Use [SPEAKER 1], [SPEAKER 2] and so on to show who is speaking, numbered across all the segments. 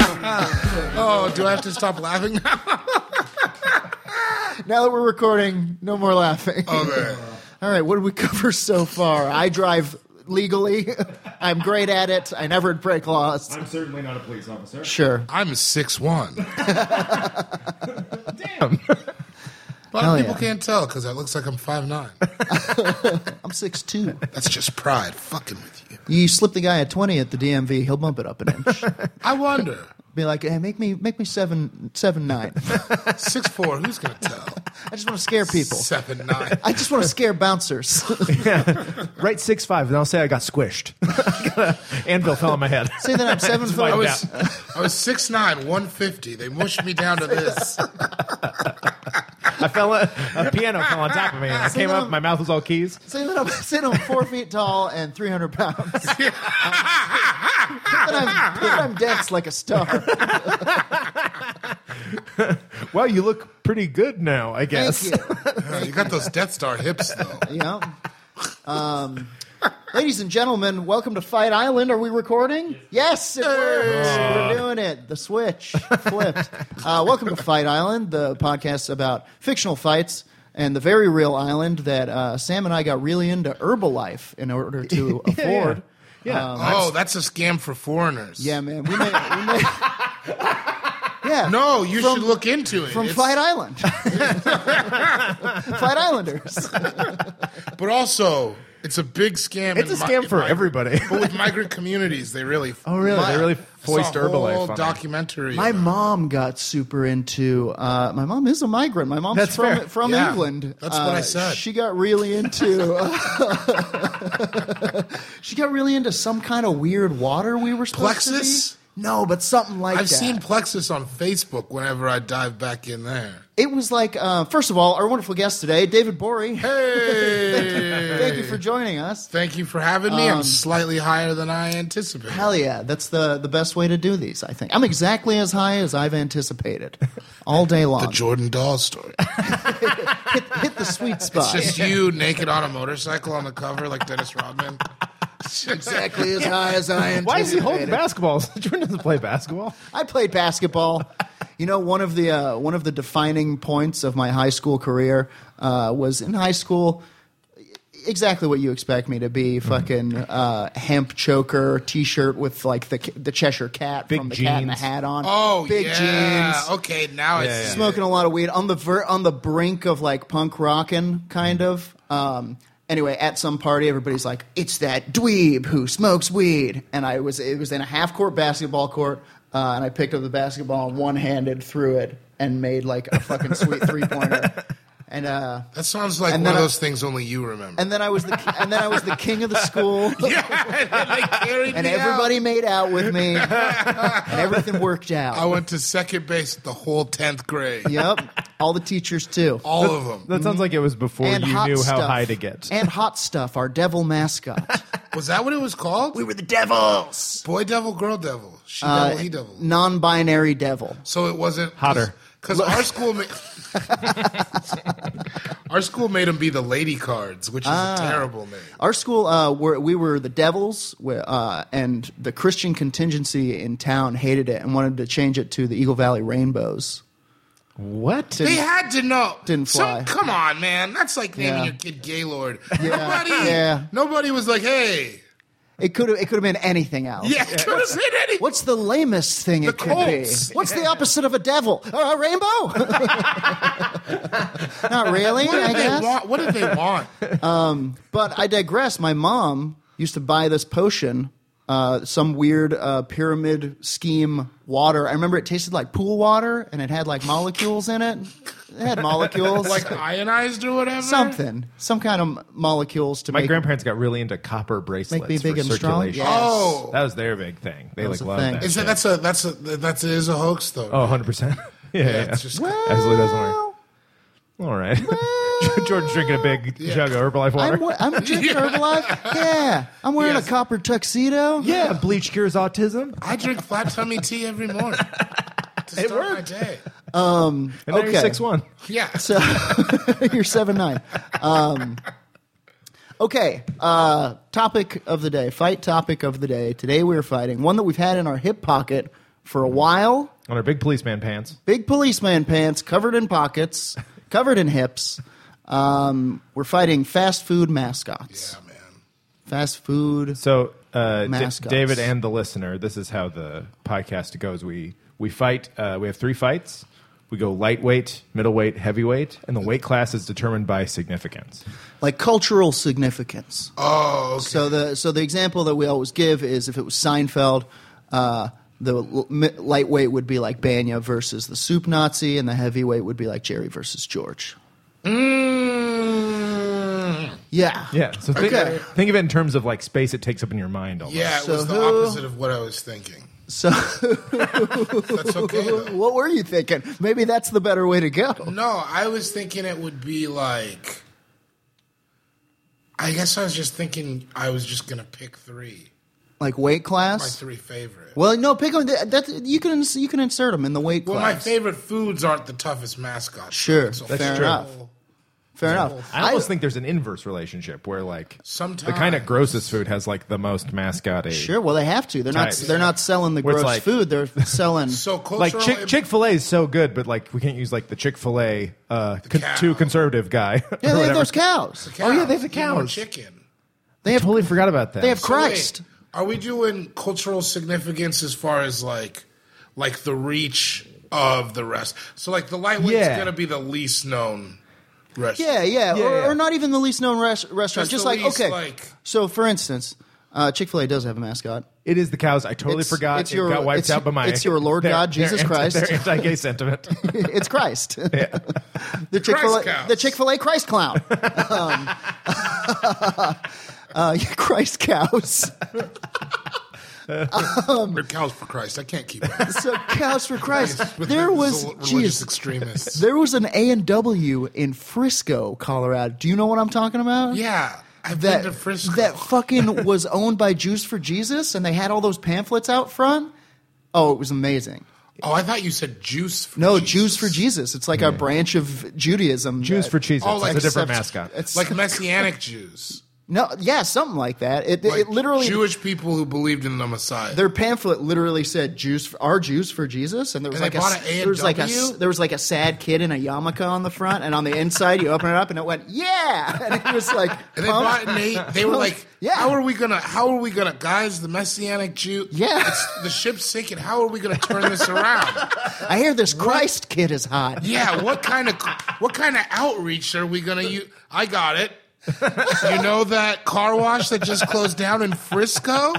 [SPEAKER 1] Oh, do I have to stop laughing now?
[SPEAKER 2] Now that we're recording, no more laughing.
[SPEAKER 1] Okay.
[SPEAKER 2] All right, what did we cover so far? I drive legally. I'm great at it. I never break laws.
[SPEAKER 3] I'm certainly not a police officer.
[SPEAKER 2] Sure.
[SPEAKER 1] I'm six one. Damn. A lot
[SPEAKER 2] Hell
[SPEAKER 1] of people
[SPEAKER 2] yeah.
[SPEAKER 1] can't tell because it looks like I'm five nine.
[SPEAKER 2] I'm 6'2".
[SPEAKER 1] That's just pride fucking with you.
[SPEAKER 2] You slip the guy a 20 at the DMV, he'll bump it up an inch.
[SPEAKER 1] I wonder
[SPEAKER 2] Be like, hey, make me make me seven seven nine.
[SPEAKER 1] six four. Who's gonna tell?
[SPEAKER 2] I just want to scare people.
[SPEAKER 1] Seven nine.
[SPEAKER 2] I just want to scare bouncers.
[SPEAKER 3] Write six five, and I'll say I got squished. Anvil fell on my head.
[SPEAKER 2] Say that I'm seven
[SPEAKER 1] I
[SPEAKER 2] foot.
[SPEAKER 1] was I was six nine, one fifty. They mushed me down to this.
[SPEAKER 3] I fell. A, a piano fell on top of me, and I came up. My mouth was all keys.
[SPEAKER 2] Say that I'm say that I'm four feet tall and three hundred pounds. Um, say that I'm, say that I'm dense like a star.
[SPEAKER 3] Well, you look pretty good now, I
[SPEAKER 2] Thank
[SPEAKER 3] guess.
[SPEAKER 2] you.
[SPEAKER 1] You got those Death Star hips though.
[SPEAKER 2] Yeah. Um, ladies and gentlemen, welcome to Fight Island. Are we recording? Yes, it works. We're doing it. The switch flipped. Uh, welcome to Fight Island, the podcast about fictional fights and the very real island that uh, Sam and I got really into Herbalife in order to
[SPEAKER 3] yeah.
[SPEAKER 2] afford. Uh,
[SPEAKER 3] Yeah.
[SPEAKER 1] Oh, that's a scam for foreigners.
[SPEAKER 2] Yeah, man. We made. We made yeah.
[SPEAKER 1] No, you
[SPEAKER 2] From-
[SPEAKER 1] should look into it.
[SPEAKER 2] From
[SPEAKER 1] It's-
[SPEAKER 2] Fight Island. Fight Islanders.
[SPEAKER 1] But also, it's a big scam.
[SPEAKER 3] It's
[SPEAKER 1] in
[SPEAKER 3] a
[SPEAKER 1] mi-
[SPEAKER 3] scam for
[SPEAKER 1] mi-
[SPEAKER 3] everybody.
[SPEAKER 1] But with migrant communities, they really.
[SPEAKER 3] Oh, really? They really
[SPEAKER 1] I
[SPEAKER 3] foist
[SPEAKER 1] saw a
[SPEAKER 3] Herbalife
[SPEAKER 1] Whole
[SPEAKER 3] on it.
[SPEAKER 1] documentary.
[SPEAKER 2] My mom got super into. Uh, my mom is a migrant. My mom's
[SPEAKER 3] That's
[SPEAKER 2] from
[SPEAKER 3] fair.
[SPEAKER 2] from
[SPEAKER 1] Yeah.
[SPEAKER 2] England.
[SPEAKER 1] That's what I
[SPEAKER 2] Uh,
[SPEAKER 1] said.
[SPEAKER 2] She got really into. she got really into some kind of weird water we were supposed
[SPEAKER 1] Plexus?
[SPEAKER 2] to be. No, but something like
[SPEAKER 1] I've
[SPEAKER 2] that.
[SPEAKER 1] seen Plexus on Facebook. Whenever I dive back in there,
[SPEAKER 2] it was like uh, first of all, our wonderful guest today, David Borey.
[SPEAKER 1] hey,
[SPEAKER 2] Thank you for joining us.
[SPEAKER 1] Thank you for having me. I'm slightly higher than I anticipated.
[SPEAKER 2] Hell yeah, that's the the best way to do these. I think I'm exactly as high as I've anticipated, all day long.
[SPEAKER 1] the Jordan Doll story.
[SPEAKER 2] Hit the sweet spot.
[SPEAKER 1] Just you naked on a motorcycle on the cover, like Dennis Rodman.
[SPEAKER 2] exactly as high as I anticipated.
[SPEAKER 3] Why is he holding basketballs? Jordan doesn't play basketball.
[SPEAKER 2] I played basketball. You know, one of the uh, one of the defining points of my high school career uh, was in high school. Exactly what you expect me to be:
[SPEAKER 1] Mm-hmm.
[SPEAKER 2] fucking uh, hemp choker T-shirt with like the the Cheshire Cat
[SPEAKER 3] Big
[SPEAKER 2] from the Cat in the
[SPEAKER 3] jeans.
[SPEAKER 2] Hat on.
[SPEAKER 1] Oh,
[SPEAKER 2] big
[SPEAKER 1] yeah.
[SPEAKER 2] jeans.
[SPEAKER 1] Okay, now I see.
[SPEAKER 2] Smoking a lot of weed on the ver- on the brink of like punk rockin' kind of. Um, anyway, at some party, everybody's like, "It's that dweeb who smokes weed," and I was it was in a half court basketball court, uh, and I picked up the basketball and one handed threw it and made like a fucking sweet three pointer, and uh,
[SPEAKER 1] That sounds like
[SPEAKER 2] And
[SPEAKER 1] one
[SPEAKER 2] then
[SPEAKER 1] of
[SPEAKER 2] I-
[SPEAKER 1] those things only you remember.
[SPEAKER 2] and then I was the ki- and then I was the king of the school.
[SPEAKER 1] yeah, they carried
[SPEAKER 2] And
[SPEAKER 1] me out.
[SPEAKER 2] everybody made out with me, and everything worked
[SPEAKER 1] I
[SPEAKER 2] out.
[SPEAKER 1] went to second base the whole tenth grade.
[SPEAKER 2] Yep, all the teachers too.
[SPEAKER 1] All of them.
[SPEAKER 3] That sounds like it was before
[SPEAKER 2] Mm-hmm. and
[SPEAKER 3] you
[SPEAKER 2] hot
[SPEAKER 3] knew
[SPEAKER 2] stuff.
[SPEAKER 3] how high to get.
[SPEAKER 2] And hot stuff, our devil mascot.
[SPEAKER 1] Was that what it was called?
[SPEAKER 2] were the devils.
[SPEAKER 1] Boy devil, girl devil, she
[SPEAKER 2] Uh,
[SPEAKER 1] devil, he devil.
[SPEAKER 2] Non-binary devil.
[SPEAKER 1] So it wasn't
[SPEAKER 3] Hotter.
[SPEAKER 1] because our school. Ma- our school made them be the lady cards, which is
[SPEAKER 2] Ah.
[SPEAKER 1] a terrible name.
[SPEAKER 2] Our school, uh, were, we were the devils, we- uh, and the Christian contingency in town hated it and wanted to change it to the Eagle Valley Rainbows.
[SPEAKER 3] What?
[SPEAKER 1] They had to know.
[SPEAKER 2] Didn't fly.
[SPEAKER 1] Some, come on, man. That's like naming
[SPEAKER 2] Yeah.
[SPEAKER 1] your kid Gaylord.
[SPEAKER 2] Yeah,
[SPEAKER 1] Nobody,
[SPEAKER 2] yeah.
[SPEAKER 1] nobody was like, "Hey,
[SPEAKER 2] It could have, it could have been anything else.
[SPEAKER 1] yeah, could have said anything."
[SPEAKER 2] What's the lamest thing it could
[SPEAKER 1] Colts.
[SPEAKER 2] be? What's the opposite of a devil? Uh, a rainbow? Not really,
[SPEAKER 1] What
[SPEAKER 2] I
[SPEAKER 1] did
[SPEAKER 2] guess.
[SPEAKER 1] they want? What did they want?
[SPEAKER 2] But I digress. My mom used to buy this potion uh, some weird uh, pyramid scheme water. I remember it tasted like pool water, and it had like molecules in it. It had molecules,
[SPEAKER 1] like
[SPEAKER 3] uh,
[SPEAKER 1] ionized or whatever.
[SPEAKER 2] something, some kind of m- molecules to
[SPEAKER 3] My
[SPEAKER 2] make.
[SPEAKER 3] grandparents got really into copper bracelets
[SPEAKER 2] me big
[SPEAKER 3] for
[SPEAKER 2] and strong?
[SPEAKER 3] circulation.
[SPEAKER 2] Yeah.
[SPEAKER 1] Oh,
[SPEAKER 3] That was their big thing. They
[SPEAKER 2] was
[SPEAKER 3] like
[SPEAKER 2] a
[SPEAKER 3] loved
[SPEAKER 2] thing.
[SPEAKER 3] that.
[SPEAKER 1] is
[SPEAKER 3] shit.
[SPEAKER 1] that, that's a that's a that's a, is a hoax though.
[SPEAKER 3] oh, 100 percent. Yeah, yeah.
[SPEAKER 1] it's just
[SPEAKER 3] Absolutely doesn't work. All right. George's drinking a big jug of Herbalife water.
[SPEAKER 2] I'm, we- I'm drinking Herbalife. Yeah, I'm wearing
[SPEAKER 1] Yes.
[SPEAKER 2] a copper tuxedo.
[SPEAKER 3] yeah, bleach cures autism.
[SPEAKER 1] I drink flat tummy tea every morning. To start my day.
[SPEAKER 3] And okay.
[SPEAKER 2] Okay.
[SPEAKER 3] you're six one.
[SPEAKER 1] Yeah.
[SPEAKER 2] So you're seven nine. Um, okay. Uh, topic of the day. Fight topic of the day. Today we're fighting one that we've had in our hip pocket for a while.
[SPEAKER 3] On our big policeman pants.
[SPEAKER 2] Big policeman pants, covered in pockets, covered in hips. Um, we're fighting fast food mascots.
[SPEAKER 1] yeah, man.
[SPEAKER 2] Fast food.
[SPEAKER 3] So, uh, D-
[SPEAKER 2] Mascots.
[SPEAKER 3] David and the listener, this is how the podcast goes. We we fight. Uh, we have three fights. We go lightweight, middleweight, heavyweight, and the weight class is determined by significance.
[SPEAKER 2] like cultural significance.
[SPEAKER 1] Oh, okay.
[SPEAKER 2] So the so the example that we always give is if it was Seinfeld, uh, the l- mi- lightweight would be like Banya versus the soup Nazi, and the heavyweight would be like Jerry versus George.
[SPEAKER 1] Mm.
[SPEAKER 2] Yeah,
[SPEAKER 3] Yeah. So think,
[SPEAKER 2] Okay.
[SPEAKER 3] think of it in terms of like space it takes up in your mind. Almost.
[SPEAKER 1] Yeah, it
[SPEAKER 2] So
[SPEAKER 1] was the
[SPEAKER 2] who-
[SPEAKER 1] opposite of what I was thinking.
[SPEAKER 2] So
[SPEAKER 1] That's okay. though.
[SPEAKER 2] what were you thinking? Maybe that's the better way to go.
[SPEAKER 1] No, I was thinking it would be like. I guess I was just thinking I was just gonna pick three,
[SPEAKER 2] Like weight
[SPEAKER 1] my
[SPEAKER 2] class.
[SPEAKER 1] three favorite.
[SPEAKER 2] Well, no, pick on that. that you can ins- you can insert them in the weight
[SPEAKER 1] Well,
[SPEAKER 2] class.
[SPEAKER 1] my favorite foods aren't the toughest mascots.
[SPEAKER 2] Sure,
[SPEAKER 1] so
[SPEAKER 2] that's
[SPEAKER 1] fair
[SPEAKER 2] true.
[SPEAKER 1] enough.
[SPEAKER 2] Fair enough.
[SPEAKER 3] I almost think there's an inverse relationship where like the kind
[SPEAKER 1] Sometimes.
[SPEAKER 3] of grossest food has like the most mascot.
[SPEAKER 2] Sure. Well, they have to. They're not.
[SPEAKER 3] Types.
[SPEAKER 2] They're not selling the
[SPEAKER 3] Where it's
[SPEAKER 2] gross
[SPEAKER 3] like-
[SPEAKER 2] food. They're selling.
[SPEAKER 1] So cultural,
[SPEAKER 3] Like Chick
[SPEAKER 1] im-
[SPEAKER 3] Chick Fil A is so good, but like we can't use like the Chick Fil A uh, con-
[SPEAKER 1] cow.
[SPEAKER 3] too conservative guy.
[SPEAKER 2] yeah,
[SPEAKER 3] or
[SPEAKER 2] they have
[SPEAKER 3] whatever.
[SPEAKER 2] those cows.
[SPEAKER 1] cow,
[SPEAKER 3] oh, yeah, they have the
[SPEAKER 1] eat more
[SPEAKER 3] cows.
[SPEAKER 1] chicken.
[SPEAKER 3] They have totally forgot about that.
[SPEAKER 2] They have
[SPEAKER 1] So wait,
[SPEAKER 2] Christ.
[SPEAKER 1] are we doing cultural significance as far as like, like the reach of the rest? So like the lightweight's
[SPEAKER 3] Yeah.
[SPEAKER 1] gonna be the least known. Rest.
[SPEAKER 2] Yeah, yeah,
[SPEAKER 3] Yeah,
[SPEAKER 2] or,
[SPEAKER 3] yeah.
[SPEAKER 2] or not even the least known res-
[SPEAKER 1] Just
[SPEAKER 2] restaurant. Just
[SPEAKER 1] the
[SPEAKER 2] like
[SPEAKER 1] least,
[SPEAKER 2] okay,
[SPEAKER 1] like-
[SPEAKER 2] so for instance, uh, Chick Fil A does have a mascot.
[SPEAKER 3] It is the cows. I totally
[SPEAKER 2] It's-
[SPEAKER 3] forgot.
[SPEAKER 2] it's your-
[SPEAKER 3] it got wiped
[SPEAKER 2] it's-
[SPEAKER 3] out by my.
[SPEAKER 2] it's your Lord God, Jesus
[SPEAKER 3] anti-
[SPEAKER 2] Christ.
[SPEAKER 3] Their anti-gay sentiment.
[SPEAKER 2] it's Christ, the Chick Fil A,
[SPEAKER 1] cows.
[SPEAKER 2] the Chick Fil A Christ clown, um, uh, yeah, Christ cows.
[SPEAKER 1] They're cows for Christ. I can't keep up.
[SPEAKER 2] So cows for Christ.
[SPEAKER 1] With
[SPEAKER 2] There
[SPEAKER 1] the
[SPEAKER 2] was
[SPEAKER 1] rel- religious
[SPEAKER 2] geez,
[SPEAKER 1] extremists.
[SPEAKER 2] there was an A and W in Frisco, Colorado. Do you know what I'm talking about?
[SPEAKER 1] yeah, I've
[SPEAKER 2] that
[SPEAKER 1] been to Frisco.
[SPEAKER 2] that fucking was owned by Jews for Jesus, and they had all those pamphlets out front. Oh, it was amazing.
[SPEAKER 1] oh, I thought you said juice. For
[SPEAKER 2] No,
[SPEAKER 1] Jesus.
[SPEAKER 2] Jews for Jesus. It's like a branch of Judaism.
[SPEAKER 3] Jews
[SPEAKER 2] that-
[SPEAKER 3] for cheese.
[SPEAKER 1] Oh,
[SPEAKER 3] it's
[SPEAKER 1] like
[SPEAKER 3] a different
[SPEAKER 2] except-
[SPEAKER 3] mascot.
[SPEAKER 2] It's
[SPEAKER 1] like messianic Jews.
[SPEAKER 2] no, yeah, something like that. It,
[SPEAKER 1] Like
[SPEAKER 2] it literally
[SPEAKER 1] Jewish people who believed in the Messiah.
[SPEAKER 2] their pamphlet literally said Jews for, are Jews for Jesus, and there was
[SPEAKER 1] And
[SPEAKER 2] like
[SPEAKER 1] they
[SPEAKER 2] a,
[SPEAKER 1] bought
[SPEAKER 2] s-
[SPEAKER 1] an
[SPEAKER 2] there was like a
[SPEAKER 1] A&W?
[SPEAKER 2] s- there was like a sad kid in a yarmulke on the front, and on the inside you open it up and it went yeah, and it was like
[SPEAKER 1] and they
[SPEAKER 2] pumped.
[SPEAKER 1] bought and they, they were like,
[SPEAKER 2] Yeah.
[SPEAKER 1] how are we gonna? How are we gonna, guys? The messianic Jew.
[SPEAKER 2] Yeah.
[SPEAKER 1] it's, the ship's sinking. How are we gonna turn this around?
[SPEAKER 2] I hear this Christ kid is hot.
[SPEAKER 1] yeah, what kind of what kind of outreach are we gonna use? I got it. You know that car wash that just closed down in Frisco?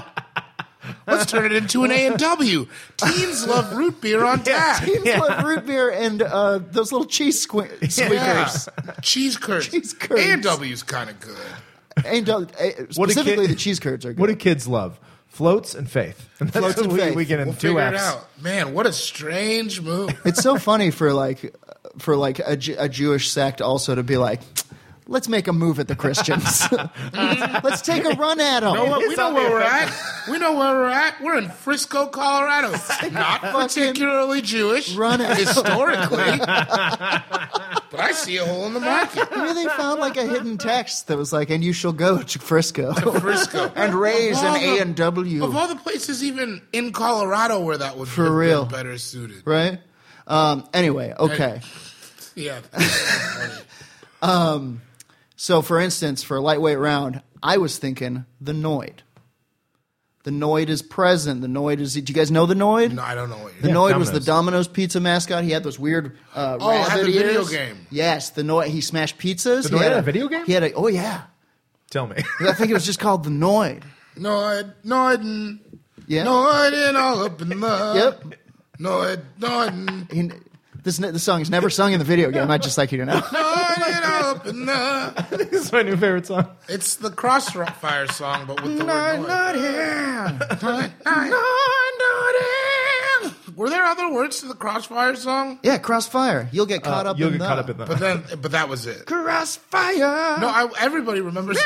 [SPEAKER 1] Let's turn it into an A and W. Teens love root beer on tap.
[SPEAKER 2] Teams love root beer and uh, those little cheese squi-
[SPEAKER 1] Yeah.
[SPEAKER 2] squeakers.
[SPEAKER 1] Cheese curds.
[SPEAKER 2] Cheese curds.
[SPEAKER 1] A and W's kind of good.
[SPEAKER 2] And uh, uh,
[SPEAKER 3] What do
[SPEAKER 2] specifically,
[SPEAKER 3] kid-
[SPEAKER 2] the cheese curds are
[SPEAKER 3] What do
[SPEAKER 2] good.
[SPEAKER 3] kids love? Floats and faith. And that's
[SPEAKER 2] Floats
[SPEAKER 3] what
[SPEAKER 2] and
[SPEAKER 3] we,
[SPEAKER 2] faith.
[SPEAKER 3] we get in
[SPEAKER 1] We'll
[SPEAKER 3] two
[SPEAKER 1] figure
[SPEAKER 3] apps.
[SPEAKER 1] it out. Man, what a strange move.
[SPEAKER 2] it's so funny for like for like a, Ju- a Jewish sect also to be like, let's make a move at the Christians. let's take a run at
[SPEAKER 1] You
[SPEAKER 2] them.
[SPEAKER 1] know what?
[SPEAKER 3] It's
[SPEAKER 1] we know
[SPEAKER 3] on
[SPEAKER 1] where
[SPEAKER 3] the
[SPEAKER 1] we're at. We know where we're at. We're in Frisco, Colorado. Not particularly Jewish,
[SPEAKER 2] run at-
[SPEAKER 1] historically, but I see a hole in the market.
[SPEAKER 2] Maybe they found like a hidden text that was like, "And you shall go to Frisco,
[SPEAKER 1] Frisco.
[SPEAKER 2] and raise
[SPEAKER 1] Of all
[SPEAKER 2] an
[SPEAKER 1] the-
[SPEAKER 2] A and
[SPEAKER 1] Of
[SPEAKER 2] W."
[SPEAKER 1] all the places, even in Colorado, where that would
[SPEAKER 2] For
[SPEAKER 1] have been
[SPEAKER 2] real.
[SPEAKER 1] better suited.
[SPEAKER 2] Right? Um, anyway, okay.
[SPEAKER 1] Yeah.
[SPEAKER 2] So, for instance, for a lightweight round, I was thinking the Noid. The Noid is present. The Noid is. Do you guys know the Noid?
[SPEAKER 1] no, I don't know what you're
[SPEAKER 2] The
[SPEAKER 1] doing.
[SPEAKER 2] Noid was the
[SPEAKER 3] Domino's.
[SPEAKER 2] Domino's pizza mascot. He had those weird uh,
[SPEAKER 1] Oh, it
[SPEAKER 2] rabbit
[SPEAKER 1] had the video
[SPEAKER 2] ears.
[SPEAKER 1] game.
[SPEAKER 2] Yes, the Noid. He smashed pizzas.
[SPEAKER 3] The
[SPEAKER 2] He
[SPEAKER 3] Noid had a video game?
[SPEAKER 2] He had a. Oh yeah,
[SPEAKER 3] Tell me.
[SPEAKER 2] I think it was just called the Noid.
[SPEAKER 1] Noid, Noiden,
[SPEAKER 2] Yeah.
[SPEAKER 1] Noiden all up in love.
[SPEAKER 2] Yep.
[SPEAKER 1] Noid, Noiden,
[SPEAKER 2] He, this ne- this song is never sung in the video game. I'd just like you to know.
[SPEAKER 1] Noiden all up in love.
[SPEAKER 3] this is my new favorite song.
[SPEAKER 1] It's the Crossfire song, but with the word Noid. Noid, Noiden. Were there other words to the Crossfire song?
[SPEAKER 2] Yeah, crossfire. You'll get caught up.
[SPEAKER 3] Uh, You'll
[SPEAKER 2] in
[SPEAKER 3] get
[SPEAKER 2] the,
[SPEAKER 3] caught up in
[SPEAKER 1] But
[SPEAKER 3] that.
[SPEAKER 1] then, but that was it.
[SPEAKER 2] crossfire.
[SPEAKER 1] No, I, everybody remembers.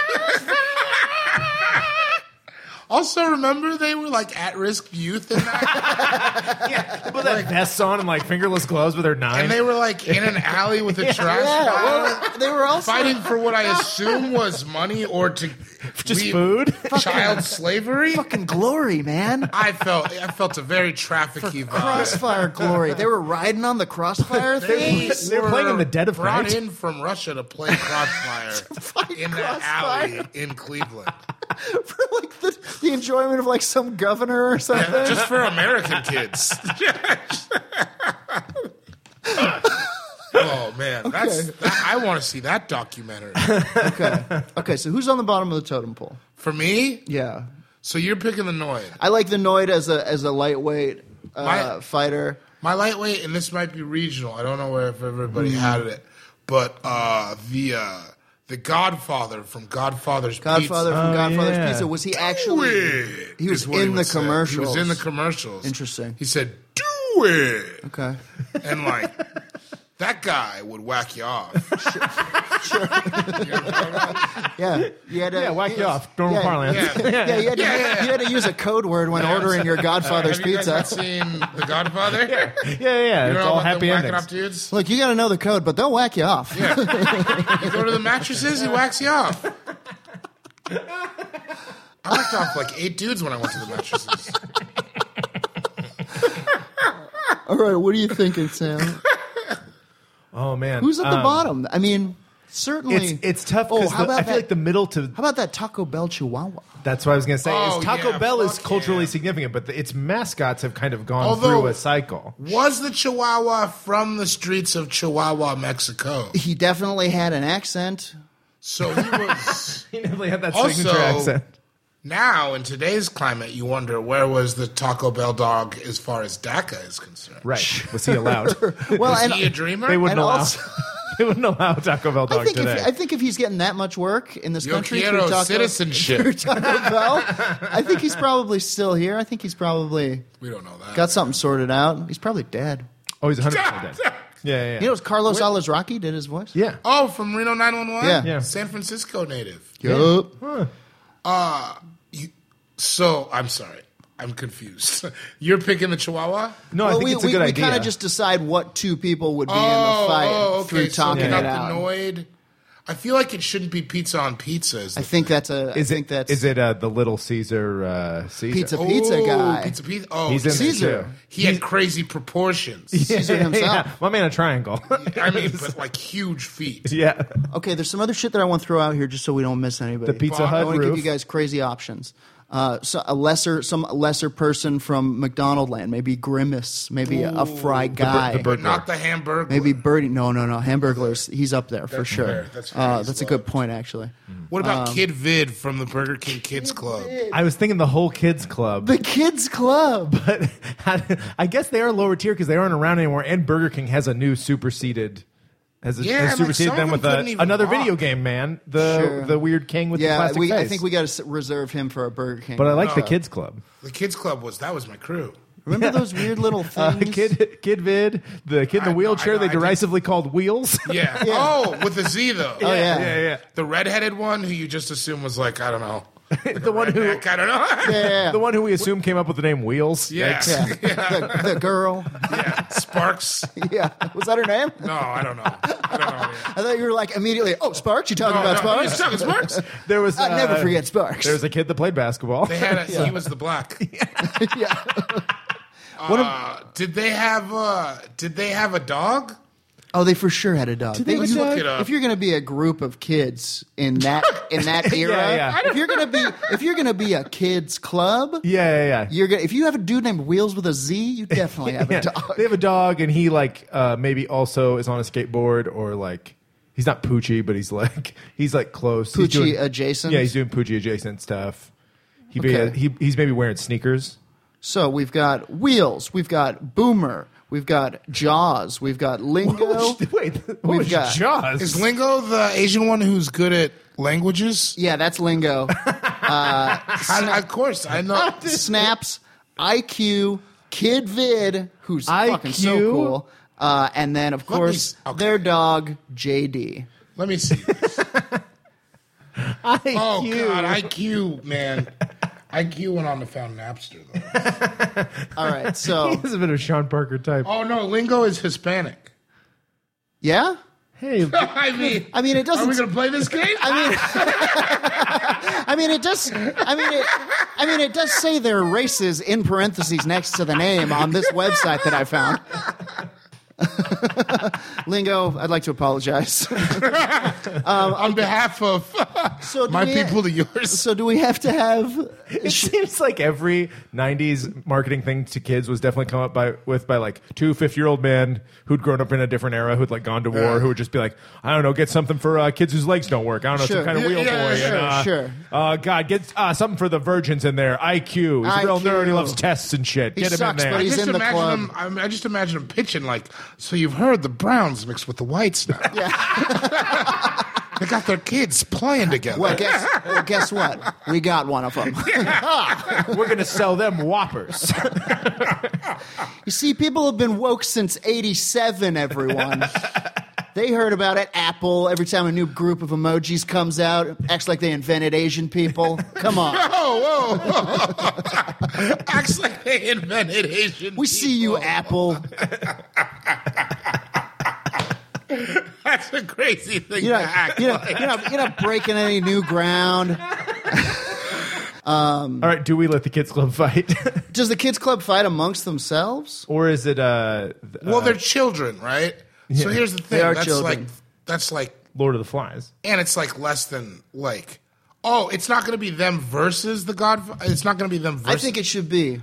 [SPEAKER 1] also, remember they were like at-risk youth in that,
[SPEAKER 3] People that vests on and like fingerless gloves with their
[SPEAKER 1] and
[SPEAKER 3] nine.
[SPEAKER 1] they were like in an alley with a trash can,
[SPEAKER 2] Yeah, well, they were also
[SPEAKER 1] fighting for what I assume was money or to
[SPEAKER 3] Just
[SPEAKER 1] leave
[SPEAKER 3] food.
[SPEAKER 1] child slavery.
[SPEAKER 2] fucking glory, man.
[SPEAKER 1] I felt I felt a very trafficky vibe.
[SPEAKER 2] Crossfire glory. They were riding on the crossfire thing.
[SPEAKER 3] They were playing in the dead of
[SPEAKER 1] brought
[SPEAKER 3] night.
[SPEAKER 1] in from Russia to play Crossfire
[SPEAKER 2] play
[SPEAKER 1] in that
[SPEAKER 2] Crossfire.
[SPEAKER 1] alley in Cleveland,
[SPEAKER 2] for like the, the enjoyment of like some governor or something.
[SPEAKER 1] just for American kids. oh man, that's that, I want to see that documentary.
[SPEAKER 2] Okay. Okay, so who's on the bottom of the totem pole?
[SPEAKER 1] For me,
[SPEAKER 2] Yeah.
[SPEAKER 1] so you're picking the Noid.
[SPEAKER 2] I like the Noid as a as a lightweight uh,
[SPEAKER 1] My-
[SPEAKER 2] fighter.
[SPEAKER 1] My lightweight, and this might be regional. I don't know where if everybody
[SPEAKER 3] Mm.
[SPEAKER 1] had it, but uh, the uh, the Godfather from Godfather's
[SPEAKER 2] Godfather
[SPEAKER 1] Pizza.
[SPEAKER 2] from Godfather's
[SPEAKER 3] Oh, yeah.
[SPEAKER 2] Pizza. Was he actually
[SPEAKER 1] Godfather.
[SPEAKER 2] He was in the
[SPEAKER 1] He was in the
[SPEAKER 2] commercials.
[SPEAKER 1] commercials.
[SPEAKER 2] Interesting.
[SPEAKER 1] He said, "Do it,"
[SPEAKER 2] Okay.
[SPEAKER 1] and like that guy would whack you off.
[SPEAKER 2] Yeah. You had to,
[SPEAKER 3] Yeah, whack you
[SPEAKER 2] yeah.
[SPEAKER 3] off. Normal
[SPEAKER 2] Yeah.
[SPEAKER 3] parlance.
[SPEAKER 1] Yeah.
[SPEAKER 2] Yeah, you had, to,
[SPEAKER 1] Yeah, yeah.
[SPEAKER 2] you had to use a code word when ordering your Godfather's
[SPEAKER 1] Have you guys
[SPEAKER 2] pizza.
[SPEAKER 1] not seen The Godfather?
[SPEAKER 3] Yeah, yeah. yeah.
[SPEAKER 1] You
[SPEAKER 3] It's
[SPEAKER 1] know
[SPEAKER 3] all
[SPEAKER 1] about
[SPEAKER 3] happy
[SPEAKER 1] the whacking
[SPEAKER 3] endings.
[SPEAKER 1] off dudes.
[SPEAKER 2] Look, you got to know the code, but they'll whack you off.
[SPEAKER 1] You go to the mattresses, he whacks you off. I whacked off like eight dudes when I went to the mattresses.
[SPEAKER 2] All right, what are you thinking, Sam?
[SPEAKER 3] Oh man,
[SPEAKER 2] Who's at the
[SPEAKER 3] Um,
[SPEAKER 2] bottom? I mean, certainly
[SPEAKER 3] It's it's tough
[SPEAKER 2] Oh,
[SPEAKER 3] because
[SPEAKER 2] how about
[SPEAKER 3] I feel
[SPEAKER 2] that-
[SPEAKER 3] like the middle to
[SPEAKER 2] How about that Taco Bell Chihuahua?
[SPEAKER 3] that's what I was gonna say
[SPEAKER 1] Oh,
[SPEAKER 3] is Taco
[SPEAKER 1] yeah,
[SPEAKER 3] Bell is
[SPEAKER 1] fuck
[SPEAKER 3] culturally
[SPEAKER 1] yeah.
[SPEAKER 3] significant, but the, its mascots have kind of gone
[SPEAKER 1] Although-
[SPEAKER 3] through a cycle.
[SPEAKER 1] Was the Chihuahua from the streets of Chihuahua, Mexico?
[SPEAKER 2] He definitely had an accent.
[SPEAKER 1] So he was.
[SPEAKER 3] He definitely had that
[SPEAKER 1] Also-
[SPEAKER 3] signature accent.
[SPEAKER 1] Now, in today's climate, you wonder where was the Taco Bell dog as far as DACA is concerned?
[SPEAKER 3] Right? Was he allowed?
[SPEAKER 2] Well,
[SPEAKER 1] Is
[SPEAKER 2] and
[SPEAKER 1] he a dreamer?
[SPEAKER 3] they wouldn't
[SPEAKER 2] And
[SPEAKER 3] allow.
[SPEAKER 2] also-
[SPEAKER 3] they wouldn't allow Taco Bell
[SPEAKER 2] I
[SPEAKER 3] dog
[SPEAKER 2] think, if,
[SPEAKER 3] today.
[SPEAKER 2] I think if he's getting that much work in this
[SPEAKER 1] Yo
[SPEAKER 2] country
[SPEAKER 1] quiero
[SPEAKER 2] through Taco,
[SPEAKER 1] citizenship.
[SPEAKER 2] through Taco Bell, I think he's probably still here. I think he's probably
[SPEAKER 1] we don't know that.
[SPEAKER 2] got something sorted out. He's probably dead.
[SPEAKER 3] oh, he's 100 percent dead. Yeah, yeah,
[SPEAKER 2] You know, it
[SPEAKER 3] yeah.
[SPEAKER 2] was Carlos Alazraki did his voice.
[SPEAKER 3] yeah.
[SPEAKER 1] Oh, from Reno 911?
[SPEAKER 2] Yeah.
[SPEAKER 3] Yeah.
[SPEAKER 1] San Francisco native.
[SPEAKER 2] Yup.
[SPEAKER 1] You, so, I'm sorry. I'm confused. You're picking the Chihuahua?
[SPEAKER 3] No, I
[SPEAKER 2] well,
[SPEAKER 3] think
[SPEAKER 2] we,
[SPEAKER 3] it's a
[SPEAKER 2] we,
[SPEAKER 3] good
[SPEAKER 2] we
[SPEAKER 3] idea.
[SPEAKER 2] kind of just decide what two people would be in
[SPEAKER 1] Oh,
[SPEAKER 2] the fight
[SPEAKER 1] oh, okay.
[SPEAKER 2] through
[SPEAKER 1] so
[SPEAKER 2] talking
[SPEAKER 1] we
[SPEAKER 2] it
[SPEAKER 1] got
[SPEAKER 2] out.
[SPEAKER 1] the Noid. I feel like it shouldn't be pizza on pizza. Is
[SPEAKER 2] I
[SPEAKER 1] the-
[SPEAKER 2] think that's a. I
[SPEAKER 3] is
[SPEAKER 2] think
[SPEAKER 3] it
[SPEAKER 2] that's
[SPEAKER 3] is it uh, the Little Caesar uh, Caesar?
[SPEAKER 2] pizza pizza
[SPEAKER 1] Oh,
[SPEAKER 2] guy.
[SPEAKER 1] Pizza pizza. Oh,
[SPEAKER 3] He's in there,
[SPEAKER 2] Caesar.
[SPEAKER 3] too.
[SPEAKER 1] he had crazy proportions.
[SPEAKER 2] Caesar himself.
[SPEAKER 3] Yeah, my man, a triangle.
[SPEAKER 1] I mean, but like huge feet.
[SPEAKER 3] yeah,
[SPEAKER 2] Okay, there's some other shit that I want to throw out here just so we don't miss anybody.
[SPEAKER 3] the Pizza
[SPEAKER 1] Bob,
[SPEAKER 2] I
[SPEAKER 3] Hut
[SPEAKER 2] want to give
[SPEAKER 3] roof.
[SPEAKER 2] you guys crazy options. Uh, so a lesser, some lesser person from McDonald Land, maybe Grimace, maybe a- a fry guy,
[SPEAKER 3] the bird-
[SPEAKER 1] But not the hamburger.
[SPEAKER 2] maybe Birdie. No, no, no, Hamburglers. He's up there for sure.
[SPEAKER 1] fair. That's fair.
[SPEAKER 2] uh,
[SPEAKER 1] He's
[SPEAKER 2] that's a
[SPEAKER 1] low.
[SPEAKER 2] good point, actually.
[SPEAKER 3] Mm-hmm.
[SPEAKER 1] What about Kid Vid from the Burger King Kids Club?
[SPEAKER 3] I was thinking the whole kids club.
[SPEAKER 2] The Kids Club.
[SPEAKER 3] but I guess they are lower tier because they aren't around anymore. And Burger King has a new superseded. Has, a,
[SPEAKER 1] Yeah,
[SPEAKER 3] has
[SPEAKER 1] like,
[SPEAKER 3] superseded
[SPEAKER 1] some
[SPEAKER 3] them
[SPEAKER 1] of
[SPEAKER 3] with
[SPEAKER 1] them
[SPEAKER 3] a,
[SPEAKER 1] couldn't even
[SPEAKER 3] another
[SPEAKER 1] walk.
[SPEAKER 3] video game man, the
[SPEAKER 2] Sure.
[SPEAKER 3] the weird king with the
[SPEAKER 2] Yeah,
[SPEAKER 3] plastic
[SPEAKER 2] we,
[SPEAKER 3] face.
[SPEAKER 2] I think we got to reserve him for a Burger King.
[SPEAKER 3] but I like the
[SPEAKER 1] Uh,
[SPEAKER 3] kids club.
[SPEAKER 1] The Kids Club was that was my crew.
[SPEAKER 2] remember those weird little things.
[SPEAKER 3] Uh, kid, kid vid, the kid in the
[SPEAKER 1] I-
[SPEAKER 3] wheelchair
[SPEAKER 1] I-
[SPEAKER 3] they
[SPEAKER 1] I did-
[SPEAKER 3] derisively called wheels.
[SPEAKER 1] Yeah. Oh, with a Z though.
[SPEAKER 2] Oh
[SPEAKER 3] yeah,
[SPEAKER 2] yeah.
[SPEAKER 3] yeah,
[SPEAKER 1] The redheaded one who you just assume was like I don't know.
[SPEAKER 3] yeah. the one who,
[SPEAKER 1] Heck, I don't know.
[SPEAKER 2] Yeah, yeah, yeah.
[SPEAKER 3] the one who we assume came up with the name Wheels.
[SPEAKER 1] Yeah.
[SPEAKER 3] Yikes.
[SPEAKER 2] Yeah. The, the girl.
[SPEAKER 1] Yeah. Sparks.
[SPEAKER 2] Yeah, was that her name?
[SPEAKER 1] No, I don't know. I don't know.
[SPEAKER 2] I thought you were like immediately. Oh, Sparks. You talking
[SPEAKER 1] No,
[SPEAKER 2] about
[SPEAKER 1] no,
[SPEAKER 2] Sparks?
[SPEAKER 1] he's talking Sparks.
[SPEAKER 3] There was.
[SPEAKER 2] I'll never
[SPEAKER 3] uh,
[SPEAKER 2] forget Sparks.
[SPEAKER 3] There was a kid that played basketball.
[SPEAKER 1] They had a, he was the black.
[SPEAKER 2] yeah.
[SPEAKER 1] Uh, did they have uh did they have a dog?
[SPEAKER 2] Oh, they for sure had a dog.
[SPEAKER 3] they
[SPEAKER 2] They-
[SPEAKER 3] have a
[SPEAKER 2] you-
[SPEAKER 3] dog?
[SPEAKER 1] Look it up.
[SPEAKER 2] If you're going to be a group of kids in that in that era,
[SPEAKER 3] yeah.
[SPEAKER 2] if you're going to be if you're going to be a kids club,
[SPEAKER 3] yeah, yeah, yeah.
[SPEAKER 2] you're gonna, if you have a dude named Wheels with a Z, you definitely have
[SPEAKER 3] Yeah.
[SPEAKER 2] a dog.
[SPEAKER 3] They have a dog, and he like uh, maybe also is on a skateboard or like he's not Poochie, but he's like he's like close. He's
[SPEAKER 2] Poochie
[SPEAKER 3] doing-
[SPEAKER 2] adjacent?
[SPEAKER 3] Yeah, he's doing Poochie adjacent stuff. He, be-
[SPEAKER 2] Okay.
[SPEAKER 3] he he's maybe wearing sneakers.
[SPEAKER 2] So we've got Wheels, we've got Boomer, we've got Jaws, we've got Lingo.
[SPEAKER 3] Wait, what
[SPEAKER 2] We've
[SPEAKER 3] was
[SPEAKER 2] got-
[SPEAKER 3] Jaws?
[SPEAKER 1] Is Lingo the Asian one who's good at languages?
[SPEAKER 2] yeah, that's Lingo.
[SPEAKER 1] I, of course, I know.
[SPEAKER 2] Snaps, IQ, Kid Vid, who's fucking so
[SPEAKER 3] IQ?
[SPEAKER 2] cool. Uh, and then, of
[SPEAKER 1] me
[SPEAKER 2] course,
[SPEAKER 1] s- okay.
[SPEAKER 2] their dog, JD.
[SPEAKER 1] Let me see. Oh God, IQ man, IQ went on to found Napster though.
[SPEAKER 2] All right, so,
[SPEAKER 3] He's a bit of Sean Parker type.
[SPEAKER 1] Oh no, Lingo is Hispanic.
[SPEAKER 2] yeah?
[SPEAKER 3] Hey,
[SPEAKER 1] I mean,
[SPEAKER 2] I mean, it
[SPEAKER 1] are
[SPEAKER 2] doesn't.
[SPEAKER 1] we gonna play this game?
[SPEAKER 2] I mean, I mean, it does. I mean, it, I mean, it does say their races in parentheses next to the name on this website that I found. Lingo, I'd like to apologize.
[SPEAKER 1] on behalf of
[SPEAKER 2] So do
[SPEAKER 1] my
[SPEAKER 2] we-
[SPEAKER 1] people to yours.
[SPEAKER 2] So, do we have to have?
[SPEAKER 3] it seems like every '90s marketing thing to kids was definitely come up by with by like two 50 year old men who'd grown up in a different era, who'd like gone to war, who would just be like, I don't know, get something for uh, kids whose legs don't work. I don't know,
[SPEAKER 2] Sure.
[SPEAKER 3] some kind of
[SPEAKER 1] Yeah,
[SPEAKER 3] wheel
[SPEAKER 1] yeah,
[SPEAKER 3] boy.
[SPEAKER 1] sure,
[SPEAKER 3] and, uh,
[SPEAKER 2] sure.
[SPEAKER 3] Uh, God, get uh, something for the virgins in there. IQ, he's a real
[SPEAKER 2] IQ.
[SPEAKER 3] nerd. He loves tests and shit.
[SPEAKER 2] He
[SPEAKER 3] get him
[SPEAKER 2] sucks,
[SPEAKER 3] in
[SPEAKER 2] but
[SPEAKER 3] there.
[SPEAKER 2] he's
[SPEAKER 1] Just
[SPEAKER 2] in the
[SPEAKER 1] imagine
[SPEAKER 2] club.
[SPEAKER 1] him. I, mean, I just imagine him pitching like. So you've heard the Browns mixed with the Whites now. they got their kids playing together.
[SPEAKER 2] Well, guess well, guess what? We got one of them.
[SPEAKER 3] We're gonna sell them whoppers.
[SPEAKER 2] you see, people have been woke since '87. Everyone. They heard about it. Apple. Every time a new group of emojis comes out, acts like they invented Asian people. Come on.
[SPEAKER 1] Oh, whoa! Acts like they invented Asian.
[SPEAKER 2] We see you,
[SPEAKER 1] people.
[SPEAKER 2] Apple.
[SPEAKER 1] That's a crazy thing
[SPEAKER 2] You're
[SPEAKER 1] to
[SPEAKER 2] not,
[SPEAKER 1] act
[SPEAKER 2] you're,
[SPEAKER 1] like.
[SPEAKER 2] not, you're, not, you're not breaking any new ground.
[SPEAKER 3] All right, do we let the kids club fight,
[SPEAKER 2] Does the kids' club fight amongst themselves?
[SPEAKER 3] or is it uh, th-
[SPEAKER 1] Well, they're children, right? So here's the thing.
[SPEAKER 2] They are
[SPEAKER 1] that's
[SPEAKER 2] children.
[SPEAKER 1] like that's like
[SPEAKER 3] Lord of the Flies?
[SPEAKER 1] and it's like less than like oh, it's not going to be them versus the God. It's not going to be them
[SPEAKER 2] I
[SPEAKER 1] versus.
[SPEAKER 2] think it should be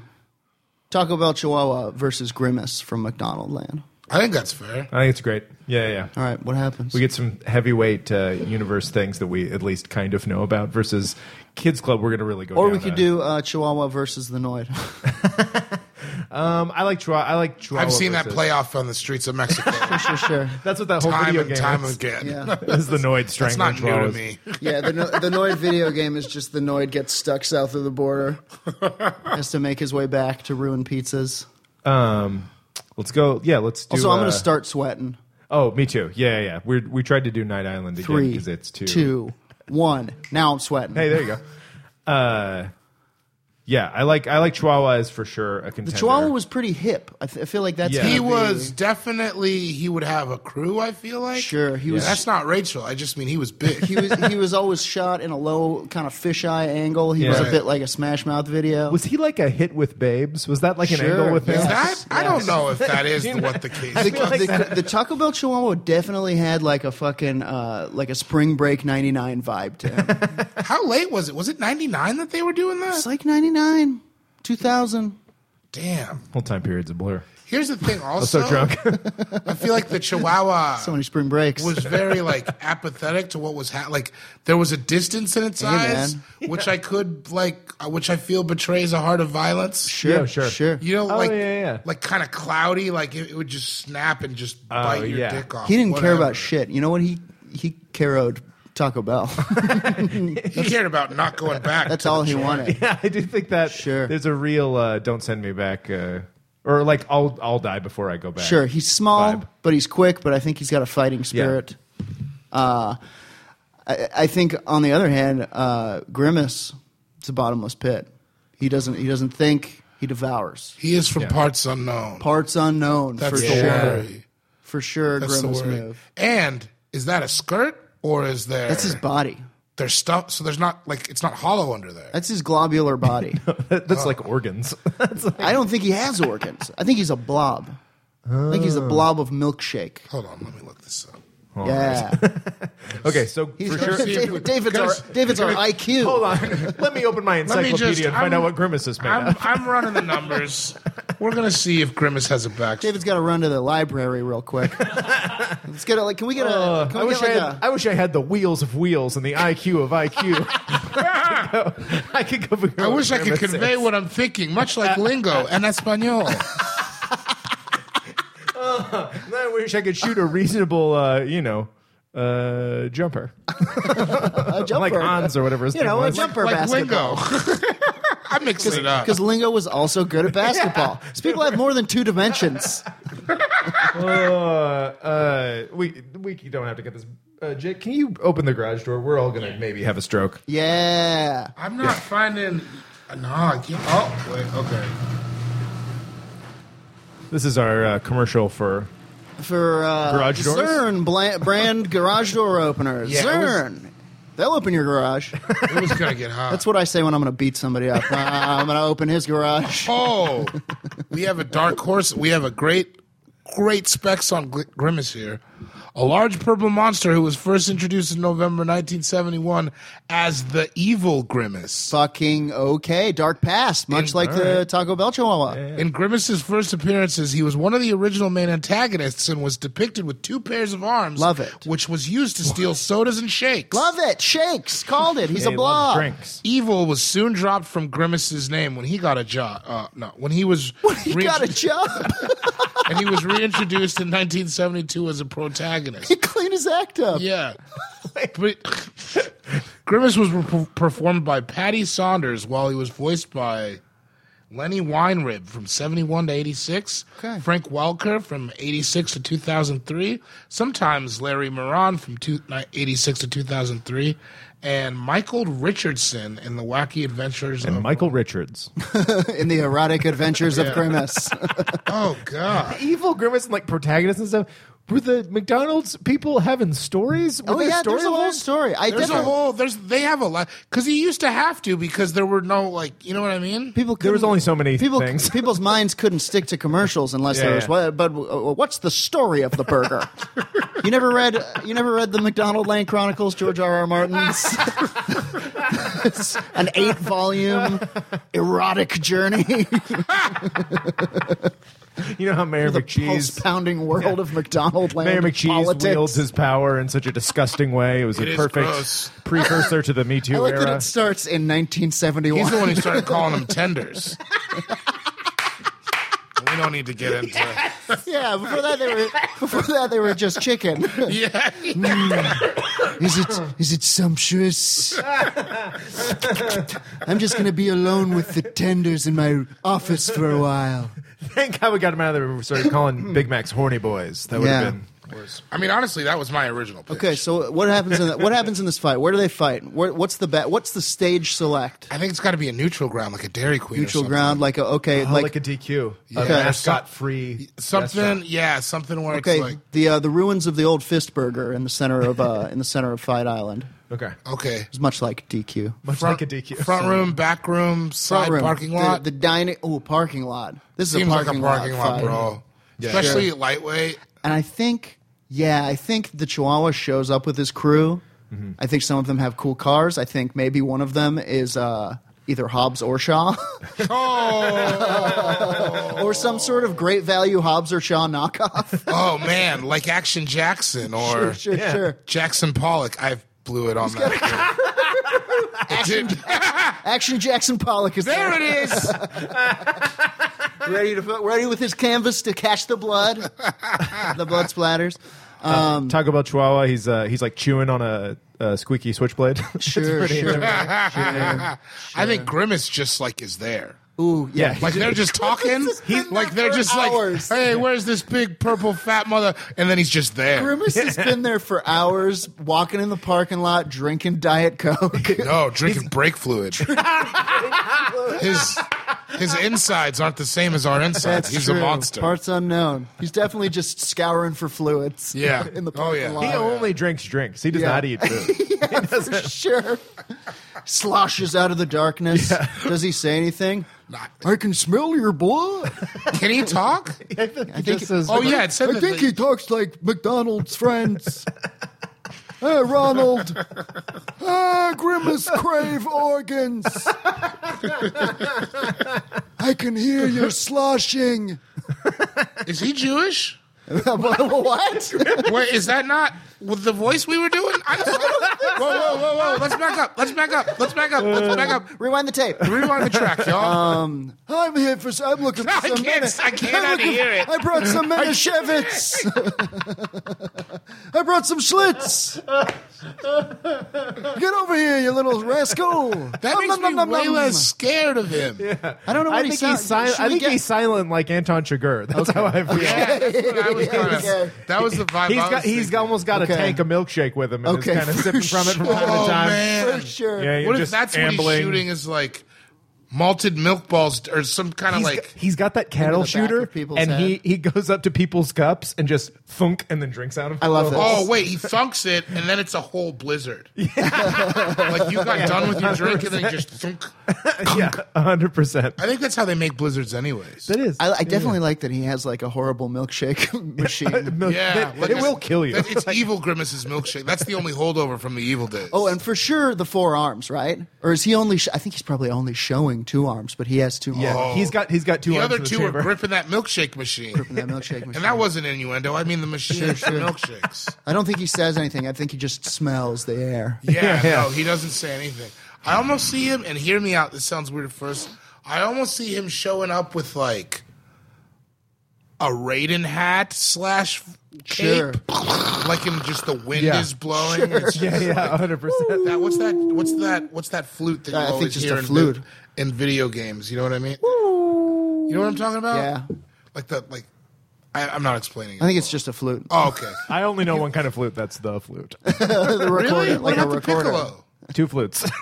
[SPEAKER 2] Taco Bell Chihuahua versus Grimace from McDonald Land.
[SPEAKER 1] I think that's fair.
[SPEAKER 3] I think it's great. Yeah, yeah. yeah.
[SPEAKER 2] All right, what happens?
[SPEAKER 3] We get some heavyweight uh, universe things that we at least kind of know about versus kids club. We're gonna really go.
[SPEAKER 2] or we
[SPEAKER 3] down
[SPEAKER 2] could
[SPEAKER 3] a-
[SPEAKER 2] do uh, Chihuahua versus the Noid.
[SPEAKER 3] Um, I like Chihuahua. I like Chihuahua.
[SPEAKER 1] I've seen that
[SPEAKER 3] versus-
[SPEAKER 1] playoff on the streets of Mexico.
[SPEAKER 2] sure, sure.
[SPEAKER 3] That's what that whole
[SPEAKER 1] time
[SPEAKER 3] video
[SPEAKER 1] and
[SPEAKER 3] game
[SPEAKER 1] time
[SPEAKER 3] is.
[SPEAKER 1] again.
[SPEAKER 2] Yeah.
[SPEAKER 3] Is the Noid
[SPEAKER 1] It's
[SPEAKER 3] strangling
[SPEAKER 1] not new to
[SPEAKER 3] Chihuahuas.
[SPEAKER 1] me.
[SPEAKER 2] Yeah, the, no- the Noid video game is just the Noid gets stuck south of the border, has to make his way back to ruin pizzas.
[SPEAKER 3] Um, let's go. Yeah, let's do.
[SPEAKER 2] Also, I'm going
[SPEAKER 3] uh,
[SPEAKER 2] to start sweating.
[SPEAKER 3] Oh, me too. Yeah, yeah. yeah. We we tried to do Night Island again
[SPEAKER 2] Three,
[SPEAKER 3] because it's too.
[SPEAKER 2] two, one. Now I'm sweating.
[SPEAKER 3] Hey, there you go. Uh, yeah, I like I like Chihuahua is for sure a contender.
[SPEAKER 2] The Chihuahua was pretty hip. I, th- I feel like that's
[SPEAKER 3] Yeah.
[SPEAKER 2] gonna
[SPEAKER 1] He
[SPEAKER 2] be-
[SPEAKER 1] was definitely he would have a crew. I feel like
[SPEAKER 2] Sure, he
[SPEAKER 1] Yeah,
[SPEAKER 2] was-
[SPEAKER 1] That's not Rachel. I just mean he was big.
[SPEAKER 2] he was he was always shot in a low kind of fisheye angle. He was
[SPEAKER 3] Yeah.
[SPEAKER 2] a bit like a Smash Mouth video.
[SPEAKER 3] Was he like a hit with babes? Was that like an
[SPEAKER 2] Sure,
[SPEAKER 3] angle with
[SPEAKER 2] yeah.
[SPEAKER 3] him?
[SPEAKER 1] that
[SPEAKER 2] Yes,
[SPEAKER 1] I don't
[SPEAKER 2] yes.
[SPEAKER 1] know if that is what the case.
[SPEAKER 2] the,
[SPEAKER 1] was.
[SPEAKER 2] the, the Taco Bell Chihuahua definitely had like a fucking uh, like a Spring Break '99 vibe to him.
[SPEAKER 1] How late was it? Was it ninety nine that they were doing that?
[SPEAKER 2] it's like '99, 2000.
[SPEAKER 1] Damn.
[SPEAKER 3] Whole time period's a blur.
[SPEAKER 1] Here's the thing.
[SPEAKER 3] So,
[SPEAKER 1] Also,
[SPEAKER 3] drunk.
[SPEAKER 1] I feel like the Chihuahua
[SPEAKER 2] So many Spring Breaks.
[SPEAKER 1] was very like apathetic to what was ha- like. There was a distance in its
[SPEAKER 2] Hey,
[SPEAKER 1] eyes,
[SPEAKER 2] man.
[SPEAKER 1] which I could like, uh, which I feel betrays a heart of violence.
[SPEAKER 2] sure,
[SPEAKER 3] Yeah, sure.
[SPEAKER 2] sure.
[SPEAKER 1] You know,
[SPEAKER 3] Oh,
[SPEAKER 1] like
[SPEAKER 3] yeah, yeah.
[SPEAKER 1] like kind of cloudy. Like it, it would just snap and just bite your
[SPEAKER 3] yeah.
[SPEAKER 1] dick off.
[SPEAKER 2] Oh, he didn't care about
[SPEAKER 1] whatever.
[SPEAKER 2] shit. You know what he he caroed Taco Bell.
[SPEAKER 1] He cared about not going back.
[SPEAKER 2] That's
[SPEAKER 1] to
[SPEAKER 2] all
[SPEAKER 1] the
[SPEAKER 2] he
[SPEAKER 1] joint.
[SPEAKER 2] wanted.
[SPEAKER 3] yeah, I do think that
[SPEAKER 2] Sure.
[SPEAKER 3] there's a real uh, don't send me back uh, or like I'll I'll die before I go back.
[SPEAKER 2] Sure, he's small,
[SPEAKER 3] vibe.
[SPEAKER 2] but he's quick. But I think he's got a fighting spirit. Uh, I, I think, on the other hand, uh, Grimace, it's a bottomless pit. He doesn't. He doesn't think. He devours.
[SPEAKER 1] He is from
[SPEAKER 3] Yeah.
[SPEAKER 1] parts unknown.
[SPEAKER 2] Parts unknown
[SPEAKER 1] That's
[SPEAKER 2] for
[SPEAKER 1] the
[SPEAKER 2] sure.
[SPEAKER 1] worry.
[SPEAKER 2] For sure,
[SPEAKER 1] That's the
[SPEAKER 2] Grimace
[SPEAKER 1] worry.
[SPEAKER 2] move.
[SPEAKER 1] And is that a skirt or is there?
[SPEAKER 2] That's his body.
[SPEAKER 1] there's stuff. So there's not like it's not hollow under there.
[SPEAKER 2] That's his globular body.
[SPEAKER 3] That- that's like organs. that's like,
[SPEAKER 2] I don't think he has organs. I think he's a blob. I think he's
[SPEAKER 1] Ah.
[SPEAKER 2] a blob of milkshake.
[SPEAKER 1] Hold on, let me look this up.
[SPEAKER 2] Yeah,
[SPEAKER 3] okay, so
[SPEAKER 2] He's-
[SPEAKER 3] for sure.
[SPEAKER 1] See if we-
[SPEAKER 2] David's our
[SPEAKER 1] Guys,
[SPEAKER 2] David's our IQ.
[SPEAKER 3] Hold on. Let me open my
[SPEAKER 1] Let me
[SPEAKER 3] encyclopedia
[SPEAKER 1] just
[SPEAKER 3] and find
[SPEAKER 1] I'm-
[SPEAKER 3] out what Grimace is made
[SPEAKER 1] I'm,
[SPEAKER 3] of.
[SPEAKER 1] I'm running the numbers. We're gonna see if Grimace has a back.
[SPEAKER 2] David's got to run to the library real quick. Let's get a, like, can we get a?
[SPEAKER 3] Uh,
[SPEAKER 2] Can
[SPEAKER 3] I
[SPEAKER 2] we
[SPEAKER 3] wish
[SPEAKER 2] get
[SPEAKER 3] I
[SPEAKER 2] like
[SPEAKER 3] had.
[SPEAKER 2] a?
[SPEAKER 3] I wish I had the wheels of wheels and the IQ of IQ. go. I could go.
[SPEAKER 1] I wish I could convey what I'm thinking, much like
[SPEAKER 3] Uh,
[SPEAKER 1] lingo and Espanol.
[SPEAKER 3] I wish I could shoot a reasonable, uh, you know, uh, jumper,
[SPEAKER 2] A jumper.
[SPEAKER 3] like Hans or whatever his
[SPEAKER 2] you
[SPEAKER 3] name
[SPEAKER 2] know,
[SPEAKER 3] was.
[SPEAKER 2] a jumper
[SPEAKER 1] like
[SPEAKER 2] basketball.
[SPEAKER 1] lingo. I'm mixing it up.
[SPEAKER 2] Because Lingo was also good at basketball. So people have more than two dimensions.
[SPEAKER 3] uh, we we don't have to get this. Uh, Jake, can you open the garage door? We're all gonna maybe have a stroke.
[SPEAKER 2] Yeah.
[SPEAKER 1] I'm not finding. No, I can't. Oh, wait, okay.
[SPEAKER 3] This is our uh, commercial for.
[SPEAKER 2] For uh,
[SPEAKER 3] Garage doors?
[SPEAKER 2] CERN bla- brand garage door openers.
[SPEAKER 1] Yeah, it was-
[SPEAKER 2] CERN. They'll open your garage.
[SPEAKER 1] It was gonna get hot.
[SPEAKER 2] That's what I say when I'm going to beat somebody up. Uh, I'm going to open his garage.
[SPEAKER 1] Oh, we have a dark horse. We have a great, great specs on Gl- Grimace here. A large purple monster who was first introduced in November 1971 as the evil Grimace.
[SPEAKER 2] Fucking okay. Dark past, much like the Taco Bell Chihuahua.
[SPEAKER 1] In Grimace's first appearances, he was one of the original main antagonists and was depicted with two pairs of arms.
[SPEAKER 2] Love it.
[SPEAKER 1] Which was used to steal sodas and shakes.
[SPEAKER 2] Love it. Shakes. Called it. He's
[SPEAKER 3] Hey,
[SPEAKER 2] a
[SPEAKER 3] love
[SPEAKER 2] blob.
[SPEAKER 3] Drinks.
[SPEAKER 1] Evil was soon dropped from Grimace's name when he got a job. Uh, no, when he was
[SPEAKER 2] He got a job.
[SPEAKER 1] and he was reintroduced in 1972 as a protagonist.
[SPEAKER 2] he cleaned his act up.
[SPEAKER 1] Yeah. But Grimace was per- performed by Patty Saunders while he was voiced by Lenny Weinrib from 71 to 86,
[SPEAKER 2] Okay.
[SPEAKER 1] Frank Welker from 86 to 2003, sometimes Larry Moran from two, ni- 86 to 2003, and Michael Richardson in The Wacky Adventures
[SPEAKER 3] And
[SPEAKER 1] of
[SPEAKER 3] Michael Richards.
[SPEAKER 2] In the erotic adventures of Grimace.
[SPEAKER 1] Oh god.
[SPEAKER 3] Evil Grimace and like protagonists and stuff. Were the McDonald's people having stories? Were
[SPEAKER 2] oh,
[SPEAKER 3] there
[SPEAKER 2] yeah. There's a whole
[SPEAKER 3] storylines?
[SPEAKER 2] story. I
[SPEAKER 1] There's a
[SPEAKER 2] definitely-
[SPEAKER 1] whole there's they have a lot cuz he used to have to because there were no like, you know what I mean?
[SPEAKER 2] People
[SPEAKER 3] There was
[SPEAKER 2] couldn't-
[SPEAKER 3] only so many
[SPEAKER 2] people,
[SPEAKER 3] things.
[SPEAKER 2] People's minds couldn't stick to commercials unless
[SPEAKER 3] Yeah,
[SPEAKER 2] there was.
[SPEAKER 3] yeah.
[SPEAKER 2] But, but uh, what's the story of the burger? you never read. You never read the McDonald Lane Chronicles, George R. R. Martin's. it's an eight-volume erotic journey,
[SPEAKER 3] You know how Mayor
[SPEAKER 2] the
[SPEAKER 3] McCheese,
[SPEAKER 2] pulse-pounding world of McDonald Land
[SPEAKER 3] Mayor McCheese
[SPEAKER 2] politics.
[SPEAKER 3] wields his power in such a disgusting way. It was
[SPEAKER 1] It
[SPEAKER 3] a
[SPEAKER 1] is gross.
[SPEAKER 3] perfect precursor to the Me Too
[SPEAKER 2] I like
[SPEAKER 3] era.
[SPEAKER 2] that it starts in 1971.
[SPEAKER 1] He's the one who started calling them tenders. we don't need to get into. Yeah.
[SPEAKER 2] yeah, before that they were before that they were just chicken. Is it is it sumptuous? I'm just gonna be alone with the tenders in my office for a while.
[SPEAKER 3] Thank God we got him out of there. before We started calling Big Macs horny boys. That would have
[SPEAKER 2] Yeah.
[SPEAKER 3] been.
[SPEAKER 1] I mean, honestly, that was my original. Pitch.
[SPEAKER 2] Okay, so what happens in that? What happens in this fight? Where do they fight? Where, what's the bet? What's the stage select?
[SPEAKER 1] I think it's got to be a neutral ground, like a Dairy Queen. or
[SPEAKER 2] Neutral
[SPEAKER 1] something.
[SPEAKER 2] ground, like a okay,
[SPEAKER 3] Oh,
[SPEAKER 2] like,
[SPEAKER 3] like, a DQ, a
[SPEAKER 2] Okay.
[SPEAKER 3] mascot free
[SPEAKER 1] Something, yeah, something where
[SPEAKER 2] okay,
[SPEAKER 1] it's like,
[SPEAKER 2] the uh, the ruins of the old fist burger in the center of uh, in the center of Fight Island.
[SPEAKER 3] Okay,
[SPEAKER 1] okay,
[SPEAKER 2] It's much like DQ.
[SPEAKER 3] much
[SPEAKER 1] front,
[SPEAKER 3] like a DQ.
[SPEAKER 1] front room, back room, side
[SPEAKER 2] Front room,
[SPEAKER 1] parking
[SPEAKER 2] the-
[SPEAKER 1] lot.
[SPEAKER 2] the, dining. Oh, parking lot. This is
[SPEAKER 1] seems
[SPEAKER 2] a
[SPEAKER 1] like a
[SPEAKER 2] parking
[SPEAKER 1] parking lot,
[SPEAKER 2] fight.
[SPEAKER 1] bro. Especially lightweight.
[SPEAKER 2] And I think, yeah, I think the Chihuahua shows up with his crew.
[SPEAKER 1] Mm-hmm.
[SPEAKER 2] I think some of them have cool cars. I think maybe one of them is uh, either Hobbs or Shaw,
[SPEAKER 1] Oh,
[SPEAKER 2] or some sort of great value Hobbs or Shaw knockoff.
[SPEAKER 1] oh man, like Action Jackson or
[SPEAKER 2] sure, sure,
[SPEAKER 3] Yeah.
[SPEAKER 2] sure.
[SPEAKER 1] Jackson Pollock. I blew it on that.
[SPEAKER 2] Action,
[SPEAKER 1] Dude.
[SPEAKER 2] Action Jackson Pollock is
[SPEAKER 1] there it is.
[SPEAKER 2] ready to ready with his canvas to catch the blood, the blood splatters.
[SPEAKER 3] Taco Bell Chihuahua. He's uh, he's like chewing on a, a squeaky switchblade.
[SPEAKER 2] Sure, sure.
[SPEAKER 1] I think Grimace just like is there.
[SPEAKER 2] Ooh, yeah.
[SPEAKER 1] Like they're just talking.
[SPEAKER 2] He's been
[SPEAKER 1] like
[SPEAKER 2] there
[SPEAKER 1] they're
[SPEAKER 2] for
[SPEAKER 1] just
[SPEAKER 2] hours.
[SPEAKER 1] like, hey, where's this big purple fat mother? And then he's just there.
[SPEAKER 2] Grimace has been there for hours, walking in the parking lot, drinking Diet Coke.
[SPEAKER 1] No, drinking brake fluid. his his insides aren't the same as our insides.
[SPEAKER 2] That's
[SPEAKER 1] he's
[SPEAKER 2] true.
[SPEAKER 1] a monster.
[SPEAKER 2] Parts unknown. He's definitely just scouring for fluids.
[SPEAKER 1] Yeah.
[SPEAKER 2] In the
[SPEAKER 1] Oh,
[SPEAKER 2] parking
[SPEAKER 1] yeah.
[SPEAKER 2] lot.
[SPEAKER 3] he only drinks drinks. He does
[SPEAKER 2] Yeah.
[SPEAKER 3] not eat food.
[SPEAKER 2] Yeah, for sure. Sloshes out of the darkness. Does he say anything? I can smell your blood.
[SPEAKER 1] Can he talk?
[SPEAKER 3] I think
[SPEAKER 1] Oh yeah, it said
[SPEAKER 2] I
[SPEAKER 1] that
[SPEAKER 2] think
[SPEAKER 1] the-
[SPEAKER 2] he talks like McDonald's friends. hey, Ronald. Ah, Grimace crave organs. I can hear your sloshing.
[SPEAKER 1] is he Jewish?
[SPEAKER 2] what?
[SPEAKER 1] Wait, is that not? with the voice we were doing? I don't whoa, whoa, whoa, whoa! Let's back up. Let's back up. Let's back up. Let's back up.
[SPEAKER 2] Rewind the tape.
[SPEAKER 1] Rewind the track, y'all.
[SPEAKER 2] Uh, I'm here for. I'm looking for
[SPEAKER 1] I
[SPEAKER 2] some.
[SPEAKER 1] can't-
[SPEAKER 2] Mene-
[SPEAKER 1] I can't
[SPEAKER 2] I'm
[SPEAKER 1] hardly
[SPEAKER 2] looking-
[SPEAKER 1] hear it.
[SPEAKER 2] I brought some Menashevitz. I brought some Schlitz. Get over here, you little rascal.
[SPEAKER 1] that makes me way less scared of him.
[SPEAKER 2] I don't know what
[SPEAKER 3] I
[SPEAKER 2] he
[SPEAKER 3] think he's
[SPEAKER 2] sounds.
[SPEAKER 3] silent.
[SPEAKER 2] Should
[SPEAKER 3] I
[SPEAKER 2] we
[SPEAKER 3] think
[SPEAKER 2] get-
[SPEAKER 3] he's silent like Anton Chigurh. That's how I feel.
[SPEAKER 1] Yeah, that's what I was kinda-
[SPEAKER 2] Okay.
[SPEAKER 1] That was the vibe.
[SPEAKER 3] He's
[SPEAKER 1] I was
[SPEAKER 3] got, he's
[SPEAKER 1] thinking.
[SPEAKER 3] almost got
[SPEAKER 2] Okay.
[SPEAKER 3] a tank of milkshake with him and
[SPEAKER 2] Okay,
[SPEAKER 3] is kind of
[SPEAKER 2] for Oh,
[SPEAKER 3] sipping from it from time
[SPEAKER 1] Oh
[SPEAKER 3] to time.
[SPEAKER 1] man!
[SPEAKER 2] for sure.
[SPEAKER 3] Yeah, you're
[SPEAKER 1] What if
[SPEAKER 3] just
[SPEAKER 1] that's what he's
[SPEAKER 3] ambling.
[SPEAKER 1] shooting is like malted milk balls or some kind of
[SPEAKER 3] He's
[SPEAKER 1] like
[SPEAKER 3] got, he's got that cattle
[SPEAKER 2] back
[SPEAKER 3] shooter,
[SPEAKER 2] of people's
[SPEAKER 3] and he,
[SPEAKER 2] head.
[SPEAKER 3] he goes up to people's cups and just thunk and then drinks out of.
[SPEAKER 2] I love
[SPEAKER 3] the
[SPEAKER 2] this.
[SPEAKER 1] Oh wait, he thunks it, and then it's a whole blizzard. like you got done with your drink, and then you just thunk.
[SPEAKER 3] whole- Yeah, hundred percent.
[SPEAKER 1] I think that's how they make blizzards, anyways.
[SPEAKER 3] That is.
[SPEAKER 2] I, I definitely like that he has like a horrible milkshake machine.
[SPEAKER 3] Milk-
[SPEAKER 1] yeah,
[SPEAKER 3] that-
[SPEAKER 1] like
[SPEAKER 3] it
[SPEAKER 1] it's-
[SPEAKER 3] will kill you.
[SPEAKER 1] that- It's evil grimace's milkshake. That's the only holdover from the evil days.
[SPEAKER 2] Oh, and for sure the four arms, right? Or is he only? Sh- I think he's probably only showing two arms, but he has two.
[SPEAKER 3] Yeah,
[SPEAKER 2] more.
[SPEAKER 3] he's got he's got two
[SPEAKER 1] Oh. the
[SPEAKER 3] arms
[SPEAKER 1] other
[SPEAKER 3] in the
[SPEAKER 1] two
[SPEAKER 3] chamber.
[SPEAKER 1] are gripping that milkshake machine,
[SPEAKER 2] That milkshake machine.
[SPEAKER 1] and that wasn't innuendo. I mean the machine for milkshakes.
[SPEAKER 2] I don't think he says anything. I think he just smells the air.
[SPEAKER 1] Yeah,
[SPEAKER 3] Yeah.
[SPEAKER 1] no, he doesn't say anything. I almost see him, and hear me out. This sounds weird at first. I almost see him showing up with like a Raiden hat slash
[SPEAKER 2] Sure.
[SPEAKER 1] cape, like him. Just the wind
[SPEAKER 3] Yeah.
[SPEAKER 1] is blowing. It's
[SPEAKER 3] yeah, yeah, hundred percent.
[SPEAKER 1] that, what's that? What's that? What's that flute that you
[SPEAKER 2] I think
[SPEAKER 1] always
[SPEAKER 2] just
[SPEAKER 1] hear
[SPEAKER 2] a
[SPEAKER 1] in,
[SPEAKER 2] flute.
[SPEAKER 1] vi- in video games? You know what I mean? You know what I'm talking about?
[SPEAKER 2] Yeah.
[SPEAKER 1] Like the like. I, I'm not explaining. It.
[SPEAKER 2] I think it's just a flute.
[SPEAKER 1] oh, okay.
[SPEAKER 3] I only know one kind of flute. That's the flute.
[SPEAKER 2] the recorder,
[SPEAKER 1] really? what
[SPEAKER 2] like a
[SPEAKER 1] about the
[SPEAKER 2] recorder.
[SPEAKER 1] piccolo?
[SPEAKER 3] two flutes.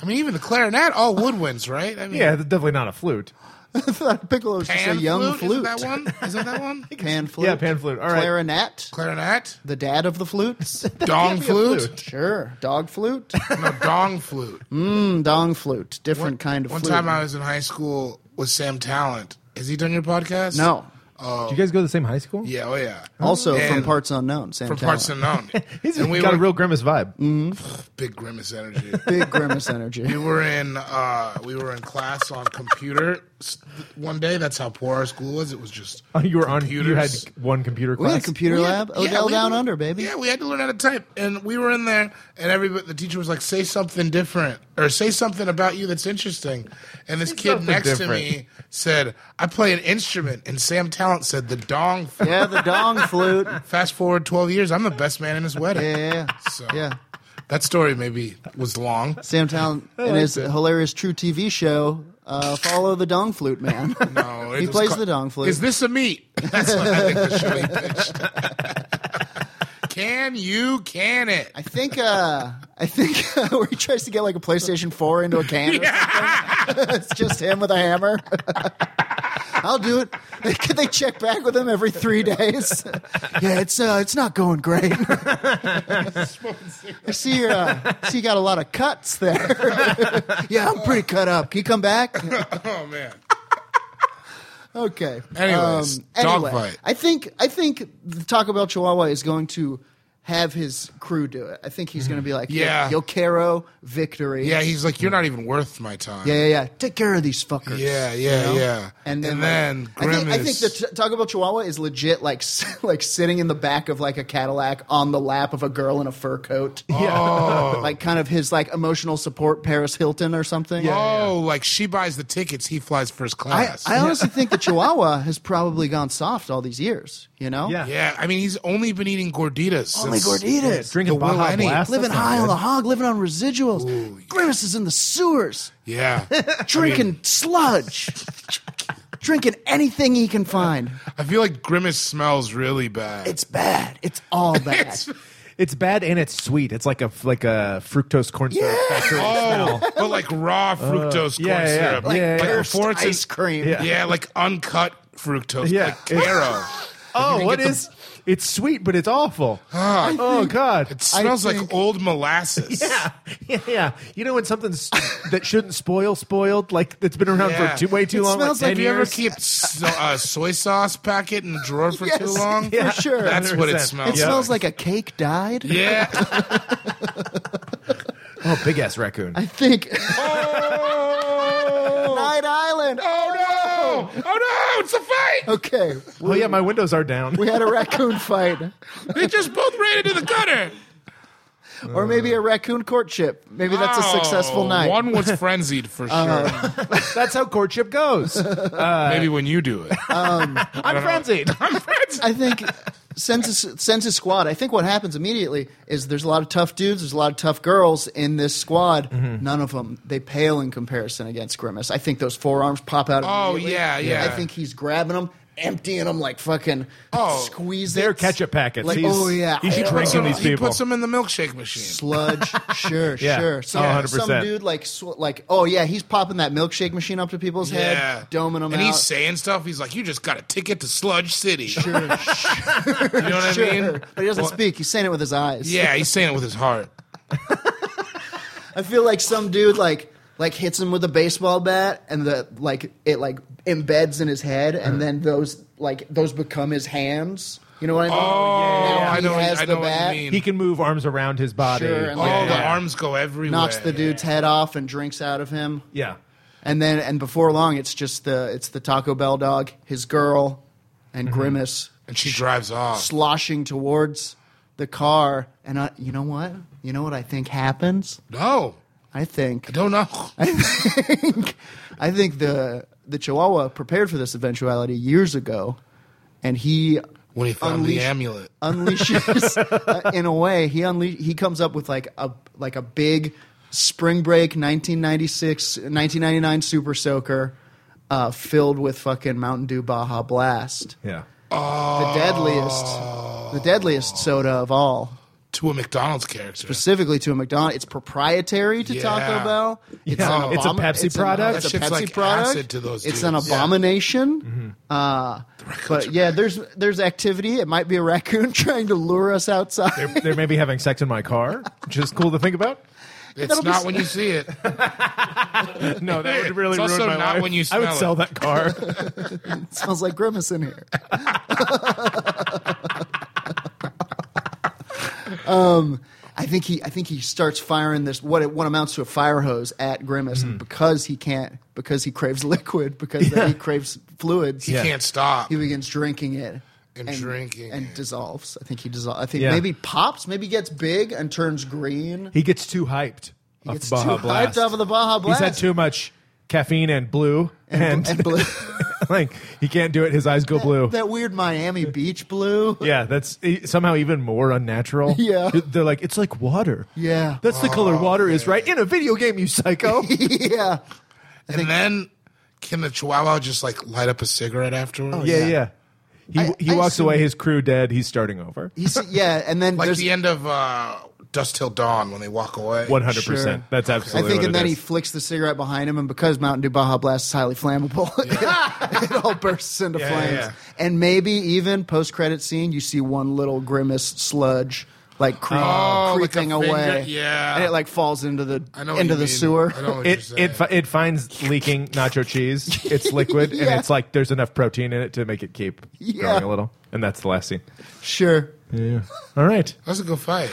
[SPEAKER 1] I mean, even the clarinet, all woodwinds, right? I mean,
[SPEAKER 3] yeah, definitely not a flute.
[SPEAKER 2] Piccolo is just a
[SPEAKER 1] pan
[SPEAKER 2] young flute.
[SPEAKER 1] Isn't that one? Isn't that one?
[SPEAKER 2] Pan flute.
[SPEAKER 3] Yeah, pan flute. All right.
[SPEAKER 2] Clarinet.
[SPEAKER 1] Clarinet,
[SPEAKER 2] The dad of the flutes.
[SPEAKER 1] dong flute,
[SPEAKER 2] sure. Dog flute.
[SPEAKER 1] no dong flute.
[SPEAKER 2] Mm, dong flute. Different kind of
[SPEAKER 1] One
[SPEAKER 2] flute.
[SPEAKER 1] time I was in high school with Sam Talent. Has he done your podcast?
[SPEAKER 2] no.
[SPEAKER 3] Do you guys go to the same high school?
[SPEAKER 1] Oh. Yeah, oh yeah.
[SPEAKER 2] Also from
[SPEAKER 1] And-
[SPEAKER 2] parts unknown. Sam
[SPEAKER 1] from
[SPEAKER 2] Talent.
[SPEAKER 1] parts unknown.
[SPEAKER 3] He's
[SPEAKER 1] and we
[SPEAKER 3] got
[SPEAKER 1] were
[SPEAKER 3] a real grimace vibe.
[SPEAKER 2] Mm.
[SPEAKER 1] big grimace energy.
[SPEAKER 2] Big grimace energy.
[SPEAKER 1] We were in uh, we were in class on computer s- one day. That's how poor our school was. It was just
[SPEAKER 3] You were on. You had
[SPEAKER 1] computers.
[SPEAKER 3] one computer class.
[SPEAKER 2] We had a computer
[SPEAKER 1] We had-
[SPEAKER 2] lab.
[SPEAKER 1] yeah,
[SPEAKER 2] Odell
[SPEAKER 1] we had
[SPEAKER 2] down
[SPEAKER 1] to-
[SPEAKER 2] under, baby.
[SPEAKER 1] Yeah, we had to learn how to type, and we were in there, and everybody, the teacher was like, "Say something different, or say something about you that's interesting." And this kid
[SPEAKER 3] something
[SPEAKER 1] next
[SPEAKER 3] different.
[SPEAKER 1] to me said, "I play an instrument," and Sam Talent said, "The dong." flute."
[SPEAKER 2] Yeah, the dong flute.
[SPEAKER 1] Fast forward twelve years, I'm the best man in his wedding.
[SPEAKER 2] Yeah.
[SPEAKER 1] So
[SPEAKER 2] Yeah.
[SPEAKER 1] that story maybe was long.
[SPEAKER 2] Sam Talent in his hilarious True TV show, uh, Follow the Dong Flute Man.
[SPEAKER 1] No, it
[SPEAKER 2] He
[SPEAKER 1] was
[SPEAKER 2] plays
[SPEAKER 1] called-
[SPEAKER 2] the dong flute.
[SPEAKER 1] Is this a meat? That's what I think the show he pitched. can you can it?
[SPEAKER 2] I think uh, I think uh, where he tries to get like a PlayStation 4 into a can. or something. it's just him with a hammer. I'll do it. They, could they check back with him every three days? yeah, it's uh, it's not going great. I see you. Uh, see you got a lot of cuts there. yeah, I'm pretty cut up. Can you come back?
[SPEAKER 1] Oh man.
[SPEAKER 2] Okay. Um,
[SPEAKER 1] Anyways, dogfight.
[SPEAKER 2] I think I think the Taco Bell Chihuahua is going to have his crew do it. I think he's going to be like,
[SPEAKER 1] Yeah.
[SPEAKER 2] Yo- Yokero victory.
[SPEAKER 1] Yeah, he's like, you're not even worth my time.
[SPEAKER 2] yeah, yeah, yeah. Take care of these fuckers.
[SPEAKER 1] yeah, yeah, yeah.
[SPEAKER 2] And then,
[SPEAKER 1] then
[SPEAKER 2] like, I think, I think
[SPEAKER 1] Grimace-
[SPEAKER 2] the t- Taco Bell Chihuahua is legit like s- like sitting in the back of like a Cadillac on the lap of a girl in a fur coat.
[SPEAKER 1] oh,
[SPEAKER 2] Like kind of his like emotional support Paris Hilton or something.
[SPEAKER 1] oh, like she buys the tickets, he flies first
[SPEAKER 2] I,
[SPEAKER 1] class.
[SPEAKER 2] I honestly think the Chihuahua has probably gone soft all these years, you know?
[SPEAKER 3] Yeah.
[SPEAKER 1] yeah, I mean, he's only been eating gorditas.
[SPEAKER 2] Only
[SPEAKER 1] since-
[SPEAKER 2] gorditas.
[SPEAKER 3] drinking
[SPEAKER 1] The Will
[SPEAKER 3] Baja
[SPEAKER 1] Henny.
[SPEAKER 3] Blast.
[SPEAKER 2] living
[SPEAKER 3] That's not
[SPEAKER 2] high on
[SPEAKER 3] good.
[SPEAKER 2] the hog, living on residuals. Grimace is in the sewers,
[SPEAKER 1] Yeah,
[SPEAKER 2] drinking sludge, drinking anything he can find.
[SPEAKER 1] I feel like Grimace smells really bad.
[SPEAKER 2] It's bad. It's all bad.
[SPEAKER 3] It's bad and it's sweet. It's like a like a fructose corn syrup
[SPEAKER 2] Yeah.
[SPEAKER 3] factory
[SPEAKER 1] oh,
[SPEAKER 3] smell. Uh,
[SPEAKER 1] but like raw fructose
[SPEAKER 3] yeah,
[SPEAKER 1] corn
[SPEAKER 3] yeah,
[SPEAKER 1] syrup,
[SPEAKER 3] yeah, yeah.
[SPEAKER 1] like
[SPEAKER 2] Cursed
[SPEAKER 1] before it's in-
[SPEAKER 2] ice cream.
[SPEAKER 3] Yeah.
[SPEAKER 1] yeah, like uncut fructose,
[SPEAKER 3] Yeah.
[SPEAKER 1] like taro.
[SPEAKER 3] Oh, what is? It's sweet, but it's awful. oh God.
[SPEAKER 1] It smells like
[SPEAKER 2] think-
[SPEAKER 1] old molasses.
[SPEAKER 3] Yeah, yeah, yeah. You know when something's that shouldn't spoil spoiled, like that's been around
[SPEAKER 1] Yeah.
[SPEAKER 3] for too, way too
[SPEAKER 2] It
[SPEAKER 3] long.
[SPEAKER 2] smells
[SPEAKER 3] like,
[SPEAKER 2] like
[SPEAKER 3] 10
[SPEAKER 1] Have you ever
[SPEAKER 3] years?
[SPEAKER 1] kept so, uh, soy sauce packet in the drawer for
[SPEAKER 2] Yes,
[SPEAKER 1] too long?
[SPEAKER 2] for sure.
[SPEAKER 1] That's what it
[SPEAKER 3] 100%.
[SPEAKER 1] smells.
[SPEAKER 2] It
[SPEAKER 3] Yeah.
[SPEAKER 2] smells like a cake dyed.
[SPEAKER 1] Yeah.
[SPEAKER 3] Oh, big ass raccoon.
[SPEAKER 2] I think
[SPEAKER 1] oh
[SPEAKER 2] Night Island. Oh,
[SPEAKER 1] no! Oh no! It's a fight!
[SPEAKER 2] Okay.
[SPEAKER 3] Oh yeah, my windows are down.
[SPEAKER 2] We had a raccoon fight,
[SPEAKER 1] They just both ran into the gutter.
[SPEAKER 2] or maybe a raccoon courtship. Maybe that's a successful
[SPEAKER 1] Oh,
[SPEAKER 2] night. Uh-huh.
[SPEAKER 1] One was frenzied for sure.
[SPEAKER 3] That's how courtship goes.
[SPEAKER 1] Maybe when you do it.
[SPEAKER 3] I'm frenzied.
[SPEAKER 2] I think census census squad. I think what happens immediately is there's a lot of tough dudes, there's a lot of tough girls in this squad.
[SPEAKER 1] Mm-hmm.
[SPEAKER 2] None of them they pale in comparison against Grimace. I think those forearms pop out.
[SPEAKER 1] Oh,
[SPEAKER 2] immediately.
[SPEAKER 1] yeah, yeah.
[SPEAKER 2] I think he's grabbing them, emptying them like fucking
[SPEAKER 1] Oh,
[SPEAKER 2] squeeze.
[SPEAKER 3] They're
[SPEAKER 2] it.
[SPEAKER 3] ketchup packets.
[SPEAKER 2] Like,
[SPEAKER 3] He's-
[SPEAKER 2] oh yeah,
[SPEAKER 3] he's
[SPEAKER 2] Oh,
[SPEAKER 3] drinking
[SPEAKER 1] So
[SPEAKER 3] these
[SPEAKER 1] he
[SPEAKER 3] people.
[SPEAKER 1] puts them in the milkshake machine.
[SPEAKER 2] sludge. Sure,
[SPEAKER 3] Yeah.
[SPEAKER 2] sure.
[SPEAKER 3] Oh,
[SPEAKER 2] Some,
[SPEAKER 3] 100%.
[SPEAKER 2] some dude like sw- like oh yeah, he's popping that milkshake machine up to people's
[SPEAKER 1] Yeah.
[SPEAKER 2] head, doming them
[SPEAKER 1] and
[SPEAKER 2] out.
[SPEAKER 1] he's saying stuff. He's like, you just got a ticket to Sludge City.
[SPEAKER 2] sure, sure,
[SPEAKER 1] You know what I mean?
[SPEAKER 2] but he doesn't
[SPEAKER 1] Well,
[SPEAKER 2] speak. He's saying it with his eyes.
[SPEAKER 1] Yeah, he's saying it with his heart.
[SPEAKER 2] I feel like some dude like like hits him with a baseball bat and the like it like embeds in his head and then those like those become his hands. You know what I mean?
[SPEAKER 1] Oh,
[SPEAKER 2] Now
[SPEAKER 1] I
[SPEAKER 2] he
[SPEAKER 1] know,
[SPEAKER 2] has
[SPEAKER 1] I
[SPEAKER 2] the
[SPEAKER 1] know what
[SPEAKER 2] bat,
[SPEAKER 1] you mean.
[SPEAKER 3] he can move arms around his body.
[SPEAKER 2] Sure, and
[SPEAKER 1] oh,
[SPEAKER 2] Yeah,
[SPEAKER 1] the
[SPEAKER 2] yeah.
[SPEAKER 1] arms go everywhere.
[SPEAKER 2] knocks the dude's head off and drinks out of him.
[SPEAKER 3] yeah.
[SPEAKER 2] And then and before long it's just the it's the Taco Bell dog, his girl, and Grimace
[SPEAKER 1] And she drives off.
[SPEAKER 2] sloshing towards the car and I, you know what? You know what I think happens?
[SPEAKER 1] No,
[SPEAKER 2] I think
[SPEAKER 1] I don't know.
[SPEAKER 2] I think I think the the Chihuahua prepared for this eventuality years ago, and he
[SPEAKER 1] When he found
[SPEAKER 2] Unleash-
[SPEAKER 1] the amulet.
[SPEAKER 2] unleashes uh, in a way he unle- he comes up with like a like a big spring break 1996 1999 super soaker uh, filled with fucking Mountain Dew Baja Blast
[SPEAKER 3] Yeah.
[SPEAKER 2] the deadliest the deadliest soda of all
[SPEAKER 1] to a McDonald's character.
[SPEAKER 2] specifically to a McDonald's it's proprietary to
[SPEAKER 1] Yeah. Oh,
[SPEAKER 2] Taco Bell it's,
[SPEAKER 3] Yeah. It's a
[SPEAKER 2] abomi-
[SPEAKER 3] Pepsi
[SPEAKER 2] it's an-
[SPEAKER 3] product?
[SPEAKER 1] That
[SPEAKER 2] it's a
[SPEAKER 1] shit's
[SPEAKER 2] Pepsi
[SPEAKER 1] like
[SPEAKER 2] product
[SPEAKER 1] acid to those
[SPEAKER 2] it's an
[SPEAKER 1] dudes. Yeah. Mm-hmm.
[SPEAKER 2] abomination Uh, but yeah, there's there's activity. It might be a raccoon trying to lure us outside.
[SPEAKER 3] They're, they're maybe having sex in my car, which is cool to think about.
[SPEAKER 1] It's
[SPEAKER 2] That'll be
[SPEAKER 1] not
[SPEAKER 2] s-
[SPEAKER 1] when you see it.
[SPEAKER 3] No, that would really
[SPEAKER 1] It's also
[SPEAKER 3] ruin my
[SPEAKER 1] not
[SPEAKER 3] life.
[SPEAKER 1] when you
[SPEAKER 3] I would
[SPEAKER 1] smell
[SPEAKER 3] sell
[SPEAKER 1] it.
[SPEAKER 3] that car.
[SPEAKER 2] It smells like grimace in here. um, Um, I think he I think he starts firing this what it what amounts to a fire hose at grimace
[SPEAKER 1] Mm-hmm.
[SPEAKER 2] because he can't because he craves liquid because then he craves fluids.
[SPEAKER 1] He can't stop.
[SPEAKER 2] He begins drinking it.
[SPEAKER 1] And drinking
[SPEAKER 2] and
[SPEAKER 1] it.
[SPEAKER 2] dissolves. I think he dissolves. I think
[SPEAKER 3] Yeah.
[SPEAKER 2] maybe pops, maybe gets big and turns green.
[SPEAKER 3] He gets too hyped. He
[SPEAKER 2] gets too hyped off of the Baja Blast.
[SPEAKER 3] He's had too much caffeine and blue, and,
[SPEAKER 2] and blue.
[SPEAKER 3] like he can't do it. His eyes go blue.
[SPEAKER 2] that weird Miami Beach blue.
[SPEAKER 3] yeah, that's eh, somehow even more unnatural.
[SPEAKER 2] Yeah.
[SPEAKER 3] they're like it's like water.
[SPEAKER 2] Yeah. Oh,
[SPEAKER 3] that's the color water is, right? In a video game, you psycho.
[SPEAKER 2] yeah.
[SPEAKER 1] and then can the Chihuahua just like light up a cigarette afterwards?
[SPEAKER 2] Oh,
[SPEAKER 3] yeah, yeah. He
[SPEAKER 2] I-
[SPEAKER 3] he
[SPEAKER 2] I
[SPEAKER 3] walks
[SPEAKER 2] assume-
[SPEAKER 3] away. His crew dead. He's starting over.
[SPEAKER 2] He's, yeah, and then
[SPEAKER 1] Like
[SPEAKER 2] there's
[SPEAKER 1] the end of uh, Dust Till Dawn when they walk away.
[SPEAKER 3] One hundred percent.
[SPEAKER 2] Sure.
[SPEAKER 3] That's
[SPEAKER 2] I
[SPEAKER 3] absolutely.
[SPEAKER 2] think,
[SPEAKER 3] what
[SPEAKER 2] and
[SPEAKER 3] it
[SPEAKER 2] then he
[SPEAKER 3] is.
[SPEAKER 2] flicks the cigarette behind him, and because Mountain Dew Baja Blast is highly flammable, it all bursts into
[SPEAKER 1] Yeah,
[SPEAKER 2] flames.
[SPEAKER 1] yeah, yeah.
[SPEAKER 2] And maybe even post credit scene, you see one little grimace sludge like cre-
[SPEAKER 1] Oh, like a
[SPEAKER 2] creeping
[SPEAKER 1] finger-
[SPEAKER 2] away,
[SPEAKER 1] yeah.
[SPEAKER 2] and it like falls into the
[SPEAKER 1] I know what
[SPEAKER 2] into
[SPEAKER 1] you
[SPEAKER 2] the
[SPEAKER 1] mean.
[SPEAKER 2] sewer.
[SPEAKER 1] I know what
[SPEAKER 3] It
[SPEAKER 1] you're saying.
[SPEAKER 3] it fi- it finds leaking nacho cheese. It's liquid and
[SPEAKER 2] Yeah.
[SPEAKER 3] it's like there's enough protein in it to make it keep
[SPEAKER 2] Yeah.
[SPEAKER 3] growing a little. And that's the last scene.
[SPEAKER 2] Sure,
[SPEAKER 3] Yeah. All right.
[SPEAKER 1] That's a good fight.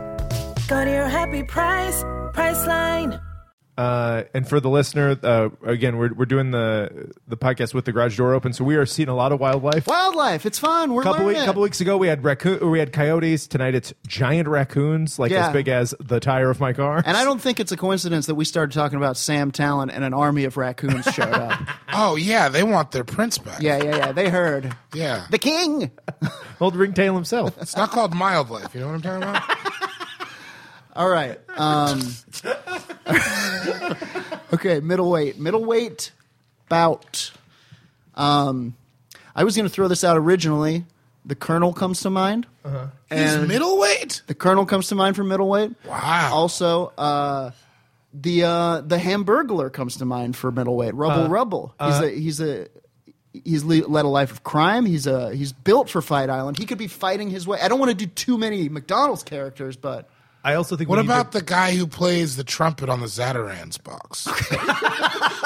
[SPEAKER 4] Go to your happy price, Priceline.
[SPEAKER 3] Uh, and for the listener, uh, again, we're, we're doing the the podcast with the garage door open, so we are seeing a lot of wildlife.
[SPEAKER 2] wildlife. It's fun. We're
[SPEAKER 3] Couple
[SPEAKER 2] learning.
[SPEAKER 3] week, couple weeks ago, we had raccoon, or we had coyotes. Tonight, it's giant raccoons, like
[SPEAKER 2] Yeah.
[SPEAKER 3] as big as the tire of my car.
[SPEAKER 2] And I don't think it's a coincidence that we started talking about Sam Talent and an army of raccoons showed up.
[SPEAKER 1] Oh yeah, they want their prince back.
[SPEAKER 2] Yeah, yeah, yeah. They heard.
[SPEAKER 1] yeah.
[SPEAKER 2] The king.
[SPEAKER 3] old ringtail himself.
[SPEAKER 1] It's not called mild life. You know what I'm talking about?
[SPEAKER 2] All right. Um, okay, middleweight. Middleweight bout. Um, I was going to throw this out originally. The Colonel comes to mind.
[SPEAKER 1] He's middleweight.
[SPEAKER 2] The Colonel comes to mind for middleweight.
[SPEAKER 1] Wow.
[SPEAKER 2] Also, uh, the uh, the Hamburglar comes to mind for middleweight. Rubble Rubble. He's a he's a he's le- led a life of crime. He's a he's built for Fight Island. He could be fighting his way. I don't want to do too many McDonald's characters, but
[SPEAKER 3] I also think.
[SPEAKER 1] What
[SPEAKER 3] we need to-
[SPEAKER 1] about the guy who plays the trumpet on the Zatarans box?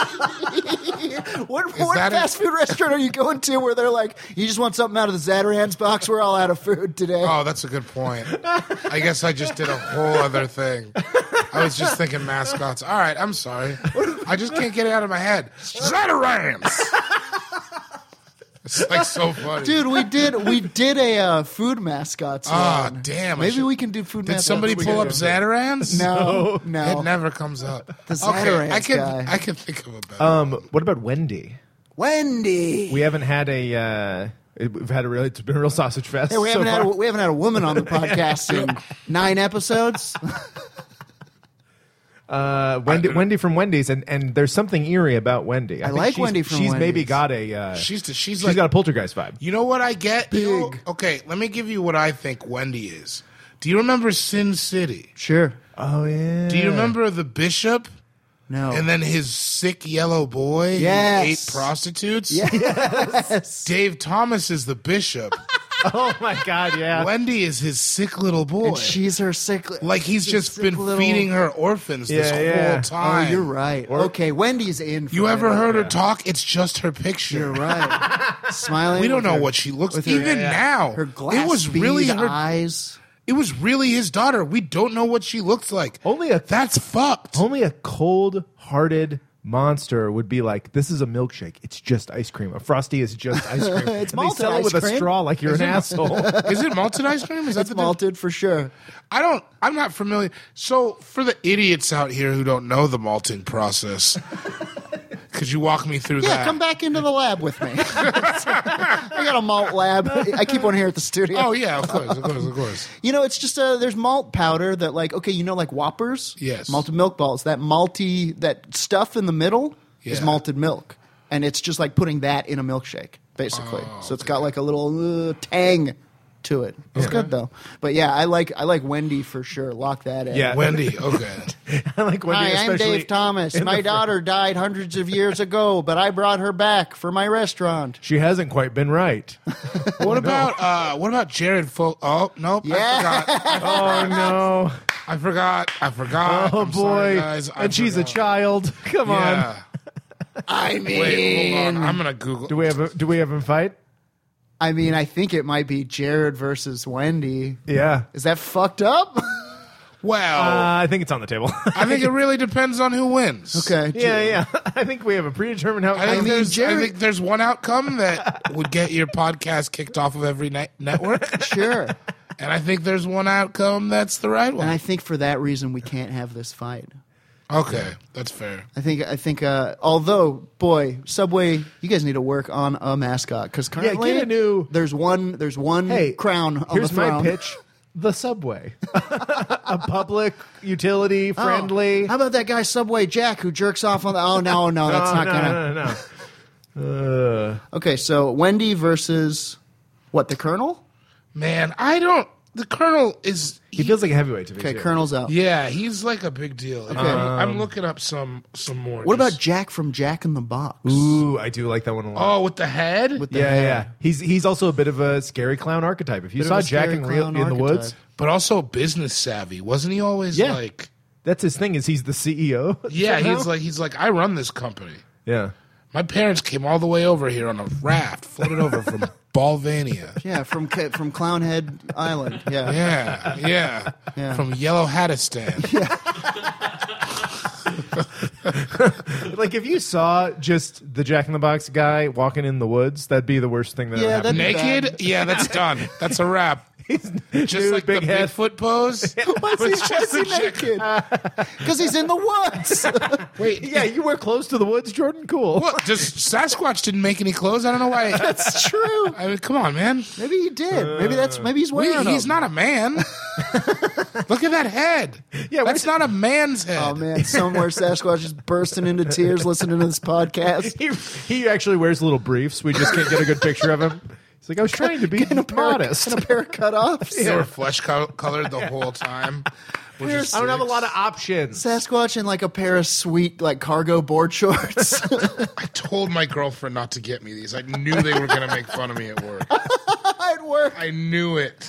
[SPEAKER 2] what, what
[SPEAKER 1] that a-
[SPEAKER 2] fast food restaurant are you going to where they're like, you just want something out of the Zatarans box? We're all out of food today.
[SPEAKER 1] Oh, that's a good point. I guess I just did a whole other thing. I was just thinking mascots. All right, I'm sorry. I just can't get it out of my head. Zatarans. It's like so funny.
[SPEAKER 2] Dude, we did we did a uh, food mascots.
[SPEAKER 1] Ah,
[SPEAKER 2] one.
[SPEAKER 1] damn, I
[SPEAKER 2] Maybe
[SPEAKER 1] should-
[SPEAKER 2] we can do food.
[SPEAKER 1] Did
[SPEAKER 2] mascots.
[SPEAKER 1] somebody
[SPEAKER 2] We
[SPEAKER 1] pull up
[SPEAKER 2] gotta-
[SPEAKER 1] Zatarans?
[SPEAKER 2] No, no.
[SPEAKER 1] It never comes up. okay, I
[SPEAKER 2] The Zatarans
[SPEAKER 1] can
[SPEAKER 2] guy.
[SPEAKER 1] I can think of a better.
[SPEAKER 3] um, what about Wendy?
[SPEAKER 2] Wendy.
[SPEAKER 3] We haven't had a. Uh, it- we've had a really. It's been a real sausage fest.
[SPEAKER 2] Hey, we
[SPEAKER 3] so
[SPEAKER 2] haven't had a,
[SPEAKER 3] far.
[SPEAKER 2] we haven't had a woman on the podcast in nine episodes.
[SPEAKER 3] Uh, Wendy, Wendy from Wendy's, and, and there's something eerie about Wendy. I, think
[SPEAKER 2] like
[SPEAKER 3] she's-
[SPEAKER 2] Wendy from
[SPEAKER 3] She's maybe
[SPEAKER 2] Wendy's.
[SPEAKER 3] got a. Uh,
[SPEAKER 1] she's she's
[SPEAKER 3] she's
[SPEAKER 1] like
[SPEAKER 3] got a poltergeist vibe.
[SPEAKER 1] You know what I get? You know-
[SPEAKER 2] Big.
[SPEAKER 1] okay, let me give you what I think Wendy is. Do you remember Sin City?
[SPEAKER 2] Sure.
[SPEAKER 3] Oh yeah.
[SPEAKER 1] Do you remember the bishop
[SPEAKER 2] No.
[SPEAKER 1] and then his sick yellow boy
[SPEAKER 2] Oh. Yes.
[SPEAKER 1] who ate prostitutes? Dave Thomas is the bishop.
[SPEAKER 3] Oh my god. Yeah.
[SPEAKER 1] Wendy is his sick little boy.
[SPEAKER 2] Uh, and she's her sick.
[SPEAKER 1] like he's
[SPEAKER 2] she's
[SPEAKER 1] just
[SPEAKER 2] sick
[SPEAKER 1] been
[SPEAKER 2] little-
[SPEAKER 1] feeding her orphans this
[SPEAKER 3] Yeah,
[SPEAKER 1] whole
[SPEAKER 3] yeah. Oh,
[SPEAKER 2] Oh,
[SPEAKER 1] time.
[SPEAKER 2] you're right. okay, Wendy's in. For
[SPEAKER 1] You
[SPEAKER 2] it.
[SPEAKER 1] ever heard her talk? It's just her picture.
[SPEAKER 2] You're right. Smiling.
[SPEAKER 1] We don't
[SPEAKER 2] with
[SPEAKER 1] know
[SPEAKER 2] her-
[SPEAKER 1] what she looks
[SPEAKER 2] with
[SPEAKER 1] like.
[SPEAKER 2] her-
[SPEAKER 1] Even
[SPEAKER 2] yeah.
[SPEAKER 1] now,
[SPEAKER 2] Her glass
[SPEAKER 1] it was really
[SPEAKER 2] bead
[SPEAKER 1] her
[SPEAKER 2] eyes.
[SPEAKER 1] It was really his daughter. We don't know what she looks like.
[SPEAKER 3] Only a-
[SPEAKER 1] that's fucked.
[SPEAKER 3] Only a cold-hearted monster would be like, "This is a milkshake. It's just ice cream. A frosty is just ice cream.
[SPEAKER 2] It's
[SPEAKER 3] and they
[SPEAKER 2] malted
[SPEAKER 3] sell it
[SPEAKER 2] ice
[SPEAKER 3] with a
[SPEAKER 2] cream.
[SPEAKER 3] straw, like you're an asshole."
[SPEAKER 1] Is it malted ice cream? Is that
[SPEAKER 2] It's
[SPEAKER 1] the
[SPEAKER 2] malted for sure.
[SPEAKER 1] I don't. I'm not familiar. So for the idiots out here who don't know the malting process, could you walk me through
[SPEAKER 2] Yeah,
[SPEAKER 1] that?
[SPEAKER 2] come back into the lab with me. I got a malt lab. I keep one here at the studio.
[SPEAKER 1] Oh yeah, of course, of course, of course.
[SPEAKER 2] You know, it's just uh there's malt powder that like okay, you know like Whoppers,
[SPEAKER 1] Yes.
[SPEAKER 2] malted milk balls. That malty that stuff in the middle is
[SPEAKER 1] Yeah.
[SPEAKER 2] malted milk, and it's just like putting that in a milkshake basically. so it's got like a little uh, tang to it. It's good though. But yeah, I like I like Wendy for sure. Lock that in.
[SPEAKER 3] Yeah.
[SPEAKER 1] Wendy, okay.
[SPEAKER 3] I like Wendy,
[SPEAKER 2] Hi, I'm
[SPEAKER 3] especially
[SPEAKER 2] Dave Thomas.
[SPEAKER 3] in
[SPEAKER 2] My
[SPEAKER 3] the fr-
[SPEAKER 2] daughter died hundreds of years ago, but I brought her back for my restaurant.
[SPEAKER 3] She hasn't quite been right. Oh,
[SPEAKER 1] What about uh, what about Jared Fol? Oh nope, I
[SPEAKER 2] Yeah.
[SPEAKER 1] forgot.
[SPEAKER 3] oh no!
[SPEAKER 1] I forgot. I forgot.
[SPEAKER 3] Oh
[SPEAKER 1] I'm
[SPEAKER 3] boy!
[SPEAKER 1] sorry, guys. I
[SPEAKER 3] and she's a
[SPEAKER 1] forgot.
[SPEAKER 3] child. Come on.
[SPEAKER 1] Yeah.
[SPEAKER 2] I mean,
[SPEAKER 1] Wait, hold on. I'm gonna Google.
[SPEAKER 3] Do we have? A, do we have him fight?
[SPEAKER 2] I mean, I think it might be Jared versus Wendy.
[SPEAKER 3] Yeah.
[SPEAKER 2] Is that fucked up?
[SPEAKER 1] well,
[SPEAKER 3] Uh, I think it's on the table.
[SPEAKER 1] Oh. I think it really depends on who wins.
[SPEAKER 2] okay.
[SPEAKER 3] yeah, yeah. I think we have a predetermined outcome.
[SPEAKER 1] I think,
[SPEAKER 2] mean,
[SPEAKER 1] there's,
[SPEAKER 2] Jared-
[SPEAKER 1] I think there's one outcome that would get your podcast kicked off of every ni- network,
[SPEAKER 2] Sure.
[SPEAKER 1] and I think there's one outcome that's the right
[SPEAKER 2] and I
[SPEAKER 1] one.
[SPEAKER 2] think for that reason we can't have this fight.
[SPEAKER 1] Okay, that's fair.
[SPEAKER 2] I think I think uh, although boy, Subway, you guys need to work on a mascot cuz currently
[SPEAKER 3] get a new-
[SPEAKER 2] there's one there's one
[SPEAKER 3] hey,
[SPEAKER 2] crown on
[SPEAKER 3] Here's
[SPEAKER 2] the throne.
[SPEAKER 3] my pitch: the subway, a public utility
[SPEAKER 2] Oh,
[SPEAKER 3] friendly.
[SPEAKER 2] How about that guy Subway Jack who jerks off on the Oh no, no, that's
[SPEAKER 3] Oh,
[SPEAKER 2] not
[SPEAKER 3] no,
[SPEAKER 2] going to
[SPEAKER 3] no, no, no. Uh,
[SPEAKER 2] Okay, so Wendy versus what, the Colonel?
[SPEAKER 1] Man, I don't. The Colonel is.
[SPEAKER 3] he feels like a heavyweight to me.
[SPEAKER 2] Okay,
[SPEAKER 3] too.
[SPEAKER 2] Colonel's out.
[SPEAKER 1] Yeah, he's like a big deal. I'm, I'm looking up some some more.
[SPEAKER 2] What about
[SPEAKER 1] Just-
[SPEAKER 2] Jack from Jack in the Box?
[SPEAKER 1] Mm.
[SPEAKER 3] Ooh, I do like that one a lot.
[SPEAKER 1] oh, with the head?
[SPEAKER 2] With the
[SPEAKER 3] yeah,
[SPEAKER 2] hair.
[SPEAKER 3] yeah. He's he's also a bit of a scary clown archetype. If you
[SPEAKER 2] Bit of
[SPEAKER 3] saw
[SPEAKER 2] a
[SPEAKER 3] Jack
[SPEAKER 2] scary
[SPEAKER 3] in, real,
[SPEAKER 2] clown
[SPEAKER 3] in the woods,
[SPEAKER 2] archetype.
[SPEAKER 1] but also business savvy. Wasn't he always
[SPEAKER 3] Yeah.
[SPEAKER 1] like?
[SPEAKER 3] that's his thing. Is he's the CEO?
[SPEAKER 1] Yeah,
[SPEAKER 3] somehow?
[SPEAKER 1] he's like he's like I run this company.
[SPEAKER 3] yeah.
[SPEAKER 1] My parents came all the way over here on a raft, floated over from Balvania.
[SPEAKER 2] Yeah, from Ca- from Clownhead Island. Yeah.
[SPEAKER 1] Yeah, yeah.
[SPEAKER 2] Yeah.
[SPEAKER 1] From Yellow Hattistan. Yeah.
[SPEAKER 3] Like if you saw just the Jack in the Box guy walking in the woods, that'd be the worst thing that
[SPEAKER 2] Yeah,
[SPEAKER 3] ever happened.
[SPEAKER 2] that'd
[SPEAKER 1] Naked? Yeah, that's done. That's a wrap. Just
[SPEAKER 3] Dude,
[SPEAKER 1] like
[SPEAKER 3] big
[SPEAKER 1] the
[SPEAKER 3] head.
[SPEAKER 1] Bigfoot pose.
[SPEAKER 2] Why is he, why is he
[SPEAKER 1] Just a chicken.
[SPEAKER 2] naked? Because he's in the woods.
[SPEAKER 1] Wait,
[SPEAKER 3] Yeah, you wear clothes to the woods, Jordan. Cool.
[SPEAKER 1] What? Just Sasquatch didn't make any clothes. I don't know why.
[SPEAKER 2] That's true.
[SPEAKER 1] I mean, come on, man.
[SPEAKER 2] Maybe he did. Maybe that's maybe he's
[SPEAKER 1] Uh, We-
[SPEAKER 2] wearing.
[SPEAKER 1] he's
[SPEAKER 2] them.
[SPEAKER 1] not a man. Look at that head.
[SPEAKER 3] Yeah,
[SPEAKER 1] that's
[SPEAKER 3] we're-
[SPEAKER 1] not a man's head.
[SPEAKER 2] Oh man, somewhere Sasquatch is bursting into tears listening to this podcast.
[SPEAKER 3] He, he actually wears little briefs. We just can't get a good picture of him. He's like, I was trying to be
[SPEAKER 2] In a pair,
[SPEAKER 3] modest.
[SPEAKER 2] in a pair of cutoffs.
[SPEAKER 1] They were flesh co- colored the whole time.
[SPEAKER 2] There's
[SPEAKER 3] I don't have a lot of options.
[SPEAKER 2] Sasquatch in like a pair of sweet like cargo board shorts.
[SPEAKER 1] I told my girlfriend not to get me these. I knew they were going to make fun of me at work.
[SPEAKER 2] I'd work.
[SPEAKER 1] I knew it.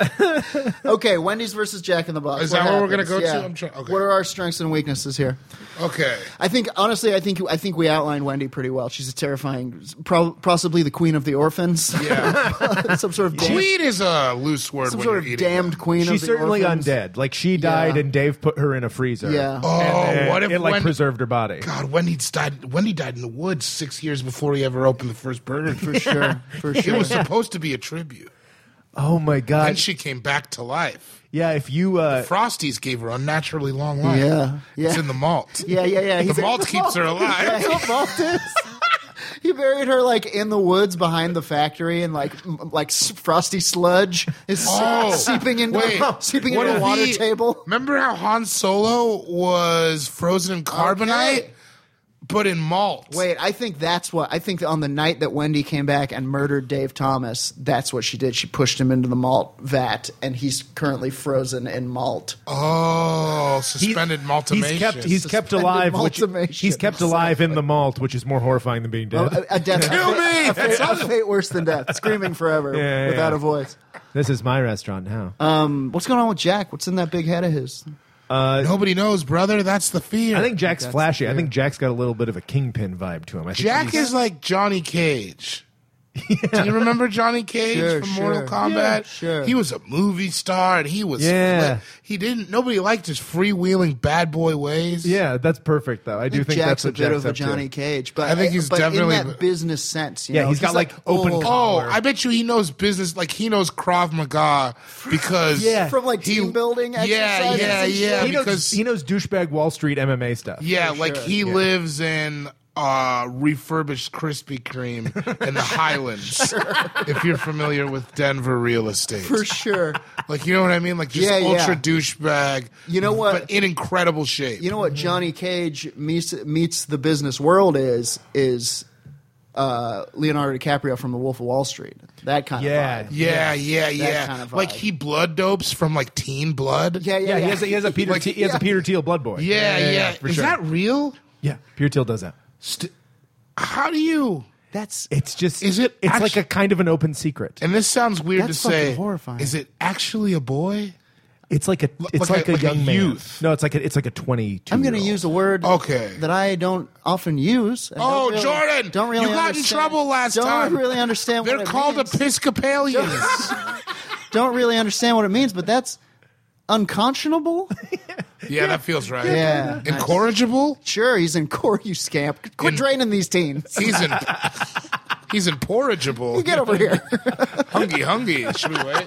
[SPEAKER 2] Okay, Wendy's versus Jack in the Box.
[SPEAKER 1] Is that where we're gonna
[SPEAKER 2] happens?
[SPEAKER 1] go to?
[SPEAKER 2] Yeah.
[SPEAKER 1] I'm try- okay.
[SPEAKER 2] What are our strengths and weaknesses here?
[SPEAKER 1] Okay.
[SPEAKER 2] I think honestly, I think I think we outlined Wendy pretty well. She's a terrifying, pro- possibly the queen of the orphans.
[SPEAKER 1] Yeah.
[SPEAKER 2] some sort of damned,
[SPEAKER 1] Queen is a loose word
[SPEAKER 2] some
[SPEAKER 1] when
[SPEAKER 2] sort
[SPEAKER 1] you're
[SPEAKER 2] of
[SPEAKER 1] eating.
[SPEAKER 2] damned queen. of
[SPEAKER 3] She's
[SPEAKER 2] the
[SPEAKER 3] certainly
[SPEAKER 2] orphans.
[SPEAKER 3] undead. Like she died,
[SPEAKER 2] Yeah.
[SPEAKER 3] and Dave put her in a freezer.
[SPEAKER 2] Yeah.
[SPEAKER 1] Oh,
[SPEAKER 3] And
[SPEAKER 1] what if
[SPEAKER 3] it like
[SPEAKER 1] Wendy-
[SPEAKER 3] preserved her body?
[SPEAKER 1] God, Wendy died. Wendy died in the woods six years before he ever opened the first Burger King.
[SPEAKER 2] Sure, for
[SPEAKER 1] It
[SPEAKER 2] sure.
[SPEAKER 1] was supposed to be a tribute.
[SPEAKER 3] Oh my
[SPEAKER 1] Then
[SPEAKER 3] god!
[SPEAKER 1] she came back to life.
[SPEAKER 3] yeah, if you uh,
[SPEAKER 1] Frosties gave her unnaturally long life.
[SPEAKER 2] Yeah, yeah.
[SPEAKER 1] It's in the malt.
[SPEAKER 2] Yeah, yeah, yeah. He's
[SPEAKER 1] The
[SPEAKER 2] like,
[SPEAKER 1] malt keeps her alive.
[SPEAKER 2] That's what malt is. He buried her like in the woods behind the factory, and like m- like s- frosty sludge is se-
[SPEAKER 1] Oh,
[SPEAKER 2] seeping into
[SPEAKER 1] wait.
[SPEAKER 2] seeping
[SPEAKER 1] What
[SPEAKER 2] into the
[SPEAKER 1] if
[SPEAKER 2] water
[SPEAKER 1] he-
[SPEAKER 2] table.
[SPEAKER 1] Remember how Han Solo was frozen in carbonite,
[SPEAKER 2] Okay.
[SPEAKER 1] but in malt?
[SPEAKER 2] Oh, Wait, I think that's what I think on the night that Wendy came back and murdered Dave Thomas, that's what she did. She pushed him into the malt vat, and he's currently frozen in malt.
[SPEAKER 1] Oh,
[SPEAKER 3] he-
[SPEAKER 1] suspended maltimation.
[SPEAKER 3] he's kept he's kept
[SPEAKER 2] Suspended
[SPEAKER 3] alive. Which,
[SPEAKER 2] maltimation.
[SPEAKER 3] he's kept alive in the malt, which is more horrifying than being dead.
[SPEAKER 2] A, a death,
[SPEAKER 1] Kill
[SPEAKER 2] a fate-
[SPEAKER 1] me!
[SPEAKER 2] A fate, a fate worse than death, screaming forever
[SPEAKER 3] Yeah, yeah,
[SPEAKER 2] without
[SPEAKER 3] yeah.
[SPEAKER 2] a voice.
[SPEAKER 3] this is my restaurant now.
[SPEAKER 2] Uh, What's going on with Jack? What's in that big head of his?
[SPEAKER 1] Nobody knows, brother. That's the fear.
[SPEAKER 3] I think Jack's
[SPEAKER 2] That's
[SPEAKER 3] flashy. I think Jack's got a little bit of a kingpin vibe to him. I think
[SPEAKER 1] Jack
[SPEAKER 3] he's-
[SPEAKER 1] is like Johnny Cage. Do you remember Johnny Cage
[SPEAKER 2] Sure,
[SPEAKER 1] from
[SPEAKER 2] sure.
[SPEAKER 1] Mortal Kombat?
[SPEAKER 3] Yeah,
[SPEAKER 2] sure.
[SPEAKER 1] He was a movie star, and he was
[SPEAKER 3] Yeah.
[SPEAKER 1] lit. He didn't. Nobody liked his freewheeling bad boy ways.
[SPEAKER 3] Yeah, that's perfect though. I do think
[SPEAKER 2] Jack's
[SPEAKER 3] that's
[SPEAKER 2] a
[SPEAKER 3] what
[SPEAKER 2] bit
[SPEAKER 3] Jack's
[SPEAKER 2] of a
[SPEAKER 3] up to.
[SPEAKER 2] Johnny Cage, but
[SPEAKER 1] I think he's
[SPEAKER 2] but
[SPEAKER 1] definitely-
[SPEAKER 2] in that business sense. You
[SPEAKER 3] Yeah,
[SPEAKER 2] know?
[SPEAKER 3] he's got, like, open
[SPEAKER 1] Oh,
[SPEAKER 3] Or-
[SPEAKER 1] I bet you he knows business like he knows Krav Maga because
[SPEAKER 3] Yeah.
[SPEAKER 2] from like
[SPEAKER 1] he-
[SPEAKER 2] team building.
[SPEAKER 1] Yeah,
[SPEAKER 2] exercises
[SPEAKER 1] yeah,
[SPEAKER 2] and shit.
[SPEAKER 1] yeah.
[SPEAKER 3] He knows
[SPEAKER 1] because-
[SPEAKER 3] he knows douchebag Wall Street MMA stuff.
[SPEAKER 1] Yeah, like he lives in uh, refurbished Krispy Kreme in the Highlands. If you're familiar with Denver real estate,
[SPEAKER 2] for sure.
[SPEAKER 1] like you know what I mean, like just
[SPEAKER 2] Yeah, yeah.
[SPEAKER 1] ultra douchebag.
[SPEAKER 2] You know what?
[SPEAKER 1] But in incredible shape.
[SPEAKER 2] you know what
[SPEAKER 3] Mm-hmm.
[SPEAKER 2] Johnny Cage meets meets the business world is is uh, Leonardo DiCaprio from The Wolf of Wall Street. That kind
[SPEAKER 3] Yeah.
[SPEAKER 2] of vibe.
[SPEAKER 1] yeah, yeah, yeah.
[SPEAKER 2] kind of
[SPEAKER 1] like
[SPEAKER 2] vibe.
[SPEAKER 1] he blood dopes from like Teen Blood.
[SPEAKER 2] Yeah, yeah,
[SPEAKER 3] Yeah,
[SPEAKER 2] yeah.
[SPEAKER 3] he has a, he has a Peter
[SPEAKER 1] Like-
[SPEAKER 3] Te- he has a Peter Teal blood boy.
[SPEAKER 1] yeah, yeah.
[SPEAKER 3] for
[SPEAKER 1] Is
[SPEAKER 3] sure.
[SPEAKER 1] that real?
[SPEAKER 3] yeah, Peter Teal does that.
[SPEAKER 1] St- how do you?
[SPEAKER 2] That's
[SPEAKER 3] It's just
[SPEAKER 1] Is it
[SPEAKER 3] It's
[SPEAKER 1] actu-
[SPEAKER 3] like a kind of an open secret.
[SPEAKER 1] And this sounds weird
[SPEAKER 2] That's
[SPEAKER 1] to say.
[SPEAKER 2] fucking horrifying.
[SPEAKER 1] Is it actually a boy?
[SPEAKER 3] It's like a it's
[SPEAKER 1] like a-
[SPEAKER 3] like, a,
[SPEAKER 1] like a
[SPEAKER 3] young man.
[SPEAKER 1] youth.
[SPEAKER 3] No, it's like a, it's like a twenty two.
[SPEAKER 2] I'm going to use a word
[SPEAKER 1] Okay.
[SPEAKER 2] that I don't often use. and
[SPEAKER 1] Oh,
[SPEAKER 2] don't really-
[SPEAKER 1] Jordan!
[SPEAKER 2] Don't really
[SPEAKER 1] you got in
[SPEAKER 2] understand-
[SPEAKER 1] trouble last
[SPEAKER 2] don't
[SPEAKER 1] time.
[SPEAKER 2] really understand what
[SPEAKER 1] They're
[SPEAKER 2] it
[SPEAKER 1] called
[SPEAKER 2] means.
[SPEAKER 1] Episcopalians.
[SPEAKER 2] Don't really understand what it means, but that's unconscionable.
[SPEAKER 1] yeah, that feels right.
[SPEAKER 2] Yeah. Nice.
[SPEAKER 1] Incorrigible?
[SPEAKER 2] sure, he's in core, you scamp. Quit
[SPEAKER 1] In-
[SPEAKER 2] draining these teens.
[SPEAKER 1] He's in He's incorrigible.
[SPEAKER 2] You get over here.
[SPEAKER 1] Hungy hungy. Should we wait?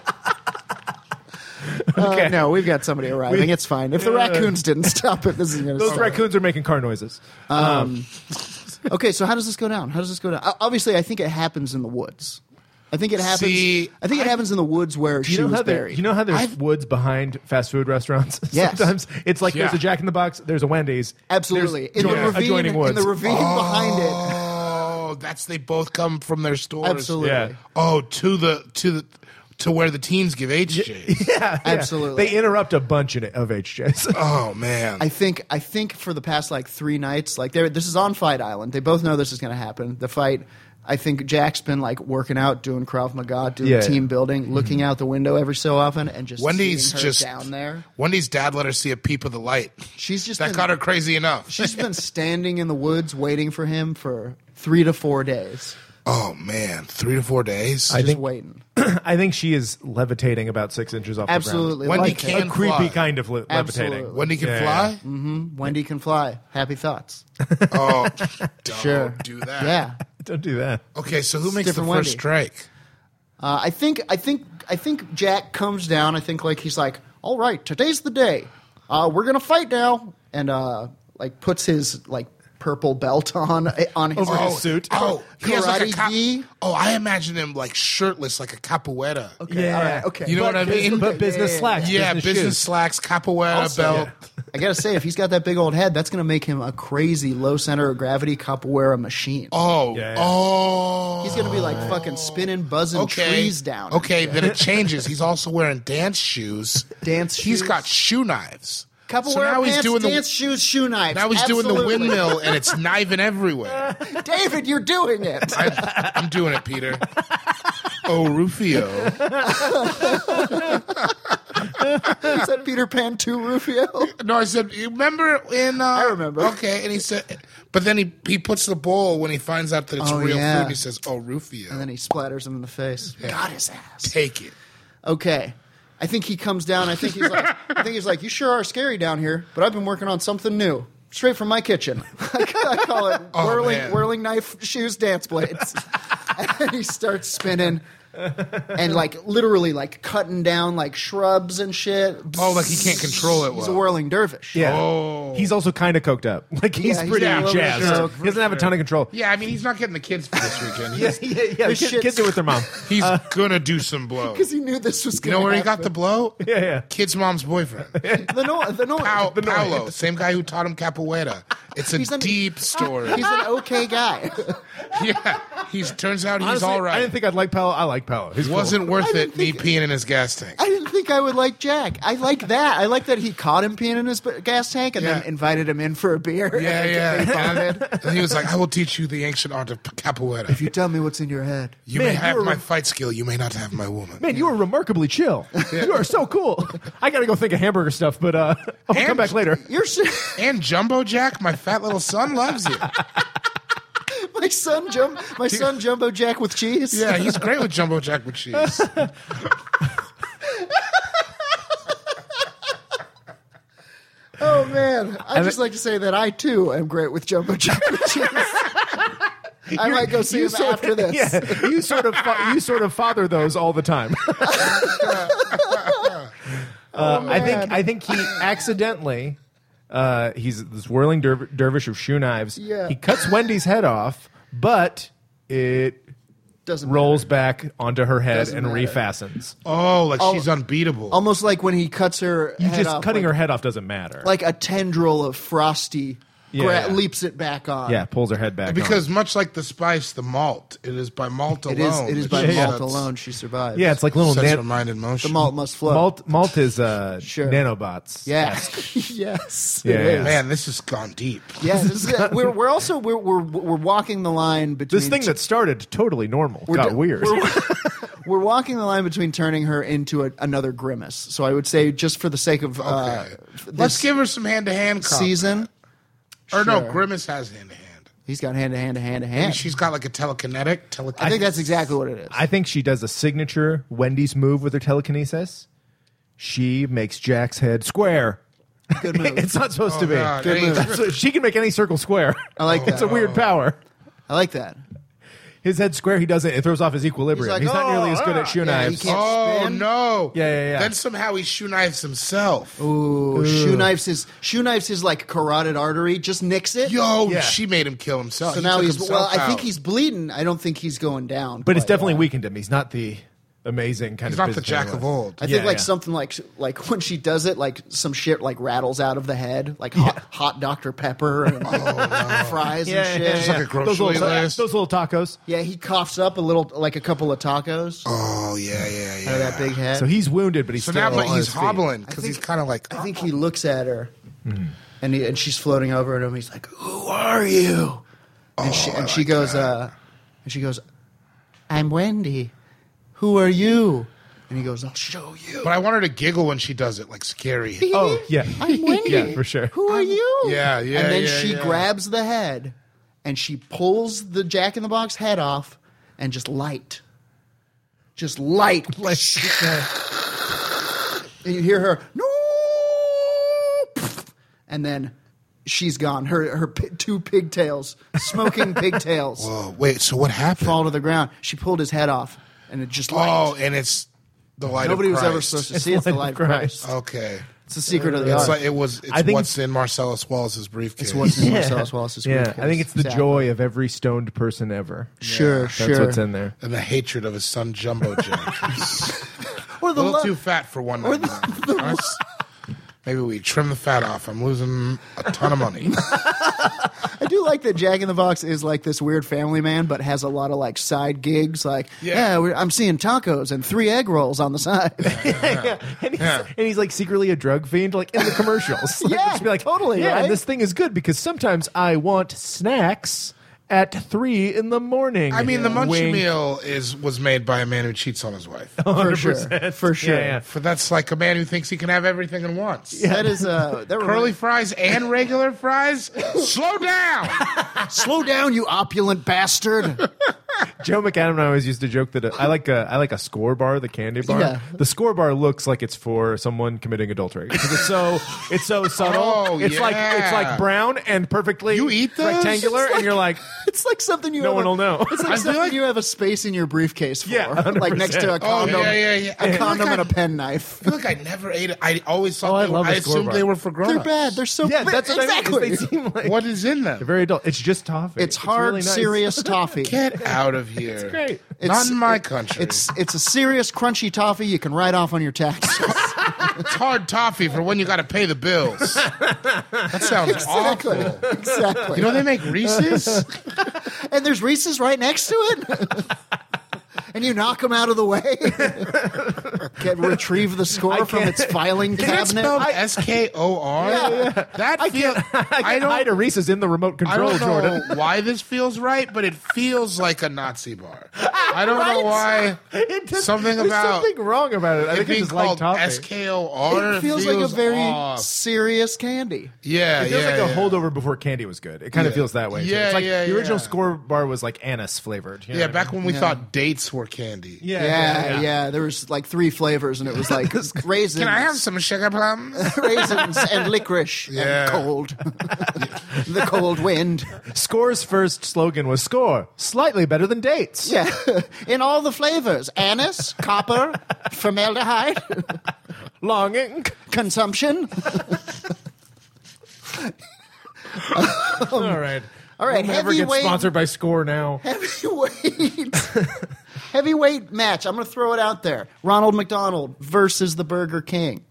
[SPEAKER 2] Uh, no, we've got somebody arriving.
[SPEAKER 3] We-
[SPEAKER 2] it's fine. If the
[SPEAKER 3] Yeah.
[SPEAKER 2] raccoons didn't stop it, this is going to
[SPEAKER 3] Those
[SPEAKER 2] stop.
[SPEAKER 3] raccoons are making car noises.
[SPEAKER 2] Okay, so how does this go down? How does this go down? O- Obviously, I think it happens in the woods. I think it happens.
[SPEAKER 1] See,
[SPEAKER 2] I think it happens in the woods where she
[SPEAKER 3] You know,
[SPEAKER 2] was
[SPEAKER 3] how there,
[SPEAKER 2] buried.
[SPEAKER 3] you know how there's
[SPEAKER 1] I've-
[SPEAKER 3] woods behind fast food restaurants?
[SPEAKER 2] Yes.
[SPEAKER 3] Sometimes it's like there's
[SPEAKER 1] Yeah.
[SPEAKER 3] a Jack in the Box, there's a Wendy's.
[SPEAKER 2] absolutely in
[SPEAKER 3] there's
[SPEAKER 2] the
[SPEAKER 3] adjoining-
[SPEAKER 2] ravine.
[SPEAKER 3] adjoining woods.
[SPEAKER 2] In the ravine behind it.
[SPEAKER 1] Oh, that's they both come from their stores.
[SPEAKER 2] Absolutely.
[SPEAKER 3] Yeah.
[SPEAKER 1] Oh, to the to the to where the teens give HJs.
[SPEAKER 2] Absolutely.
[SPEAKER 3] They interrupt a bunch in it of HJs.
[SPEAKER 1] Oh man.
[SPEAKER 2] I think I think for the past like three nights, like they're, this is on Fight Island. They both know this is going to happen. The fight. I think Jack's been like working out, doing Krav Maga, doing
[SPEAKER 3] Yeah, Mm-hmm.
[SPEAKER 2] team
[SPEAKER 3] yeah.
[SPEAKER 2] building, looking out the window every so often, and just
[SPEAKER 1] Wendy's
[SPEAKER 2] seeing her
[SPEAKER 1] just
[SPEAKER 2] down there.
[SPEAKER 1] Wendy's dad let her see a peep of the light.
[SPEAKER 2] She's just
[SPEAKER 1] that
[SPEAKER 2] been-
[SPEAKER 1] got her crazy enough.
[SPEAKER 2] She's been standing in the woods waiting for him for three to four days,
[SPEAKER 1] oh man, three to four days.
[SPEAKER 2] just
[SPEAKER 3] think-
[SPEAKER 2] waiting.
[SPEAKER 3] I think she is levitating about six inches off
[SPEAKER 2] Absolutely,
[SPEAKER 1] Wendy
[SPEAKER 2] like
[SPEAKER 1] can
[SPEAKER 2] it.
[SPEAKER 3] the ground. A creepy
[SPEAKER 1] fly.
[SPEAKER 3] kind of le-
[SPEAKER 2] Absolutely.
[SPEAKER 3] levitating.
[SPEAKER 1] Wendy can
[SPEAKER 3] Yeah,
[SPEAKER 1] fly.
[SPEAKER 2] Wendy can fly. Happy thoughts.
[SPEAKER 1] Oh, don't
[SPEAKER 2] Mm, Sure.
[SPEAKER 1] do that.
[SPEAKER 2] Yeah,
[SPEAKER 3] Don't do that.
[SPEAKER 1] Okay, so who makes
[SPEAKER 2] different
[SPEAKER 1] the
[SPEAKER 2] Wendy.
[SPEAKER 1] first strike?
[SPEAKER 2] uh, I think I think I think Jack comes down. I think like he's like, all right, today's the day. Uh, we're gonna fight now, and uh, like puts his like purple belt on eh, on his.
[SPEAKER 3] Over his suit.
[SPEAKER 1] Oh, he has like a
[SPEAKER 2] Karate
[SPEAKER 1] ca-
[SPEAKER 2] gi?
[SPEAKER 1] Oh, I imagine him like shirtless, like a capoeira.
[SPEAKER 3] Yeah.
[SPEAKER 2] all right, okay.
[SPEAKER 1] You know
[SPEAKER 3] But
[SPEAKER 1] what I mean?
[SPEAKER 3] business- But business slacks.
[SPEAKER 1] Yeah, business,
[SPEAKER 3] shoes.
[SPEAKER 1] slacks, capoeira
[SPEAKER 2] Also-
[SPEAKER 1] belt.
[SPEAKER 2] I gotta say, if he's got that big old head, that's gonna make him a crazy low center of gravity capoeira machine.
[SPEAKER 1] Oh,
[SPEAKER 3] Yeah, yeah.
[SPEAKER 1] oh.
[SPEAKER 2] He's gonna be like fucking spinning, buzzing trees down.
[SPEAKER 1] Okay, then it changes. He's also wearing dance shoes.
[SPEAKER 2] Dance
[SPEAKER 1] He's
[SPEAKER 2] shoes.
[SPEAKER 1] got shoe knives.
[SPEAKER 2] Couple
[SPEAKER 1] So
[SPEAKER 2] wear
[SPEAKER 1] now he's
[SPEAKER 2] pants,
[SPEAKER 1] doing the-
[SPEAKER 2] dance shoes, shoe knives.
[SPEAKER 1] Now he's doing the
[SPEAKER 2] Absolutely.
[SPEAKER 1] windmill and it's kniving everywhere.
[SPEAKER 2] David, you're doing it.
[SPEAKER 1] I, I'm doing it, Peter. Oh, Rufio.
[SPEAKER 2] Is that Peter Pan to Rufio?
[SPEAKER 1] No, I said, you remember in. Uh, I
[SPEAKER 2] remember.
[SPEAKER 1] Okay, and he said, but then he, he puts the bowl when he finds out that it's
[SPEAKER 2] Oh,
[SPEAKER 1] real
[SPEAKER 2] yeah.
[SPEAKER 1] food. He says, oh, Rufio.
[SPEAKER 2] And then he splatters him in the face. Got his ass.
[SPEAKER 1] Take it.
[SPEAKER 2] Okay. I think he comes down. I think he's like, I think he's like, you sure are scary down here, but I've been working on something new, straight from my kitchen. I call it
[SPEAKER 1] Oh,
[SPEAKER 2] whirling,
[SPEAKER 1] man.
[SPEAKER 2] whirling knife, shoes, dance blades. and he starts spinning and like literally like cutting down like shrubs and shit.
[SPEAKER 1] Oh, like he can't control it
[SPEAKER 2] He's
[SPEAKER 1] well.
[SPEAKER 2] a whirling dervish.
[SPEAKER 3] Yeah.
[SPEAKER 1] Oh.
[SPEAKER 3] He's also kind of coked up. Like he's
[SPEAKER 2] he's
[SPEAKER 3] pretty
[SPEAKER 2] a little
[SPEAKER 3] jazzed.
[SPEAKER 2] bit
[SPEAKER 3] He doesn't have a ton of control.
[SPEAKER 1] Yeah, I mean, he's not getting the kids for this weekend.
[SPEAKER 3] yeah, uh,
[SPEAKER 1] He's,
[SPEAKER 3] yeah. yeah. The
[SPEAKER 2] This
[SPEAKER 3] kid,
[SPEAKER 2] shit's-
[SPEAKER 3] kids are with their mom.
[SPEAKER 1] he's gonna do some blow.
[SPEAKER 2] Because he knew this was
[SPEAKER 1] You
[SPEAKER 2] going
[SPEAKER 1] know where he got the blow?
[SPEAKER 3] yeah, yeah.
[SPEAKER 1] Kid's mom's boyfriend.
[SPEAKER 2] The no, the no,
[SPEAKER 1] Pao- Paolo, same guy who taught him capoeira. It's a
[SPEAKER 2] He's an-
[SPEAKER 1] deep story.
[SPEAKER 2] He's an okay guy.
[SPEAKER 1] yeah, he's turns out he's
[SPEAKER 3] Honestly,
[SPEAKER 1] all right.
[SPEAKER 3] I didn't think I'd like Paolo. I like Paolo. He's cool.
[SPEAKER 1] wasn't worth
[SPEAKER 2] didn't
[SPEAKER 1] it. Me
[SPEAKER 2] think-
[SPEAKER 1] peeing in his gas tank.
[SPEAKER 2] I didn't think I would like Jack. I like that. I like that he caught him peeing in his b- gas tank and
[SPEAKER 1] Yeah.
[SPEAKER 2] then invited him in for a beer.
[SPEAKER 1] yeah,
[SPEAKER 2] And
[SPEAKER 1] yeah.
[SPEAKER 2] they
[SPEAKER 1] And,
[SPEAKER 2] bonded.
[SPEAKER 1] and he was like, "I will teach you the ancient art of capoeira.
[SPEAKER 2] If you tell me what's in your head,
[SPEAKER 1] You may
[SPEAKER 3] Man,
[SPEAKER 1] have
[SPEAKER 3] you were-
[SPEAKER 1] my fight skill. You may not have my woman."
[SPEAKER 3] Man, you are remarkably chill. You are so cool. I gotta go think of hamburger stuff, but uh, I'll
[SPEAKER 1] And-
[SPEAKER 3] come back later.
[SPEAKER 2] you're so-
[SPEAKER 1] and Jumbo Jack, my fat little son, loves you.
[SPEAKER 2] my son. Jum- my son Jumbo Jack with cheese.
[SPEAKER 1] Yeah, he's great with Jumbo Jack with cheese.
[SPEAKER 2] Oh man, I
[SPEAKER 3] And
[SPEAKER 2] just
[SPEAKER 3] it-
[SPEAKER 2] like to say that I too am great with Jumbo Jack with cheese. I might go see him
[SPEAKER 3] sort-
[SPEAKER 2] after this.
[SPEAKER 3] Yeah, you sort of fa- you sort of father those all the time.
[SPEAKER 2] Oh,
[SPEAKER 3] Uh, I think I think he accidentally. Uh, he's this whirling der- dervish of shoe knives.
[SPEAKER 2] Yeah.
[SPEAKER 3] He cuts Wendy's head off, but it
[SPEAKER 2] Doesn't
[SPEAKER 3] rolls back onto her head
[SPEAKER 2] Doesn't
[SPEAKER 3] and
[SPEAKER 2] matter.
[SPEAKER 3] refastens.
[SPEAKER 1] Oh, like she's unbeatable.
[SPEAKER 2] Almost like when he cuts her.
[SPEAKER 3] You
[SPEAKER 2] head
[SPEAKER 3] just
[SPEAKER 2] off,
[SPEAKER 3] cutting
[SPEAKER 2] like,
[SPEAKER 3] her head off doesn't matter.
[SPEAKER 2] like a tendril of frosty.
[SPEAKER 3] Yeah,
[SPEAKER 2] gra-
[SPEAKER 3] yeah.
[SPEAKER 2] leaps it back on.
[SPEAKER 3] yeah, pulls her head back on.
[SPEAKER 1] Because much like the spice, the malt, it is by malt
[SPEAKER 2] it is.
[SPEAKER 1] alone.
[SPEAKER 2] It is
[SPEAKER 1] that
[SPEAKER 2] by
[SPEAKER 1] she
[SPEAKER 2] malt
[SPEAKER 1] sets-
[SPEAKER 2] alone she survives.
[SPEAKER 3] yeah, it's like little
[SPEAKER 1] sets
[SPEAKER 3] nan-
[SPEAKER 1] her mind in motion.
[SPEAKER 2] the malt must flow.
[SPEAKER 3] malt. Malt is uh,
[SPEAKER 2] Sure.
[SPEAKER 3] nanobots.
[SPEAKER 2] Yeah. yes.
[SPEAKER 3] Yeah,
[SPEAKER 2] It is.
[SPEAKER 3] yeah.
[SPEAKER 1] Man, this has gone deep.
[SPEAKER 2] Yeah, this is- we're, we're also we're, we're we're walking the line between
[SPEAKER 3] This thing that started totally normal
[SPEAKER 2] We're
[SPEAKER 3] got
[SPEAKER 2] d-
[SPEAKER 3] weird.
[SPEAKER 2] we're walking the line between turning her into a, another grimace. So I would say just for the sake of uh,
[SPEAKER 1] Okay.
[SPEAKER 2] this
[SPEAKER 1] Let's give her some hand to hand
[SPEAKER 2] season,
[SPEAKER 1] Or no,
[SPEAKER 2] Sure.
[SPEAKER 1] Grimace has hand to hand.
[SPEAKER 2] he's got hand to hand to hand to hand.
[SPEAKER 1] She's got like a telekinetic. Telekinetic.
[SPEAKER 2] I think that's exactly what it is.
[SPEAKER 3] I think she does a signature Wendy's move with her telekinesis. She makes Jack's head square.
[SPEAKER 2] Good move.
[SPEAKER 3] It's not supposed
[SPEAKER 1] Oh,
[SPEAKER 3] to be.
[SPEAKER 1] God. Good move.
[SPEAKER 3] So she can make any circle square.
[SPEAKER 2] I like
[SPEAKER 3] It's a
[SPEAKER 2] that. Oh.
[SPEAKER 3] weird power.
[SPEAKER 2] I like that.
[SPEAKER 3] His head square. He doesn't. It throws off his equilibrium. He's,
[SPEAKER 2] He's like,
[SPEAKER 3] not nearly
[SPEAKER 2] "Oh,
[SPEAKER 3] as good at shoe
[SPEAKER 2] yeah, he
[SPEAKER 3] knives.
[SPEAKER 2] can't-
[SPEAKER 1] Oh
[SPEAKER 2] spin.
[SPEAKER 1] no!
[SPEAKER 3] Yeah, yeah, yeah.
[SPEAKER 1] Then somehow he shoe knives himself.
[SPEAKER 2] Ooh, shoe knives his shoe knives his like carotid artery. Just nicks it.
[SPEAKER 1] Yo,
[SPEAKER 3] Yeah.
[SPEAKER 1] she made him kill
[SPEAKER 3] Oh,
[SPEAKER 1] himself.
[SPEAKER 2] so
[SPEAKER 1] He
[SPEAKER 2] now
[SPEAKER 1] took
[SPEAKER 2] he's well.
[SPEAKER 1] himself
[SPEAKER 2] I think
[SPEAKER 1] out.
[SPEAKER 2] he's bleeding. I don't think he's going down.
[SPEAKER 3] But it's
[SPEAKER 2] quite
[SPEAKER 3] definitely
[SPEAKER 2] yet.
[SPEAKER 3] weakened him. He's not the amazing kind
[SPEAKER 1] he's
[SPEAKER 3] of.
[SPEAKER 1] not the
[SPEAKER 3] business man he
[SPEAKER 1] jack of
[SPEAKER 3] was.
[SPEAKER 1] old.
[SPEAKER 2] I think
[SPEAKER 3] Yeah,
[SPEAKER 2] like
[SPEAKER 3] yeah.
[SPEAKER 2] something like like when she does it, like some shit like rattles out of the head, like hot, hot Dr Pepper and like, fries
[SPEAKER 3] Yeah,
[SPEAKER 2] and
[SPEAKER 3] yeah,
[SPEAKER 2] shit.
[SPEAKER 3] yeah.
[SPEAKER 1] Oh, like a grocery
[SPEAKER 3] those, little,
[SPEAKER 1] list.
[SPEAKER 3] those little tacos.
[SPEAKER 2] Yeah, he coughs up a little, like a couple of tacos
[SPEAKER 1] oh yeah, yeah, yeah.
[SPEAKER 2] out of that big head.
[SPEAKER 3] So he's wounded, but he's
[SPEAKER 1] so
[SPEAKER 3] still
[SPEAKER 1] now, but
[SPEAKER 3] on
[SPEAKER 1] he's
[SPEAKER 3] his feet.
[SPEAKER 1] hobbling because
[SPEAKER 2] I
[SPEAKER 1] he's
[SPEAKER 2] think-
[SPEAKER 1] kind of like.
[SPEAKER 2] I think he looks at her,
[SPEAKER 3] Mm-hmm.
[SPEAKER 2] and he, and she's floating over at him. He's like, "Who are you?" And she
[SPEAKER 3] Oh,
[SPEAKER 2] and she goes, uh, and she goes, "I'm Wendy. Who are you?" And he goes, "I'll show you."
[SPEAKER 1] But I want her to giggle when she does it, like scary.
[SPEAKER 3] Oh yeah,
[SPEAKER 2] I'm Wendy.
[SPEAKER 3] yeah, for sure.
[SPEAKER 2] Who are you?
[SPEAKER 1] Yeah, yeah,
[SPEAKER 2] And then
[SPEAKER 1] yeah,
[SPEAKER 2] she
[SPEAKER 1] yeah.
[SPEAKER 2] grabs the head and she pulls the Jack in the Box head off and just light. Just light. and you hear her, no! And then she's gone. Her, her pi- two pigtails, smoking pigtails,
[SPEAKER 1] Oh wait, so what happened?
[SPEAKER 2] fall to the ground. She pulled his head off and it just light.
[SPEAKER 1] oh, and it's the light.
[SPEAKER 2] Nobody
[SPEAKER 1] of
[SPEAKER 2] was ever
[SPEAKER 1] Christ.
[SPEAKER 2] supposed to see it's the light of Christ.
[SPEAKER 1] Okay,
[SPEAKER 2] It's the secret of the
[SPEAKER 1] it's
[SPEAKER 2] art.
[SPEAKER 1] like it was. It's
[SPEAKER 3] I think-
[SPEAKER 1] what's in Marcellus Wallace's briefcase.
[SPEAKER 2] it's what's in Marcellus Wallace's
[SPEAKER 3] Yeah,
[SPEAKER 2] briefcase.
[SPEAKER 3] I think it's the
[SPEAKER 2] Exactly.
[SPEAKER 3] joy of every stoned person ever.
[SPEAKER 2] Sure, sure.
[SPEAKER 3] That's what's in there.
[SPEAKER 1] and the hatred of his son Jumbo Jack.
[SPEAKER 2] Or
[SPEAKER 1] a
[SPEAKER 2] the
[SPEAKER 1] little
[SPEAKER 2] love.
[SPEAKER 1] too fat for one night. Us- Maybe we trim the fat off. I'm losing a ton of money.
[SPEAKER 2] do like that Jack in the Box is like this weird family man, but has a lot of like side gigs. Like,
[SPEAKER 1] Yeah.
[SPEAKER 2] yeah, we're, I'm seeing tacos and three egg rolls on the side.
[SPEAKER 3] and, he's, and he's like secretly a drug fiend, like in the commercials. Like,
[SPEAKER 2] Yeah,
[SPEAKER 3] just be like,
[SPEAKER 2] totally,
[SPEAKER 3] Yeah,
[SPEAKER 2] right?
[SPEAKER 3] and this thing is good because sometimes I want snacks at three in the morning.
[SPEAKER 1] I mean, the Munchie
[SPEAKER 3] Wink.
[SPEAKER 1] Meal is was made by a man who cheats on his wife.
[SPEAKER 2] for sure, for sure.
[SPEAKER 3] Yeah, yeah.
[SPEAKER 1] For that's like a man who thinks he can have everything and wants.
[SPEAKER 2] That is uh, that
[SPEAKER 1] Curly
[SPEAKER 2] really
[SPEAKER 1] fries and regular fries. Slow down.
[SPEAKER 2] slow down, you opulent bastard.
[SPEAKER 3] Joe McAdam and I always used to joke that uh, I like a I like a score bar, the candy bar.
[SPEAKER 2] Yeah.
[SPEAKER 3] The score bar looks like it's for someone committing adultery because it's so it's so subtle.
[SPEAKER 1] Oh,
[SPEAKER 3] it's like
[SPEAKER 1] yeah.
[SPEAKER 3] it's like brown and perfectly
[SPEAKER 1] You eat those?
[SPEAKER 3] rectangular,
[SPEAKER 1] It's
[SPEAKER 3] and you're like,
[SPEAKER 2] it's like something you
[SPEAKER 3] No
[SPEAKER 2] have
[SPEAKER 3] one
[SPEAKER 2] a-
[SPEAKER 3] will know.
[SPEAKER 2] It's
[SPEAKER 3] I
[SPEAKER 2] like
[SPEAKER 3] feel
[SPEAKER 2] something
[SPEAKER 3] like-
[SPEAKER 2] you have a space in your briefcase for,
[SPEAKER 3] Yeah,
[SPEAKER 2] like next to a
[SPEAKER 3] 100%.
[SPEAKER 1] Oh,
[SPEAKER 2] condom,
[SPEAKER 1] yeah, yeah, yeah. I
[SPEAKER 2] a
[SPEAKER 1] feel
[SPEAKER 2] condom
[SPEAKER 1] like
[SPEAKER 2] and a
[SPEAKER 1] I-
[SPEAKER 2] pen knife.
[SPEAKER 1] I feel like I never ate it. I always thought
[SPEAKER 3] Oh, I
[SPEAKER 1] they
[SPEAKER 3] love
[SPEAKER 1] were, I
[SPEAKER 3] the score
[SPEAKER 1] assumed
[SPEAKER 3] bar.
[SPEAKER 1] they were for grown
[SPEAKER 2] They're bad. They're so
[SPEAKER 3] yeah, that's what
[SPEAKER 2] exactly.
[SPEAKER 3] I mean. is They seem like
[SPEAKER 1] What is in them?
[SPEAKER 3] they're very adult. It's just toffee.
[SPEAKER 2] It's hard,
[SPEAKER 3] really nice.
[SPEAKER 2] serious toffee.
[SPEAKER 1] Get out of here. It's
[SPEAKER 3] great.
[SPEAKER 1] Not
[SPEAKER 2] It's-
[SPEAKER 1] in my country. It's,
[SPEAKER 2] It's it's a serious crunchy toffee you can write off on your taxes.
[SPEAKER 1] hard toffee for when you got to pay the bills. that sounds
[SPEAKER 2] exactly.
[SPEAKER 1] awful.
[SPEAKER 2] Exactly.
[SPEAKER 1] You know they make Reese's?
[SPEAKER 2] and there's Reese's right next to it. and you knock them out of the way. Can retrieve the score from its filing
[SPEAKER 1] Can it
[SPEAKER 2] cabinet.
[SPEAKER 1] spelled
[SPEAKER 2] I-
[SPEAKER 1] S K O R? That feels. I,
[SPEAKER 3] I
[SPEAKER 1] don't.
[SPEAKER 3] don't, Ida Reese is in the remote
[SPEAKER 1] I
[SPEAKER 3] control,
[SPEAKER 1] don't know
[SPEAKER 3] Jordan.
[SPEAKER 1] why this feels right, but it feels like a Nazi bar. I don't know why.
[SPEAKER 3] It just-
[SPEAKER 1] Something
[SPEAKER 3] there's
[SPEAKER 1] about
[SPEAKER 3] something wrong about it. I
[SPEAKER 1] it
[SPEAKER 3] think I
[SPEAKER 1] being
[SPEAKER 3] just like
[SPEAKER 1] called
[SPEAKER 3] toffee.
[SPEAKER 1] S K O R.
[SPEAKER 2] it feels, like a very
[SPEAKER 1] off.
[SPEAKER 2] serious candy.
[SPEAKER 1] yeah,
[SPEAKER 3] It feels
[SPEAKER 1] yeah,
[SPEAKER 3] like a
[SPEAKER 1] yeah.
[SPEAKER 3] holdover before candy was good. It kind
[SPEAKER 1] Yeah.
[SPEAKER 3] of feels that way. too.
[SPEAKER 1] Yeah,
[SPEAKER 3] it's like
[SPEAKER 1] yeah,
[SPEAKER 3] the original
[SPEAKER 1] yeah.
[SPEAKER 3] score bar was like anise flavored. you know
[SPEAKER 1] Yeah,
[SPEAKER 3] what I
[SPEAKER 1] back
[SPEAKER 3] mean?
[SPEAKER 1] when we thought dates were candy.
[SPEAKER 3] Yeah,
[SPEAKER 2] Yeah, yeah, There was like three flavors, and it was like raisins,
[SPEAKER 1] Can I have some sugar plums?
[SPEAKER 2] raisins and licorice
[SPEAKER 1] Yeah.
[SPEAKER 2] and cold, the cold wind.
[SPEAKER 3] Score's first slogan was "Score slightly better than dates."
[SPEAKER 2] Yeah, in all the flavors: anise, copper, formaldehyde,
[SPEAKER 3] longing.
[SPEAKER 2] consumption.
[SPEAKER 1] Um,
[SPEAKER 3] All right,
[SPEAKER 2] All right,
[SPEAKER 3] We'll never get
[SPEAKER 2] heavyweight-
[SPEAKER 3] sponsored by Score now.
[SPEAKER 2] heavyweight heavyweight match. I'm going to throw it out there. Ronald McDonald versus the Burger King.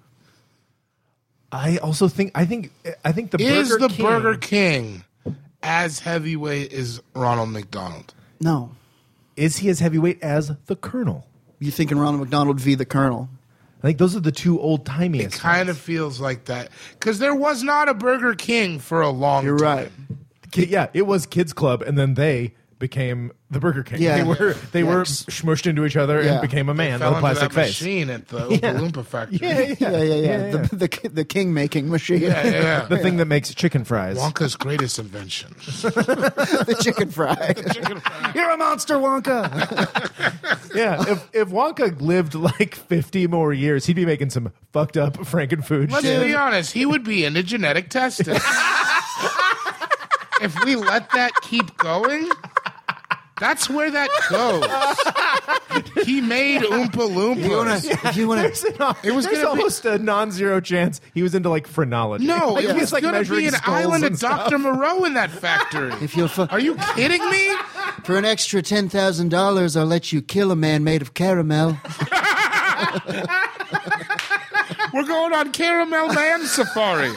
[SPEAKER 3] I also think I think I think the
[SPEAKER 1] is
[SPEAKER 3] Burger
[SPEAKER 1] the
[SPEAKER 3] King,
[SPEAKER 1] Burger King as heavyweight as Ronald McDonald?
[SPEAKER 2] No,
[SPEAKER 3] is he as heavyweight as the Colonel?
[SPEAKER 2] you thinking Ronald McDonald v. the Colonel?
[SPEAKER 3] I think those are the two old
[SPEAKER 1] It
[SPEAKER 3] timiest.
[SPEAKER 1] kind of feels like that because there was not a Burger King for a long
[SPEAKER 2] You're
[SPEAKER 1] time.
[SPEAKER 2] right.
[SPEAKER 3] Ki- yeah, it was Kids Club, and then they became the Burger King.
[SPEAKER 2] Yeah.
[SPEAKER 3] they were they were
[SPEAKER 2] Yikes.
[SPEAKER 3] smushed into each other
[SPEAKER 2] Yeah.
[SPEAKER 3] and became a man
[SPEAKER 1] Fell
[SPEAKER 3] with a
[SPEAKER 1] into
[SPEAKER 3] plastic
[SPEAKER 1] that
[SPEAKER 3] face.
[SPEAKER 1] machine at the Oompa Loompa factory.
[SPEAKER 3] Yeah, yeah,
[SPEAKER 2] Yeah, yeah, yeah.
[SPEAKER 3] yeah, yeah.
[SPEAKER 2] The, the the king making machine,
[SPEAKER 1] Yeah, yeah.
[SPEAKER 3] The thing that makes chicken fries.
[SPEAKER 1] Wonka's greatest invention.
[SPEAKER 2] the chicken fry. You're a monster, Wonka.
[SPEAKER 3] Yeah, if, if Wonka lived like 50 more years, he'd be making some fucked up Frankenfood
[SPEAKER 1] Let's
[SPEAKER 3] shit.
[SPEAKER 1] be honest, he would be into genetic testing. if we let that keep going, that's where that goes. he made Oompa
[SPEAKER 2] You wanna,
[SPEAKER 1] Loompas.
[SPEAKER 2] if you wanna,
[SPEAKER 3] It
[SPEAKER 1] was
[SPEAKER 3] was There's
[SPEAKER 1] gonna be-
[SPEAKER 3] almost a non-zero chance he was into like phrenology.
[SPEAKER 1] No,
[SPEAKER 3] like,
[SPEAKER 1] it
[SPEAKER 3] he
[SPEAKER 1] was going to
[SPEAKER 3] measuring
[SPEAKER 1] be an
[SPEAKER 3] skulls
[SPEAKER 1] island
[SPEAKER 3] and
[SPEAKER 1] of
[SPEAKER 3] stuff.
[SPEAKER 1] Dr. Moreau in that factory.
[SPEAKER 2] if you'll fu-
[SPEAKER 1] Are you kidding me?
[SPEAKER 2] for an extra ten thousand dollars, I'll let you kill a man made of caramel.
[SPEAKER 1] We're going on Caramel Man Safari.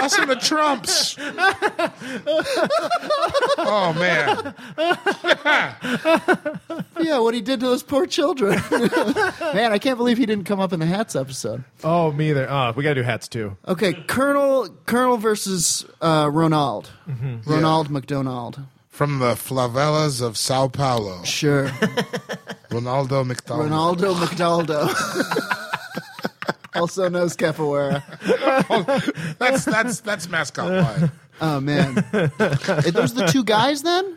[SPEAKER 1] Us and the Trumps. oh, man.
[SPEAKER 2] yeah, what he did to those poor children. man, I can't believe he didn't come up in the hats episode.
[SPEAKER 3] Oh, me either. Oh, we gotta do hats too.
[SPEAKER 2] Okay, Colonel Colonel versus uh, Ronald.
[SPEAKER 3] Mm-hmm.
[SPEAKER 2] Ronald McDonald.
[SPEAKER 1] From the Flavelas of Sao Paulo,
[SPEAKER 2] Sure.
[SPEAKER 1] Ronaldo McDonald.
[SPEAKER 2] Ronaldo McDaldo. also knows capoeira.
[SPEAKER 1] That's, that's, that's mascot line.
[SPEAKER 2] Oh man. Are those the two guys then?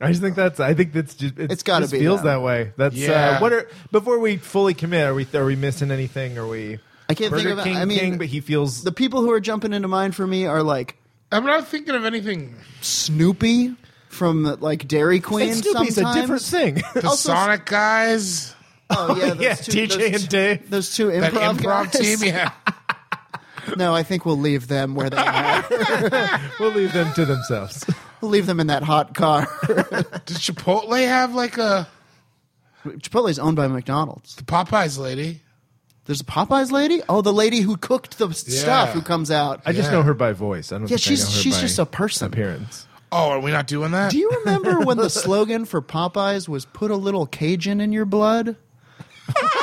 [SPEAKER 3] I just think that's. I think that's just. It
[SPEAKER 2] It's gotta
[SPEAKER 3] just
[SPEAKER 2] be
[SPEAKER 3] feels
[SPEAKER 2] them.
[SPEAKER 3] that way. That's.
[SPEAKER 1] Yeah.
[SPEAKER 3] Uh, what are before we fully commit? Are we? Are we missing anything? Are we?
[SPEAKER 2] I can't
[SPEAKER 3] Burger
[SPEAKER 2] think of it.
[SPEAKER 3] King,
[SPEAKER 2] I mean,
[SPEAKER 3] King, but he feels.
[SPEAKER 2] The people who are jumping into mind for me are like
[SPEAKER 1] I'm not thinking of anything.
[SPEAKER 2] Snoopy from like Dairy Queen
[SPEAKER 3] and Snoopy's
[SPEAKER 2] sometimes.
[SPEAKER 3] a different thing.
[SPEAKER 1] The
[SPEAKER 2] Also-
[SPEAKER 1] Sonic guys,
[SPEAKER 2] Oh yeah, those
[SPEAKER 3] yeah,
[SPEAKER 2] two,
[SPEAKER 3] TJ
[SPEAKER 2] those,
[SPEAKER 3] and Dave.
[SPEAKER 2] Those two
[SPEAKER 1] that
[SPEAKER 2] improv,
[SPEAKER 1] improv,
[SPEAKER 2] guys.
[SPEAKER 1] team. Yeah.
[SPEAKER 2] No, I think we'll leave them where they are.
[SPEAKER 3] We'll leave them to themselves.
[SPEAKER 2] we'll leave them in that hot car.
[SPEAKER 1] Does Chipotle have like a
[SPEAKER 2] Chipotle's owned by McDonald's.
[SPEAKER 1] Popeyes lady?
[SPEAKER 2] There's a Popeyes lady. Oh, the lady who cooked the s- stuff
[SPEAKER 1] Yeah.
[SPEAKER 2] who comes out.
[SPEAKER 3] I just know her by voice. I don't.
[SPEAKER 2] yeah,
[SPEAKER 3] think I know
[SPEAKER 2] she's
[SPEAKER 3] her
[SPEAKER 2] she's
[SPEAKER 3] by
[SPEAKER 2] just a person.
[SPEAKER 3] appearance.
[SPEAKER 1] Oh, are we not doing that?
[SPEAKER 2] Do you remember when the slogan for Popeyes was "Put a little Cajun in your blood"?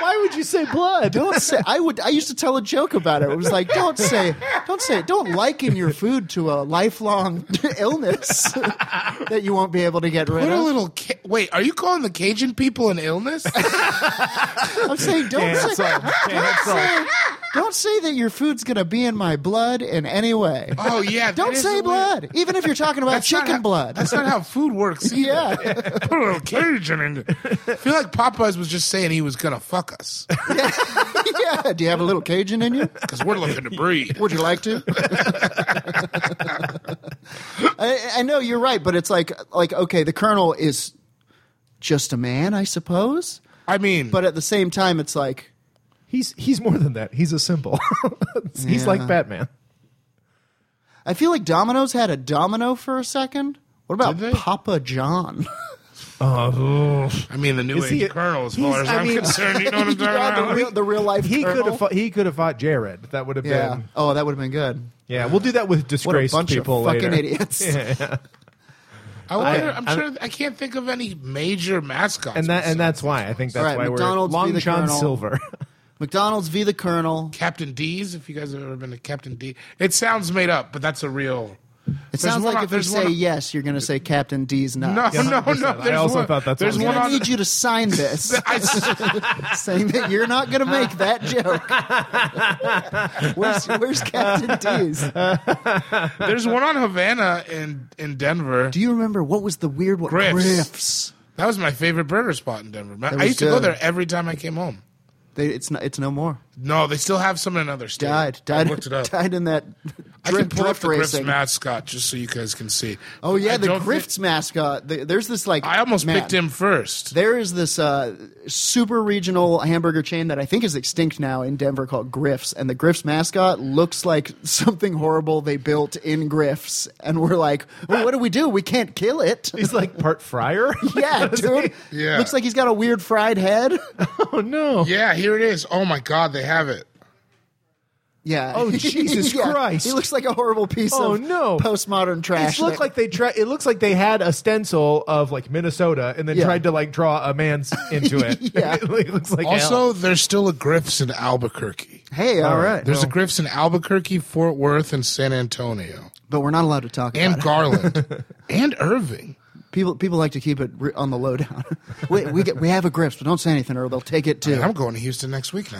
[SPEAKER 3] Why would you say blood?
[SPEAKER 2] Don't say. I would. I used to tell a joke about it. It was like, don't say, don't say, don't liken your food to a lifelong illness that you won't be able to get rid
[SPEAKER 1] Put a
[SPEAKER 2] of.
[SPEAKER 1] little. Ca- Wait, are you calling the Cajun people an illness?
[SPEAKER 2] I'm saying, don't
[SPEAKER 3] Cancel.
[SPEAKER 2] say, don't
[SPEAKER 3] Cancel.
[SPEAKER 2] say, don't say that your food's gonna be in my blood in any way.
[SPEAKER 1] oh yeah. that
[SPEAKER 2] Don't
[SPEAKER 1] is
[SPEAKER 2] say
[SPEAKER 1] weird.
[SPEAKER 2] blood, even if you're talking about
[SPEAKER 1] That's not
[SPEAKER 2] chicken
[SPEAKER 1] how-
[SPEAKER 2] blood.
[SPEAKER 1] That's not how food works. Either.
[SPEAKER 2] yeah.
[SPEAKER 1] Put a little Cajun in. it. I feel like Popeyes was just saying he was gonna fuck us
[SPEAKER 2] yeah. Do you have a little Cajun in you?
[SPEAKER 1] because we're looking to breed.
[SPEAKER 2] Would you like to? I, I know you're right, but it's like like okay, the colonel is just a man, I suppose.
[SPEAKER 1] I mean,
[SPEAKER 2] But at the same time, it's like
[SPEAKER 3] He's he's more than that. He's a symbol. he's
[SPEAKER 2] Yeah.
[SPEAKER 3] like Batman.
[SPEAKER 2] I feel like Domino's had a domino for a second. What about
[SPEAKER 1] Did they?
[SPEAKER 2] Papa John?
[SPEAKER 3] Oh,
[SPEAKER 1] I mean the new
[SPEAKER 3] Is
[SPEAKER 1] age
[SPEAKER 3] he a-
[SPEAKER 1] colonel, as
[SPEAKER 3] he's-
[SPEAKER 1] far as
[SPEAKER 3] I
[SPEAKER 1] I'm
[SPEAKER 3] mean-
[SPEAKER 1] concerned. You know what I'm talking
[SPEAKER 2] Yeah, the,
[SPEAKER 1] about?
[SPEAKER 2] real, the real life.
[SPEAKER 3] he could
[SPEAKER 2] colonel?
[SPEAKER 3] have fought, he could have fought Jared. That would have
[SPEAKER 2] Yeah.
[SPEAKER 3] been.
[SPEAKER 2] Oh, that would have been good.
[SPEAKER 3] Yeah, we'll do that with
[SPEAKER 2] What a
[SPEAKER 3] disgraced
[SPEAKER 2] bunch of
[SPEAKER 3] people
[SPEAKER 2] fucking
[SPEAKER 3] later.
[SPEAKER 2] idiots.
[SPEAKER 1] I wonder, I'm sure I can't think of any major mascots.
[SPEAKER 3] And that and that's why I think that's
[SPEAKER 2] All right,
[SPEAKER 3] why
[SPEAKER 2] McDonald's be
[SPEAKER 3] we're Long
[SPEAKER 2] the
[SPEAKER 3] John
[SPEAKER 2] Colonel.
[SPEAKER 3] Silver.
[SPEAKER 2] McDonald's v the Colonel.
[SPEAKER 1] Captain D's. If you guys have ever been to Captain D, it sounds made up, but that's a real.
[SPEAKER 2] It sounds like if you say
[SPEAKER 1] yes.
[SPEAKER 2] yes, you're going to say Captain D's not.
[SPEAKER 1] No,
[SPEAKER 3] Yeah,
[SPEAKER 1] no,
[SPEAKER 3] 100%.
[SPEAKER 1] no.
[SPEAKER 3] I
[SPEAKER 1] There's
[SPEAKER 3] also
[SPEAKER 1] one,
[SPEAKER 3] thought that's
[SPEAKER 1] there's
[SPEAKER 2] I'm
[SPEAKER 3] what
[SPEAKER 1] one
[SPEAKER 2] going
[SPEAKER 1] on.
[SPEAKER 2] to need you to sign this.
[SPEAKER 1] I s-
[SPEAKER 2] saying that you're not going to make that joke. where's, where's Captain D's?
[SPEAKER 1] there's one on Havana in in Denver.
[SPEAKER 2] Do you remember what was the weird one?
[SPEAKER 1] Griff's.
[SPEAKER 2] Griff's.
[SPEAKER 1] That was my favorite burger spot in Denver. Man, I
[SPEAKER 2] was
[SPEAKER 1] used to go
[SPEAKER 2] good.
[SPEAKER 1] there every time I came home.
[SPEAKER 2] They, it's no, it's no more.
[SPEAKER 1] No, they still have some in another state.
[SPEAKER 2] Died.
[SPEAKER 1] I
[SPEAKER 2] Died.
[SPEAKER 1] looked it up.
[SPEAKER 2] Died in that.
[SPEAKER 1] I
[SPEAKER 2] drift-
[SPEAKER 1] can pull up
[SPEAKER 2] drift
[SPEAKER 1] the Griff's
[SPEAKER 2] racing.
[SPEAKER 1] mascot just so you guys can see.
[SPEAKER 2] Oh yeah,
[SPEAKER 1] I
[SPEAKER 2] the
[SPEAKER 1] don't thi-
[SPEAKER 2] Griff's mascot. The- There's this like.
[SPEAKER 1] I almost
[SPEAKER 2] man,
[SPEAKER 1] picked him first.
[SPEAKER 2] There is this uh, super regional hamburger chain that I think is extinct now in Denver called Griff's, and the Griff's mascot looks like something horrible they built in Griff's, and we're like, well, what do we do? We can't kill it.
[SPEAKER 3] he's like part friar.
[SPEAKER 2] Yeah, dude.
[SPEAKER 1] Yeah.
[SPEAKER 2] Looks like he's got a weird fried head.
[SPEAKER 3] oh no.
[SPEAKER 1] yeah, here it is. Oh my God, they have it.
[SPEAKER 2] Yeah.
[SPEAKER 3] Oh, Jesus Christ.
[SPEAKER 2] He looks like a horrible piece
[SPEAKER 3] Oh,
[SPEAKER 2] of
[SPEAKER 3] no.
[SPEAKER 2] postmodern trash.
[SPEAKER 3] It looked
[SPEAKER 2] that-
[SPEAKER 3] like they try. It looks like they had a stencil of like Minnesota, and then
[SPEAKER 2] Yeah.
[SPEAKER 3] tried to like draw a man's into it.
[SPEAKER 2] Yeah.
[SPEAKER 3] it looks like
[SPEAKER 1] Also,
[SPEAKER 3] hell.
[SPEAKER 1] there's still a Griff's in Albuquerque.
[SPEAKER 2] hey, uh, all right.
[SPEAKER 1] There's a Griff's in Albuquerque, Fort Worth, and San Antonio,
[SPEAKER 2] But we're not allowed to talk
[SPEAKER 1] and
[SPEAKER 2] about
[SPEAKER 1] Garland, and Irving.
[SPEAKER 2] it. People people like to keep it re- on the lowdown. we we, get, we have a grips, but don't say anything or they'll take it too.
[SPEAKER 1] I'm going to Houston next week now.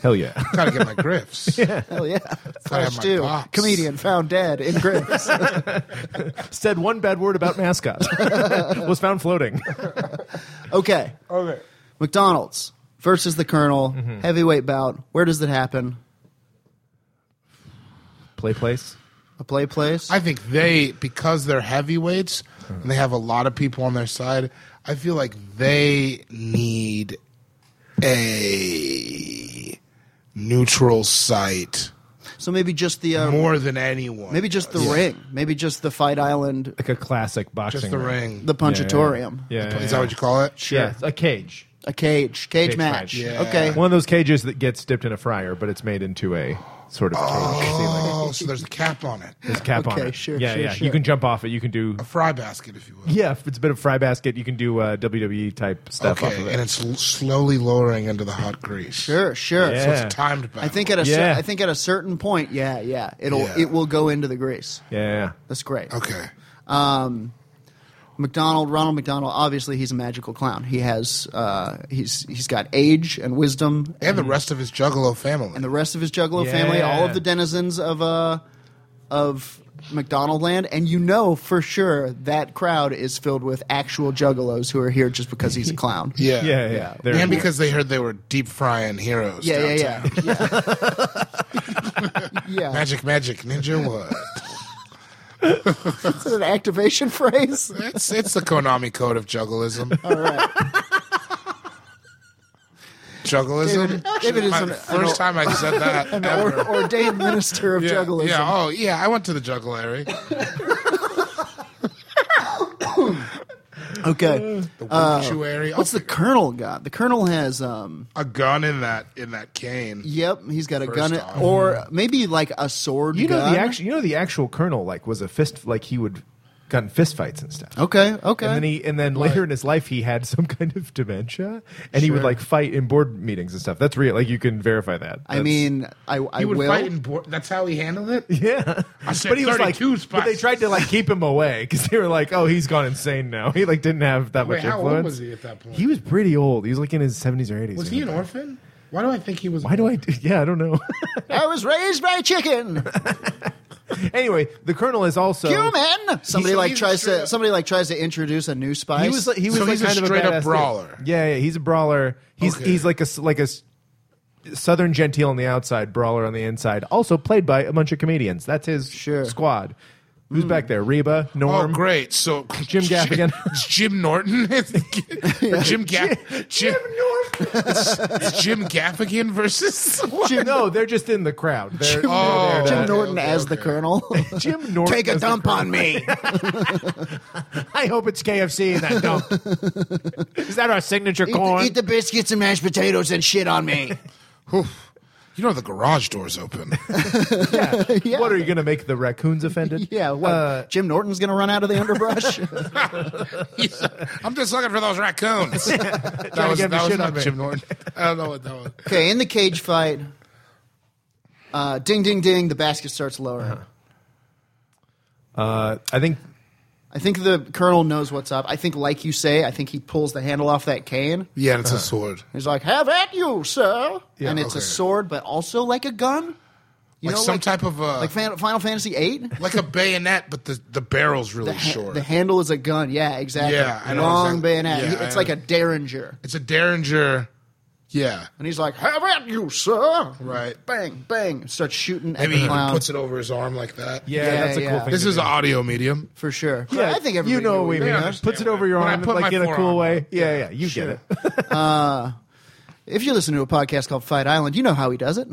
[SPEAKER 3] hell yeah.
[SPEAKER 1] Gotta get my grips.
[SPEAKER 2] Hell Oh, yeah.
[SPEAKER 1] Gotta have
[SPEAKER 2] Fresh
[SPEAKER 1] my
[SPEAKER 2] too.
[SPEAKER 1] pops.
[SPEAKER 2] Comedian found dead in grips.
[SPEAKER 3] Said one bad word about mascot. Was found floating.
[SPEAKER 2] okay.
[SPEAKER 1] Okay.
[SPEAKER 2] McDonald's versus the Colonel.
[SPEAKER 3] Mm-hmm.
[SPEAKER 2] Heavyweight bout. Where does it happen?
[SPEAKER 3] Play place.
[SPEAKER 2] A play place?
[SPEAKER 1] I think they, because they're heavyweights and they have a lot of people on their side, I feel like they need a neutral site
[SPEAKER 2] so maybe just the uh,
[SPEAKER 1] more than anyone.
[SPEAKER 2] maybe just the
[SPEAKER 1] does.
[SPEAKER 2] ring. Maybe just the Fight Island,
[SPEAKER 3] Like a classic boxing.
[SPEAKER 1] Just the ring.
[SPEAKER 2] the punchatorium.
[SPEAKER 3] Yeah. yeah,
[SPEAKER 1] Is that what you call it?
[SPEAKER 3] yeah. Yeah, a cage.
[SPEAKER 2] A cage, cage,
[SPEAKER 3] Cage
[SPEAKER 2] match.
[SPEAKER 3] match. Yeah.
[SPEAKER 2] Okay.
[SPEAKER 3] One of those cages that gets dipped in a fryer, but it's made into a sort of cage ceiling.
[SPEAKER 1] Oh, so there's a cap on it.
[SPEAKER 3] There's a cap on
[SPEAKER 2] Okay,
[SPEAKER 3] it.
[SPEAKER 2] sure,
[SPEAKER 3] yeah,
[SPEAKER 2] sure,
[SPEAKER 3] yeah.
[SPEAKER 2] sure.
[SPEAKER 3] You can jump off it. You can do.
[SPEAKER 1] A fry basket, if you will.
[SPEAKER 3] Yeah, if it's a bit of fry basket, you can do uh, WWE type stuff off of
[SPEAKER 1] Okay,
[SPEAKER 3] it.
[SPEAKER 1] and it's l- slowly lowering under the hot grease.
[SPEAKER 2] Sure, sure.
[SPEAKER 3] Yeah.
[SPEAKER 1] So it's a timed battle.
[SPEAKER 2] I think at a
[SPEAKER 3] Yeah.
[SPEAKER 2] cer- I think at a certain point, yeah, yeah, it'll
[SPEAKER 1] Yeah.
[SPEAKER 2] it will go into the grease.
[SPEAKER 3] yeah, yeah.
[SPEAKER 2] That's great.
[SPEAKER 1] Okay.
[SPEAKER 2] McDonald, Ronald McDonald. Obviously, he's a magical clown. He has uh, he's he's got age and wisdom,
[SPEAKER 1] And
[SPEAKER 3] Mm.
[SPEAKER 1] the rest of his Juggalo family.
[SPEAKER 2] and the rest of his Juggalo family,
[SPEAKER 3] Yeah.
[SPEAKER 2] all of the denizens of uh of McDonald Land, and you know for sure that crowd is filled with actual Juggalos who are here just because he's a clown.
[SPEAKER 1] yeah.
[SPEAKER 3] Yeah, yeah. yeah. They're-
[SPEAKER 1] and because they heard they were deep frying heroes.
[SPEAKER 2] yeah, yeah,
[SPEAKER 1] downtown.
[SPEAKER 2] yeah, yeah. yeah.
[SPEAKER 1] Magic, magic, ninja what?
[SPEAKER 2] Is that an activation phrase?
[SPEAKER 1] it's it's the Konami code of juggleism.
[SPEAKER 2] All right.
[SPEAKER 1] Juggleism.
[SPEAKER 2] David- David is
[SPEAKER 1] My-
[SPEAKER 2] an-
[SPEAKER 1] first time I said that
[SPEAKER 2] or,
[SPEAKER 1] ever.
[SPEAKER 2] ordained minister of
[SPEAKER 1] yeah,
[SPEAKER 2] juggleism.
[SPEAKER 1] yeah, oh yeah, I went to the jugglery.
[SPEAKER 2] Okay.
[SPEAKER 1] Uh, Sanctuary.
[SPEAKER 2] Uh, What's the colonel got? The colonel has um
[SPEAKER 1] a gun in that in that cane?
[SPEAKER 2] yep, he's got a
[SPEAKER 1] First
[SPEAKER 2] gun
[SPEAKER 1] off.
[SPEAKER 2] or maybe like a sword
[SPEAKER 3] You know
[SPEAKER 2] gun.
[SPEAKER 3] the actual. You know the actual colonel like was a fist. Like he would gotten fist fights and stuff.
[SPEAKER 2] Okay, okay.
[SPEAKER 3] And then he, and then later in his life, he had some kind of dementia, and he would
[SPEAKER 1] Sure.
[SPEAKER 3] like fight in board meetings and stuff. That's real. Like you can verify that.
[SPEAKER 2] I
[SPEAKER 3] That's-
[SPEAKER 2] mean, I I
[SPEAKER 1] He would
[SPEAKER 2] will
[SPEAKER 1] fight in board. That's how he handled it.
[SPEAKER 3] yeah.
[SPEAKER 1] I said
[SPEAKER 3] but he was like,
[SPEAKER 1] 32
[SPEAKER 3] but they
[SPEAKER 1] spices.
[SPEAKER 3] tried to like keep him away because they were like, oh, he's gone insane now. He like didn't have that
[SPEAKER 1] Wait,
[SPEAKER 3] much
[SPEAKER 1] how old
[SPEAKER 3] influence.
[SPEAKER 1] was he at that point?
[SPEAKER 3] He was pretty old. He was like in his seventies or eighties.
[SPEAKER 1] Was he an orphan? Why do I think he was?
[SPEAKER 3] Why do I? Do, yeah, I don't know.
[SPEAKER 2] I was raised by a chicken.
[SPEAKER 3] anyway, the colonel is also
[SPEAKER 2] Human. Somebody
[SPEAKER 1] he's
[SPEAKER 2] like
[SPEAKER 1] a
[SPEAKER 2] tries
[SPEAKER 1] straight
[SPEAKER 2] to
[SPEAKER 1] up-
[SPEAKER 2] somebody like tries to introduce a new spice.
[SPEAKER 3] He was like, he was
[SPEAKER 1] So
[SPEAKER 3] like
[SPEAKER 1] he's a
[SPEAKER 3] kind of
[SPEAKER 1] straight up
[SPEAKER 3] badass dude.
[SPEAKER 1] brawler.
[SPEAKER 3] Yeah, yeah, he's a brawler. He's
[SPEAKER 1] Okay.
[SPEAKER 3] he's like a s- like a s- southern genteel on the outside, brawler on the inside. Also played by a bunch of comedians. That's his
[SPEAKER 2] Sure.
[SPEAKER 3] squad. Who's back there? Reba,
[SPEAKER 1] Oh,
[SPEAKER 3] Norm,
[SPEAKER 1] great! So
[SPEAKER 3] Jim Gaffigan.
[SPEAKER 1] It's Jim Norton, It's Jim Gaff, Jim, Norton, it's, it's Jim Gaffigan versus what?
[SPEAKER 3] Jim, no, they're just in the crowd. They're,
[SPEAKER 2] Jim,
[SPEAKER 1] Oh,
[SPEAKER 2] Jim
[SPEAKER 1] okay,
[SPEAKER 2] Norton
[SPEAKER 1] okay,
[SPEAKER 2] as the
[SPEAKER 1] okay.
[SPEAKER 2] colonel.
[SPEAKER 3] Jim Norton.
[SPEAKER 2] Take a
[SPEAKER 3] as the
[SPEAKER 2] dump
[SPEAKER 3] colonel.
[SPEAKER 2] on me.
[SPEAKER 3] I hope it's KFC in that dump. Is that our signature
[SPEAKER 2] eat, the,
[SPEAKER 3] corn?
[SPEAKER 2] eat the biscuits and mashed potatoes and shit on me.
[SPEAKER 1] Oof. You know the garage door's open.
[SPEAKER 3] yeah.
[SPEAKER 2] Yeah.
[SPEAKER 3] What are you going to make the raccoons offended?
[SPEAKER 2] Yeah, what?
[SPEAKER 3] Uh,
[SPEAKER 2] Jim Norton's gonna run out of the underbrush.
[SPEAKER 1] I'm just looking for those raccoons. that
[SPEAKER 3] to
[SPEAKER 1] was,
[SPEAKER 3] get
[SPEAKER 1] that
[SPEAKER 3] the
[SPEAKER 1] was
[SPEAKER 3] shit
[SPEAKER 1] not
[SPEAKER 3] on me.
[SPEAKER 1] Jim Norton. I don't know what that was.
[SPEAKER 2] okay, in the cage fight, uh, ding ding ding, the basket starts lowering.
[SPEAKER 3] uh, I think
[SPEAKER 2] I think the colonel knows what's up. I think, like you say, I think he pulls the handle off that cane.
[SPEAKER 1] Yeah, it's a sword.
[SPEAKER 2] He's like, "Have at you, sir!" and it's a
[SPEAKER 1] okay.
[SPEAKER 2] sword, but also like a gun. You
[SPEAKER 1] Like some type of, uh,
[SPEAKER 2] like Fan- Final Fantasy VIII.
[SPEAKER 1] Like a bayonet, but the, the barrel's really
[SPEAKER 2] The, ha-
[SPEAKER 1] short.
[SPEAKER 2] the handle is a gun. Yeah, exactly.
[SPEAKER 1] Yeah, I know
[SPEAKER 2] long
[SPEAKER 1] exactly.
[SPEAKER 2] bayonet.
[SPEAKER 1] Yeah,
[SPEAKER 2] it's
[SPEAKER 1] I
[SPEAKER 2] like
[SPEAKER 1] know.
[SPEAKER 2] a derringer.
[SPEAKER 1] it's a derringer. Yeah.
[SPEAKER 2] And he's like, "Have at you, sir!"
[SPEAKER 1] Right.
[SPEAKER 2] Bang, bang. Starts shooting at
[SPEAKER 1] Maybe
[SPEAKER 2] the
[SPEAKER 1] he
[SPEAKER 2] clown
[SPEAKER 1] puts it over his arm like that.
[SPEAKER 3] yeah,
[SPEAKER 2] Yeah,
[SPEAKER 3] that's a
[SPEAKER 2] yeah.
[SPEAKER 3] cool thing.
[SPEAKER 1] This
[SPEAKER 3] to
[SPEAKER 1] is
[SPEAKER 3] do.
[SPEAKER 1] an audio medium.
[SPEAKER 2] for sure. I think everybody
[SPEAKER 3] you know
[SPEAKER 2] knew
[SPEAKER 3] what we
[SPEAKER 2] what
[SPEAKER 3] mean.
[SPEAKER 1] I understand
[SPEAKER 3] Puts it over
[SPEAKER 1] what-
[SPEAKER 3] your
[SPEAKER 1] when I
[SPEAKER 3] arm,
[SPEAKER 1] put
[SPEAKER 3] like
[SPEAKER 1] my
[SPEAKER 3] in a cool
[SPEAKER 1] forearm
[SPEAKER 3] way.
[SPEAKER 1] up.
[SPEAKER 3] Yeah, yeah, you get it.
[SPEAKER 2] If you listen to a podcast called Fight Island, you know how he does it.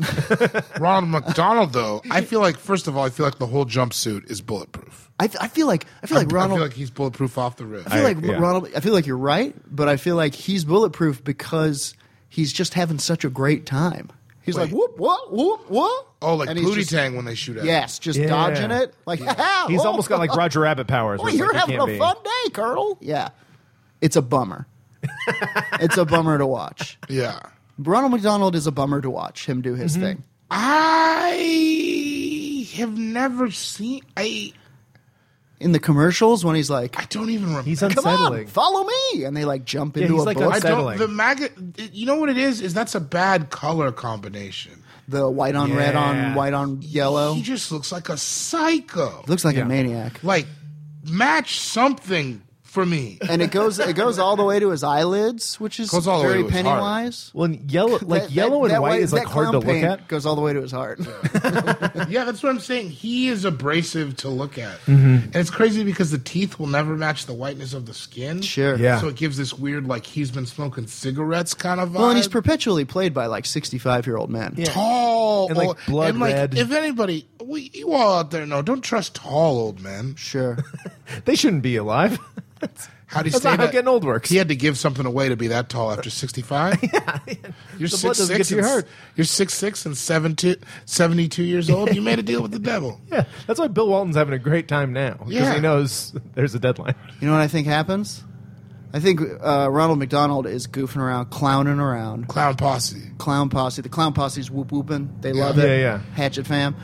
[SPEAKER 1] Ronald McDonald, though, I feel like first of all, I feel like the whole jumpsuit is bulletproof.
[SPEAKER 2] I, I feel like I feel like
[SPEAKER 1] I
[SPEAKER 2] Ronald.
[SPEAKER 1] feel like he's bulletproof off the rip.
[SPEAKER 2] I feel
[SPEAKER 3] I-
[SPEAKER 2] like
[SPEAKER 3] yeah.
[SPEAKER 2] Ronald. I feel like you're right, but I feel like he's bulletproof because he's just having such a great time. He's like
[SPEAKER 1] Wait.
[SPEAKER 2] whoop whoop whoop whoop.
[SPEAKER 1] oh, like
[SPEAKER 2] And he's
[SPEAKER 1] Pootie
[SPEAKER 2] just-
[SPEAKER 1] Tang when they shoot at. him.
[SPEAKER 2] Yes, just
[SPEAKER 3] Yeah.
[SPEAKER 2] dodging it. Like
[SPEAKER 3] He's almost got like Roger Rabbit powers.
[SPEAKER 2] Oh,
[SPEAKER 3] where it's
[SPEAKER 2] you're
[SPEAKER 3] like, he
[SPEAKER 2] having a
[SPEAKER 3] can't be-
[SPEAKER 2] fun day, Colonel. Yeah, it's a bummer. it's a bummer to watch.
[SPEAKER 1] Yeah.
[SPEAKER 2] Ronald McDonald is a bummer to watch him do
[SPEAKER 3] Mm-hmm.
[SPEAKER 2] his thing.
[SPEAKER 1] I have never seen. I
[SPEAKER 2] In the commercials, when he's like,
[SPEAKER 1] I don't even remember.
[SPEAKER 3] He's
[SPEAKER 2] "Come on,
[SPEAKER 3] Ah, unsettling.
[SPEAKER 2] follow me," and they like jump into
[SPEAKER 3] he's
[SPEAKER 2] a
[SPEAKER 3] like
[SPEAKER 2] book.
[SPEAKER 1] I don't.
[SPEAKER 3] unsettling.
[SPEAKER 1] The mag. You know what it is? Is that's a bad color combination.
[SPEAKER 2] the white on red on
[SPEAKER 3] Yeah.
[SPEAKER 2] white on yellow.
[SPEAKER 1] He just looks like a psycho.
[SPEAKER 2] looks like
[SPEAKER 3] Yeah.
[SPEAKER 2] a maniac.
[SPEAKER 1] Like match something for me.
[SPEAKER 2] and it goes it goes all the way to his eyelids, which is
[SPEAKER 1] Goes all the way
[SPEAKER 2] very
[SPEAKER 1] to his heart.
[SPEAKER 2] Pennywise.
[SPEAKER 3] Well, and yellow, like
[SPEAKER 2] That-
[SPEAKER 3] yellow
[SPEAKER 2] that-
[SPEAKER 3] and
[SPEAKER 2] that
[SPEAKER 3] white
[SPEAKER 2] white-
[SPEAKER 3] is like
[SPEAKER 2] that
[SPEAKER 3] hard to
[SPEAKER 2] clown
[SPEAKER 3] look
[SPEAKER 2] paint
[SPEAKER 3] at.
[SPEAKER 2] Goes all the way to his heart.
[SPEAKER 1] yeah, that's what I'm saying. He is abrasive to look at.
[SPEAKER 2] Mm-hmm.
[SPEAKER 1] And it's crazy because the teeth will never match the whiteness of the skin.
[SPEAKER 2] Sure.
[SPEAKER 3] Yeah.
[SPEAKER 1] So it gives this weird, like, he's been smoking cigarettes kind of vibe.
[SPEAKER 2] Well, and he's perpetually played by like sixty-five year old men.
[SPEAKER 1] tall.
[SPEAKER 3] And, like,
[SPEAKER 1] old-
[SPEAKER 3] blood
[SPEAKER 1] and, like,
[SPEAKER 3] red.
[SPEAKER 1] If anybody, we, you all out there know, don't trust tall old men.
[SPEAKER 2] Sure.
[SPEAKER 3] They shouldn't be alive.
[SPEAKER 1] How do you
[SPEAKER 3] That's
[SPEAKER 1] stay
[SPEAKER 3] not how
[SPEAKER 1] that-
[SPEAKER 3] getting old works.
[SPEAKER 1] He had to give something away to be that tall after 65. You're
[SPEAKER 3] The blood
[SPEAKER 1] six
[SPEAKER 3] doesn't get
[SPEAKER 1] six.
[SPEAKER 3] to your
[SPEAKER 1] and s-
[SPEAKER 3] heart.
[SPEAKER 1] You're six six and seven two, 72 years old. You made a deal with the devil.
[SPEAKER 3] Yeah, that's why Bill Walton's having a great time now because
[SPEAKER 1] Yeah.
[SPEAKER 3] he knows there's a deadline.
[SPEAKER 2] You know what I think happens? I think uh, Ronald McDonald is goofing around, clowning around.
[SPEAKER 1] Clown posse.
[SPEAKER 2] Clown posse. The clown posse's whoop whooping. They love
[SPEAKER 3] Yeah,
[SPEAKER 2] it.
[SPEAKER 3] yeah.
[SPEAKER 2] Hatchet fam.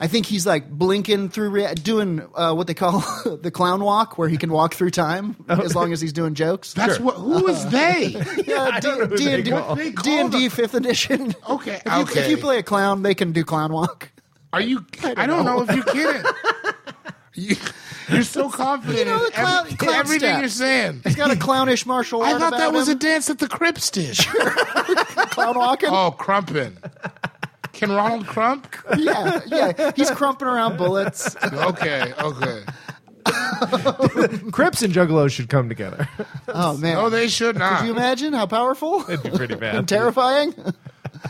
[SPEAKER 2] I think he's like blinking through, rea- doing uh, what they call the clown walk, where he can walk through time
[SPEAKER 3] Oh.
[SPEAKER 2] as long as he's doing jokes.
[SPEAKER 1] That's what. Who
[SPEAKER 3] Uh-huh.
[SPEAKER 1] is they?
[SPEAKER 2] yeah,
[SPEAKER 3] I don't know who
[SPEAKER 2] D
[SPEAKER 3] they
[SPEAKER 2] and D
[SPEAKER 3] call.
[SPEAKER 1] They
[SPEAKER 2] D
[SPEAKER 1] call
[SPEAKER 2] and D
[SPEAKER 1] them-
[SPEAKER 2] fifth edition.
[SPEAKER 1] Okay,
[SPEAKER 2] If you,
[SPEAKER 1] okay.
[SPEAKER 2] If you play a clown, they can do clown walk.
[SPEAKER 1] Are you? I don't, know. if you're kidding. you, you're so confident
[SPEAKER 2] You know the
[SPEAKER 1] in
[SPEAKER 2] clown-
[SPEAKER 1] every-
[SPEAKER 2] clown
[SPEAKER 1] everything
[SPEAKER 2] step.
[SPEAKER 1] you're saying.
[SPEAKER 2] He's got a clownish martial art.
[SPEAKER 1] I thought
[SPEAKER 2] about
[SPEAKER 1] that was a
[SPEAKER 2] him.
[SPEAKER 1] dance that the Crips did.
[SPEAKER 2] clown walking.
[SPEAKER 1] Oh, crumpin. Can Ronald crump?
[SPEAKER 2] Yeah, yeah. He's crumping around bullets.
[SPEAKER 1] Okay, okay.
[SPEAKER 3] Crips and Juggalos should come together.
[SPEAKER 2] Oh man.
[SPEAKER 1] No, they should not.
[SPEAKER 2] Can you imagine how powerful
[SPEAKER 3] That'd be pretty bad.
[SPEAKER 2] and terrifying?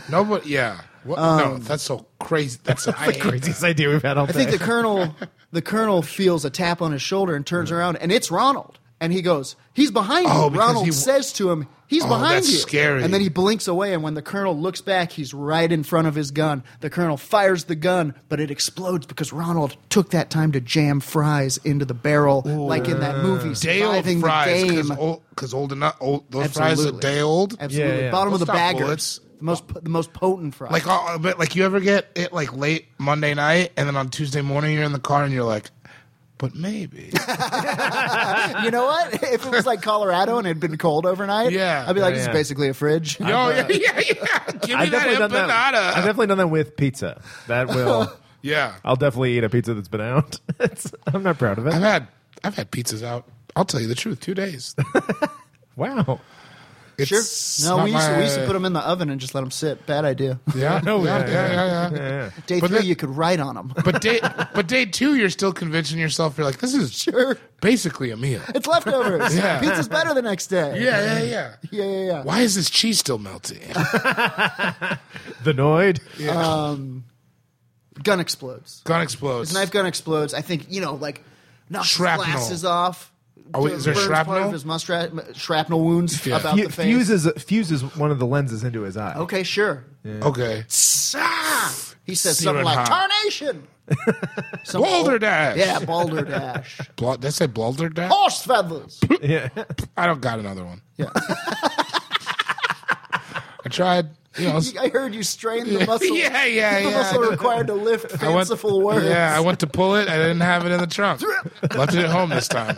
[SPEAKER 1] Nobody. Yeah. What?
[SPEAKER 2] Um,
[SPEAKER 1] no, that's so crazy. That's, I hate
[SPEAKER 3] Craziest idea we've had all day.
[SPEAKER 2] I think the colonel, the colonel feels a tap on his shoulder and turns around, and it's Ronald. And he goes, he's behind
[SPEAKER 1] Oh,
[SPEAKER 2] you.
[SPEAKER 1] because
[SPEAKER 2] Ronald
[SPEAKER 1] he-
[SPEAKER 2] says to him, he's
[SPEAKER 1] Oh,
[SPEAKER 2] behind
[SPEAKER 1] that's
[SPEAKER 2] you.
[SPEAKER 1] scary.
[SPEAKER 2] And then he blinks away, and when the colonel looks back, he's right in front of his gun. The colonel fires the gun, but it explodes because Ronald took that time to jam fries into the barrel, like in that movie,
[SPEAKER 1] Day old
[SPEAKER 2] surviving
[SPEAKER 1] fries,
[SPEAKER 2] the
[SPEAKER 1] because
[SPEAKER 2] game.
[SPEAKER 1] old, 'cause old enough, old, those fries are
[SPEAKER 2] Absolutely.
[SPEAKER 1] day old.
[SPEAKER 2] Absolutely,
[SPEAKER 3] Yeah, yeah.
[SPEAKER 2] bottom
[SPEAKER 1] Well,
[SPEAKER 2] of the
[SPEAKER 1] stop
[SPEAKER 2] bagger.
[SPEAKER 1] bullets.
[SPEAKER 2] The most the most potent fries.
[SPEAKER 1] Like, uh, but like you ever get it like late Monday night, and then on Tuesday morning you're in the car and you're like, but maybe.
[SPEAKER 2] you know what? If it was like Colorado and it had been cold overnight,
[SPEAKER 1] Yeah.
[SPEAKER 2] I'd be like,
[SPEAKER 3] Yeah,
[SPEAKER 2] this
[SPEAKER 3] yeah.
[SPEAKER 2] is basically a fridge.
[SPEAKER 1] Yo, Oh, yeah, yeah, yeah. Give me
[SPEAKER 3] I've
[SPEAKER 1] that
[SPEAKER 3] definitely
[SPEAKER 1] empanada.
[SPEAKER 3] done that. I've definitely done that with pizza. That will.
[SPEAKER 1] yeah,
[SPEAKER 3] I'll definitely eat a pizza that's been out. It's, I'm not proud of
[SPEAKER 1] I've
[SPEAKER 3] it.
[SPEAKER 1] had I've had pizzas out. I'll tell you the truth. Two days.
[SPEAKER 3] Wow.
[SPEAKER 2] Sure.
[SPEAKER 1] It's
[SPEAKER 2] No,
[SPEAKER 1] not
[SPEAKER 2] we used, to, we
[SPEAKER 1] my-
[SPEAKER 2] used to put them in the oven and just let them sit. Bad idea.
[SPEAKER 1] Yeah,
[SPEAKER 3] Oh,
[SPEAKER 1] yeah, yeah, yeah. yeah.
[SPEAKER 3] yeah.
[SPEAKER 2] Day
[SPEAKER 1] But
[SPEAKER 2] three,
[SPEAKER 1] that-
[SPEAKER 2] you could write on them.
[SPEAKER 1] But day, but day two, you're still convincing yourself. You're like, this is
[SPEAKER 2] Sure.
[SPEAKER 1] basically a meal.
[SPEAKER 2] It's leftovers.
[SPEAKER 1] Yeah.
[SPEAKER 2] Pizza's better the next day.
[SPEAKER 1] Yeah, yeah, yeah.
[SPEAKER 2] Yeah, yeah, yeah.
[SPEAKER 1] Why is this cheese still melting?
[SPEAKER 3] The Noid.
[SPEAKER 2] Gun explodes.
[SPEAKER 1] Gun explodes.
[SPEAKER 2] Knife gun explodes. I think, you know, like, knocks
[SPEAKER 1] Shrapnel.
[SPEAKER 2] his glasses off.
[SPEAKER 1] Oh, wait, is there
[SPEAKER 2] burns Part
[SPEAKER 1] shrapnel?
[SPEAKER 2] of his mustra- shrapnel wounds
[SPEAKER 1] Yeah.
[SPEAKER 2] about
[SPEAKER 3] Fu-
[SPEAKER 2] the face. Oh,
[SPEAKER 3] fuses fuses one of the lenses into his eye.
[SPEAKER 2] Okay, sure.
[SPEAKER 1] Okay.
[SPEAKER 2] He says
[SPEAKER 1] Steven
[SPEAKER 2] something like,
[SPEAKER 1] Hart.
[SPEAKER 2] tarnation. Some
[SPEAKER 1] Balderdash.
[SPEAKER 2] Yeah, balderdash.
[SPEAKER 1] Bla- did I say balderdash?
[SPEAKER 2] Horse feathers.
[SPEAKER 3] Yeah.
[SPEAKER 1] I don't got another one.
[SPEAKER 2] Yeah.
[SPEAKER 1] I tried. You know,
[SPEAKER 2] I heard you strain the muscle.
[SPEAKER 1] Yeah, yeah,
[SPEAKER 2] the
[SPEAKER 1] yeah.
[SPEAKER 2] muscle required to lift
[SPEAKER 1] I went-
[SPEAKER 2] fanciful words.
[SPEAKER 1] Yeah, I went to pull it. I didn't have it in the trunk. Left it at home this time.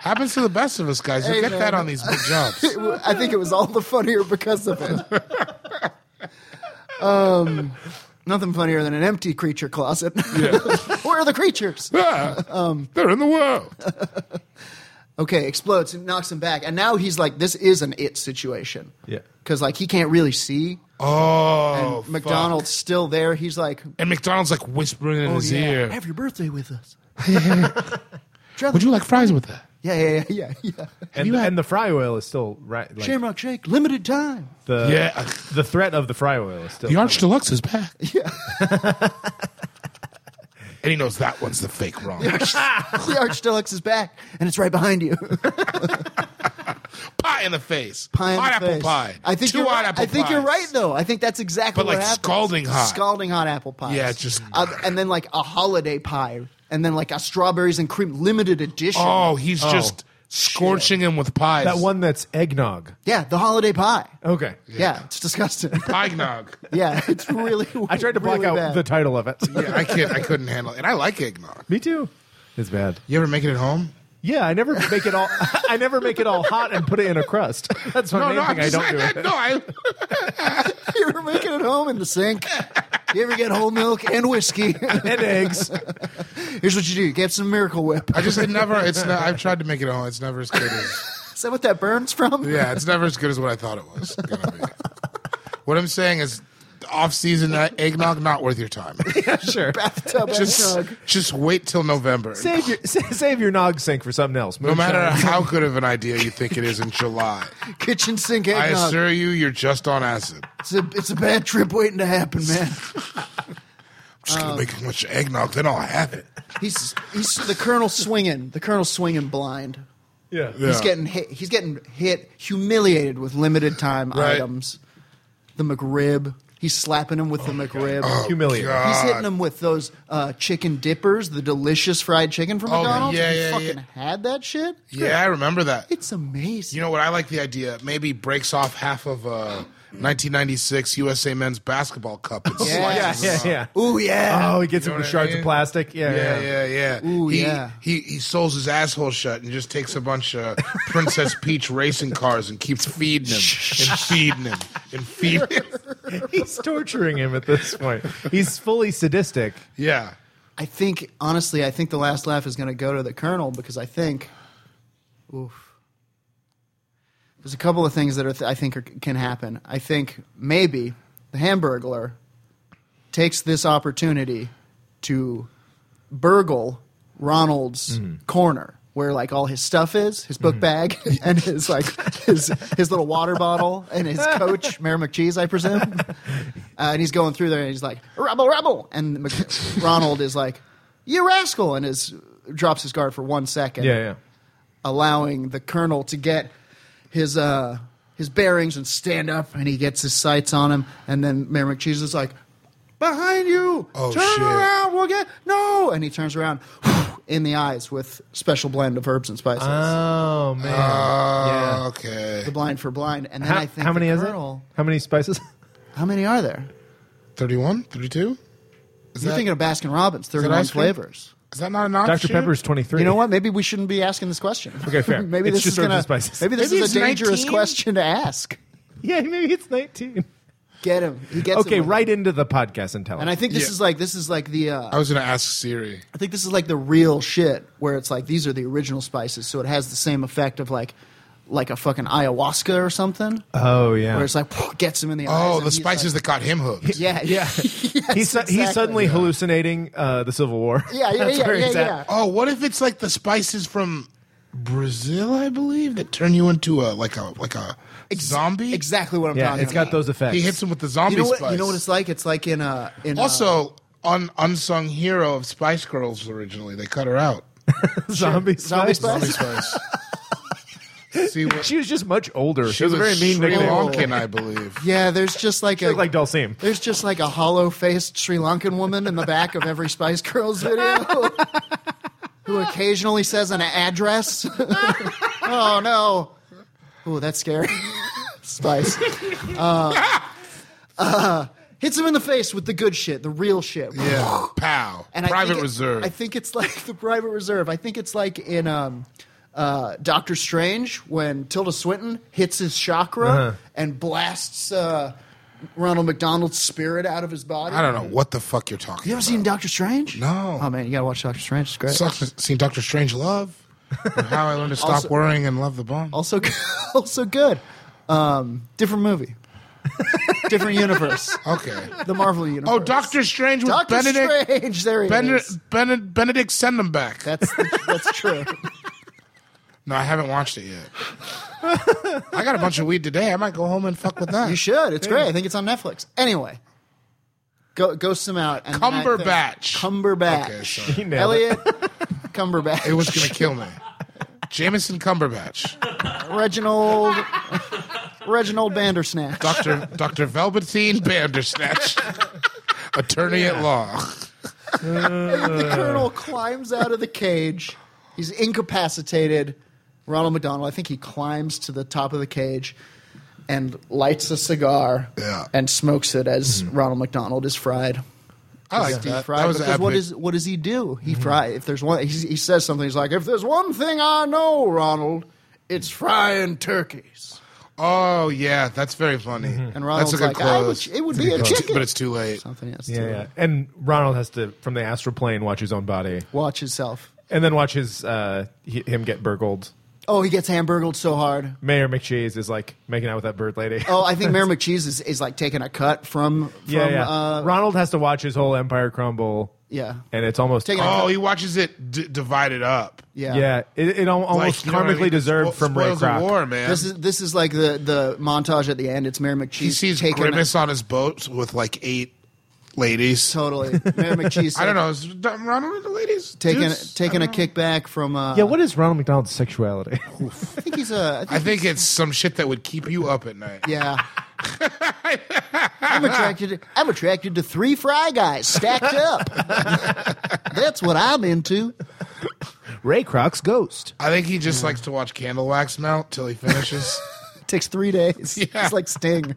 [SPEAKER 1] Happens to the best of us, guys. You
[SPEAKER 2] Hey,
[SPEAKER 1] get
[SPEAKER 2] man.
[SPEAKER 1] that on these big jobs.
[SPEAKER 2] It wa- I think it was all the funnier because of it. um, nothing funnier than an empty creature closet. Where are the creatures?
[SPEAKER 1] Ah,
[SPEAKER 2] Um,
[SPEAKER 1] they're in the world.
[SPEAKER 2] Okay, explodes and knocks him back, and now he's like, "This is an it situation."
[SPEAKER 3] Yeah.
[SPEAKER 2] because like he can't really see.
[SPEAKER 1] Oh, fuck.
[SPEAKER 2] McDonald's still there. He's like,
[SPEAKER 1] And McDonald's like whispering in
[SPEAKER 2] "Oh
[SPEAKER 1] his
[SPEAKER 2] yeah,
[SPEAKER 1] ear.
[SPEAKER 2] have your birthday with us."
[SPEAKER 1] Would you like fries with that?
[SPEAKER 2] Yeah, yeah, yeah, yeah. yeah.
[SPEAKER 3] And,
[SPEAKER 1] you had-
[SPEAKER 3] and the fry oil is still right. Like
[SPEAKER 2] Shamrock Shake, limited time.
[SPEAKER 3] the
[SPEAKER 1] Yeah.
[SPEAKER 3] the threat of the fry oil is still.
[SPEAKER 1] The Arch Deluxe is back. Yeah. and he knows that one's the fake wrong.
[SPEAKER 2] the Arch Deluxe is back, and it's right behind you.
[SPEAKER 1] Pie in the face.
[SPEAKER 2] pie in the
[SPEAKER 1] Pineapple
[SPEAKER 2] face.
[SPEAKER 1] pie.
[SPEAKER 2] I think
[SPEAKER 1] Two
[SPEAKER 2] you're right.
[SPEAKER 1] pineapple
[SPEAKER 2] I think
[SPEAKER 1] pies.
[SPEAKER 2] you're right though. I think that's exactly
[SPEAKER 1] But,
[SPEAKER 2] what
[SPEAKER 1] like,
[SPEAKER 2] happened.
[SPEAKER 1] scalding hot.
[SPEAKER 2] scalding hot apple pie.
[SPEAKER 1] Yeah, it's just-
[SPEAKER 2] uh, and then like a holiday pie, and then like a strawberries and cream limited edition.
[SPEAKER 1] Oh, he's just scorching him with pies.
[SPEAKER 3] that one that's eggnog.
[SPEAKER 2] yeah, the holiday pie.
[SPEAKER 3] Okay.
[SPEAKER 2] Yeah, it's disgusting.
[SPEAKER 1] Eggnog.
[SPEAKER 2] yeah, it's really.
[SPEAKER 3] I tried to block
[SPEAKER 2] really
[SPEAKER 3] out
[SPEAKER 2] bad.
[SPEAKER 3] the title of it.
[SPEAKER 1] yeah, I can't. I couldn't handle it. And I like eggnog.
[SPEAKER 3] Me too. It's bad.
[SPEAKER 1] You ever make it at home?
[SPEAKER 3] Yeah, I never make it all. I never make it all hot and put it in a crust. That's my main
[SPEAKER 1] I'm
[SPEAKER 3] thing. I
[SPEAKER 1] just-
[SPEAKER 3] don't do it.
[SPEAKER 1] no, I.
[SPEAKER 2] you ever make it at home in the sink? You ever get whole milk and whiskey?
[SPEAKER 3] And eggs.
[SPEAKER 2] Here's what you do: get some Miracle Whip.
[SPEAKER 1] I just it never. It's not, I've tried to make it at home. It's never as good as.
[SPEAKER 2] Is that what that burns from?
[SPEAKER 1] Yeah, it's never as good as what I thought it was. Gonna be. What I'm saying is, off-season eggnog not worth your time.
[SPEAKER 3] Sure.
[SPEAKER 2] Bathtub
[SPEAKER 1] just,
[SPEAKER 2] eggnog.
[SPEAKER 1] just wait till November.
[SPEAKER 3] Save your sa- save your nog sink for something else.
[SPEAKER 1] No matter
[SPEAKER 3] Moonshine.
[SPEAKER 1] how good of an idea you think it is in July,
[SPEAKER 2] kitchen sink
[SPEAKER 1] I
[SPEAKER 2] eggnog.
[SPEAKER 1] assure you, you're just on acid. I'm
[SPEAKER 2] It's a, it's a bad trip waiting to happen, man.
[SPEAKER 1] just
[SPEAKER 2] Um.
[SPEAKER 1] gonna make as much eggnog, then I'll have it.
[SPEAKER 2] He's he's the colonel swinging. The colonel swinging blind.
[SPEAKER 3] Yeah.
[SPEAKER 2] He's getting hit. He's getting hit, humiliated with limited time
[SPEAKER 1] Right.
[SPEAKER 2] items. The McRib. He's slapping him with the McRib.
[SPEAKER 3] Humiliating.
[SPEAKER 1] Oh, God.
[SPEAKER 2] He's hitting him with those uh, chicken dippers, the delicious fried chicken from
[SPEAKER 1] Oh,
[SPEAKER 2] McDonald's.
[SPEAKER 1] yeah,
[SPEAKER 2] you
[SPEAKER 1] yeah,
[SPEAKER 2] fucking had that shit.
[SPEAKER 1] Yeah, I remember that.
[SPEAKER 2] It's amazing.
[SPEAKER 1] You know what? I like the idea. Maybe breaks off half of uh, 1996 USA Men's Basketball Cup. And
[SPEAKER 2] Yeah.
[SPEAKER 3] Yeah.
[SPEAKER 1] slices
[SPEAKER 3] Yeah.
[SPEAKER 1] them
[SPEAKER 3] Yeah.
[SPEAKER 1] up.
[SPEAKER 2] Ooh yeah.
[SPEAKER 3] Oh, he gets
[SPEAKER 1] You
[SPEAKER 3] it
[SPEAKER 1] know
[SPEAKER 3] with
[SPEAKER 1] what I
[SPEAKER 3] shards
[SPEAKER 1] mean?
[SPEAKER 3] of plastic. Yeah.
[SPEAKER 1] Yeah, yeah, yeah.
[SPEAKER 2] Ooh,
[SPEAKER 1] he,
[SPEAKER 2] yeah.
[SPEAKER 1] He he soles his asshole shut and just takes a bunch of Princess Peach racing cars and keeps feeding him and feeding him and feeding him.
[SPEAKER 3] He's torturing him at this point. He's fully sadistic.
[SPEAKER 1] Yeah.
[SPEAKER 2] I think honestly, I think the last laugh is going to go to the colonel because I think, oof, there's a couple of things that are th- I think are, can happen. I think maybe the Hamburglar takes this opportunity to burgle Ronald's corner where like all his stuff is, his book bag and his like his his little water bottle and his coach, Mayor McCheese, I presume. Uh, and he's going through there and he's like, "Rebel, rebel!" And Mc- Ronald is like, "You rascal!" and is drops his guard for one second.
[SPEAKER 3] Yeah. Yeah.
[SPEAKER 2] allowing the colonel to get his uh, his bearings and stand up, and he gets his sights on him, and then Mayor McCheese is like, "Behind you!
[SPEAKER 1] Oh,
[SPEAKER 2] Turn
[SPEAKER 1] shit.
[SPEAKER 2] around! We'll get no!" And he turns around in the eyes with special blend of herbs and spices.
[SPEAKER 3] Oh man.
[SPEAKER 1] Oh,
[SPEAKER 3] yeah.
[SPEAKER 1] okay.
[SPEAKER 2] the blind for blind, and then
[SPEAKER 3] How,
[SPEAKER 2] I think
[SPEAKER 3] how many
[SPEAKER 2] the
[SPEAKER 3] is it?
[SPEAKER 2] colonel,
[SPEAKER 3] How many spices?
[SPEAKER 2] How many are there?
[SPEAKER 1] 31? 32? Is
[SPEAKER 2] You're
[SPEAKER 1] that-
[SPEAKER 2] thinking of Baskin Robbins, thirty-nine
[SPEAKER 1] ice cream?
[SPEAKER 2] flavors.
[SPEAKER 1] Is that not an option?
[SPEAKER 3] Dr. Pepper's twenty three.
[SPEAKER 2] You know what? Maybe we shouldn't be asking this question.
[SPEAKER 3] Okay, fair.
[SPEAKER 2] maybe
[SPEAKER 3] It's
[SPEAKER 2] this
[SPEAKER 3] just
[SPEAKER 2] is
[SPEAKER 3] herbs
[SPEAKER 2] gonna,
[SPEAKER 3] and spices.
[SPEAKER 2] Maybe this
[SPEAKER 1] Maybe
[SPEAKER 2] is
[SPEAKER 1] it's
[SPEAKER 2] a dangerous
[SPEAKER 1] 19?
[SPEAKER 2] question to ask.
[SPEAKER 3] Yeah, maybe it's nineteen.
[SPEAKER 2] Get him. He gets
[SPEAKER 3] Okay,
[SPEAKER 2] him with
[SPEAKER 3] right
[SPEAKER 2] it.
[SPEAKER 3] into the podcast and tell
[SPEAKER 2] And I
[SPEAKER 3] us.
[SPEAKER 2] think this
[SPEAKER 1] Yeah.
[SPEAKER 2] is like this is like the uh,
[SPEAKER 1] I was going to ask Siri.
[SPEAKER 2] I think this is like the real shit where it's like these are the original spices, so it has the same effect of like like a fucking ayahuasca or something,
[SPEAKER 3] Oh yeah.
[SPEAKER 2] where it's like gets him in the eyes.
[SPEAKER 1] Oh,
[SPEAKER 2] and
[SPEAKER 1] the
[SPEAKER 2] he's
[SPEAKER 1] spices
[SPEAKER 2] like-
[SPEAKER 1] that got him hooked.
[SPEAKER 2] yeah, yeah,
[SPEAKER 3] he's su- he's
[SPEAKER 2] exactly.
[SPEAKER 3] suddenly hallucinating uh, the Civil War.
[SPEAKER 2] yeah, yeah,
[SPEAKER 3] That's
[SPEAKER 2] yeah,
[SPEAKER 3] where
[SPEAKER 2] yeah,
[SPEAKER 3] he's at.
[SPEAKER 2] yeah.
[SPEAKER 1] Oh, what if it's like the spices from Brazil, I believe, that turn you into a like a like a zombie?
[SPEAKER 2] Exactly what I'm
[SPEAKER 3] Yeah,
[SPEAKER 2] talking
[SPEAKER 3] it's
[SPEAKER 2] about.
[SPEAKER 3] got those effects.
[SPEAKER 1] He hits him with the zombie
[SPEAKER 2] You know what?
[SPEAKER 1] spice.
[SPEAKER 2] You know what it's like? It's like in uh in uh,
[SPEAKER 1] also on unsung hero of Spice Girls originally. They cut her out.
[SPEAKER 3] zombie
[SPEAKER 2] Zombie
[SPEAKER 3] spice.
[SPEAKER 2] spice?
[SPEAKER 1] Zombie spice. See what
[SPEAKER 3] She was just much older. She was a very mean
[SPEAKER 1] Sri
[SPEAKER 3] nickname.
[SPEAKER 1] Lankan, I believe.
[SPEAKER 2] yeah. There's just like a
[SPEAKER 3] Looked like Dulcine.
[SPEAKER 2] There's just like a hollow faced Sri Lankan woman in the back of every Spice Girls video who occasionally says an address. oh no. Ooh, that's scary. Spice. Uh, uh, hits him in the face with the good shit, the real shit.
[SPEAKER 1] Yeah, pow. Private
[SPEAKER 2] think it-
[SPEAKER 1] Reserve.
[SPEAKER 2] I think it's like the private reserve. I think it's like in um, uh, Doctor Strange when Tilda Swinton hits his chakra
[SPEAKER 1] Uh-huh.
[SPEAKER 2] and blasts uh, Ronald McDonald's spirit out of his body.
[SPEAKER 1] I don't know what the fuck you're talking.
[SPEAKER 2] You ever
[SPEAKER 1] about.
[SPEAKER 2] seen Doctor Strange?
[SPEAKER 1] No.
[SPEAKER 2] Oh man, you gotta watch Doctor Strange. It's great.
[SPEAKER 1] Suck- seen Doctor Strange Love? Or How I learned to stop
[SPEAKER 2] Also-
[SPEAKER 1] worrying and love the bomb.
[SPEAKER 2] also, also good. Um, different movie, different universe.
[SPEAKER 1] Okay.
[SPEAKER 2] The Marvel universe.
[SPEAKER 1] Oh, Doctor Strange with
[SPEAKER 2] Doctor
[SPEAKER 1] Benedict
[SPEAKER 2] Strange. There he
[SPEAKER 1] Benedict,
[SPEAKER 2] is.
[SPEAKER 1] Benedict Benedict send him back.
[SPEAKER 2] That's that's true.
[SPEAKER 1] No, I haven't watched it yet. I got a bunch of weed today. I might go home and fuck with that.
[SPEAKER 2] You should. It's great. I think it's on Netflix. Anyway, go ghost them out. And then I think-
[SPEAKER 1] Cumberbatch.
[SPEAKER 2] Cumberbatch.
[SPEAKER 1] Okay, sorry.
[SPEAKER 3] He nailed it.
[SPEAKER 2] Elliot Cumberbatch.
[SPEAKER 1] It was gonna kill me. Jameson Cumberbatch,
[SPEAKER 2] Reginald Reginald Bandersnatch.
[SPEAKER 1] Doctor Doctor Velveteen Bandersnatch, attorney at law.
[SPEAKER 2] the colonel climbs out of the cage. He's incapacitated. Ronald McDonald, I think he climbs to the top of the cage and lights a cigar
[SPEAKER 1] Yeah.
[SPEAKER 2] and smokes it as
[SPEAKER 1] Hmm.
[SPEAKER 2] Ronald McDonald is fried.
[SPEAKER 1] I like
[SPEAKER 2] Is deep
[SPEAKER 1] that.
[SPEAKER 2] fried.
[SPEAKER 1] That was
[SPEAKER 2] because
[SPEAKER 1] epic. Mm-hmm.
[SPEAKER 2] what is what does he do? He fry. If there's one, he, he says something. He's like, if there's one thing I know, Ronald, it's frying turkeys.
[SPEAKER 1] oh yeah, that's very funny.
[SPEAKER 2] Mm-hmm. And Ronald's
[SPEAKER 1] that's a good
[SPEAKER 2] like, I
[SPEAKER 1] close.
[SPEAKER 2] would- it would be a
[SPEAKER 1] It's too-
[SPEAKER 2] chicken.
[SPEAKER 1] but it's too late.
[SPEAKER 2] Something else.
[SPEAKER 3] Yeah,
[SPEAKER 2] to
[SPEAKER 3] yeah. And Ronald has to, from the astral plane, watch his own body
[SPEAKER 2] Watch himself.
[SPEAKER 3] and then watch his uh, hi- him get burgled.
[SPEAKER 2] Oh, he gets hamburgled so hard.
[SPEAKER 3] Mayor McCheese is like making out with that bird lady.
[SPEAKER 2] Oh, I think Mayor McCheese is, is like taking a cut from. from
[SPEAKER 3] yeah, yeah.
[SPEAKER 2] Uh,
[SPEAKER 3] Ronald has to watch his whole empire crumble.
[SPEAKER 2] Yeah.
[SPEAKER 3] and it's almost
[SPEAKER 2] Taking
[SPEAKER 1] Oh, he watches it d- divided up.
[SPEAKER 2] yeah.
[SPEAKER 3] yeah. it, it al- almost
[SPEAKER 1] Like, you know what I
[SPEAKER 3] karmically
[SPEAKER 1] mean?
[SPEAKER 3] deserved
[SPEAKER 1] Spo-
[SPEAKER 3] from Ray
[SPEAKER 1] spoils the
[SPEAKER 3] Kroc.
[SPEAKER 1] war, man.
[SPEAKER 2] This is this is like the the montage at the end. It's Mayor McCheese.
[SPEAKER 1] he sees
[SPEAKER 2] taking
[SPEAKER 1] Grimace on his boat with like eight ladies.
[SPEAKER 2] totally. Mayor McCheese.
[SPEAKER 1] I don't know. Is Ronald with the ladies?
[SPEAKER 2] Taking
[SPEAKER 1] Dudes?
[SPEAKER 2] taking a kickback from. Uh,
[SPEAKER 3] Yeah, what is Ronald McDonald's sexuality?
[SPEAKER 2] I think he's a. I think,
[SPEAKER 1] I think it's some shit that would keep you up at night.
[SPEAKER 2] yeah. I'm attracted. I'm attracted to three fry guys stacked up. That's what I'm into.
[SPEAKER 3] Ray Kroc's ghost.
[SPEAKER 1] I think he just likes to watch candle wax melt till he finishes.
[SPEAKER 2] takes three days.
[SPEAKER 1] Yeah.
[SPEAKER 2] It's like Sting.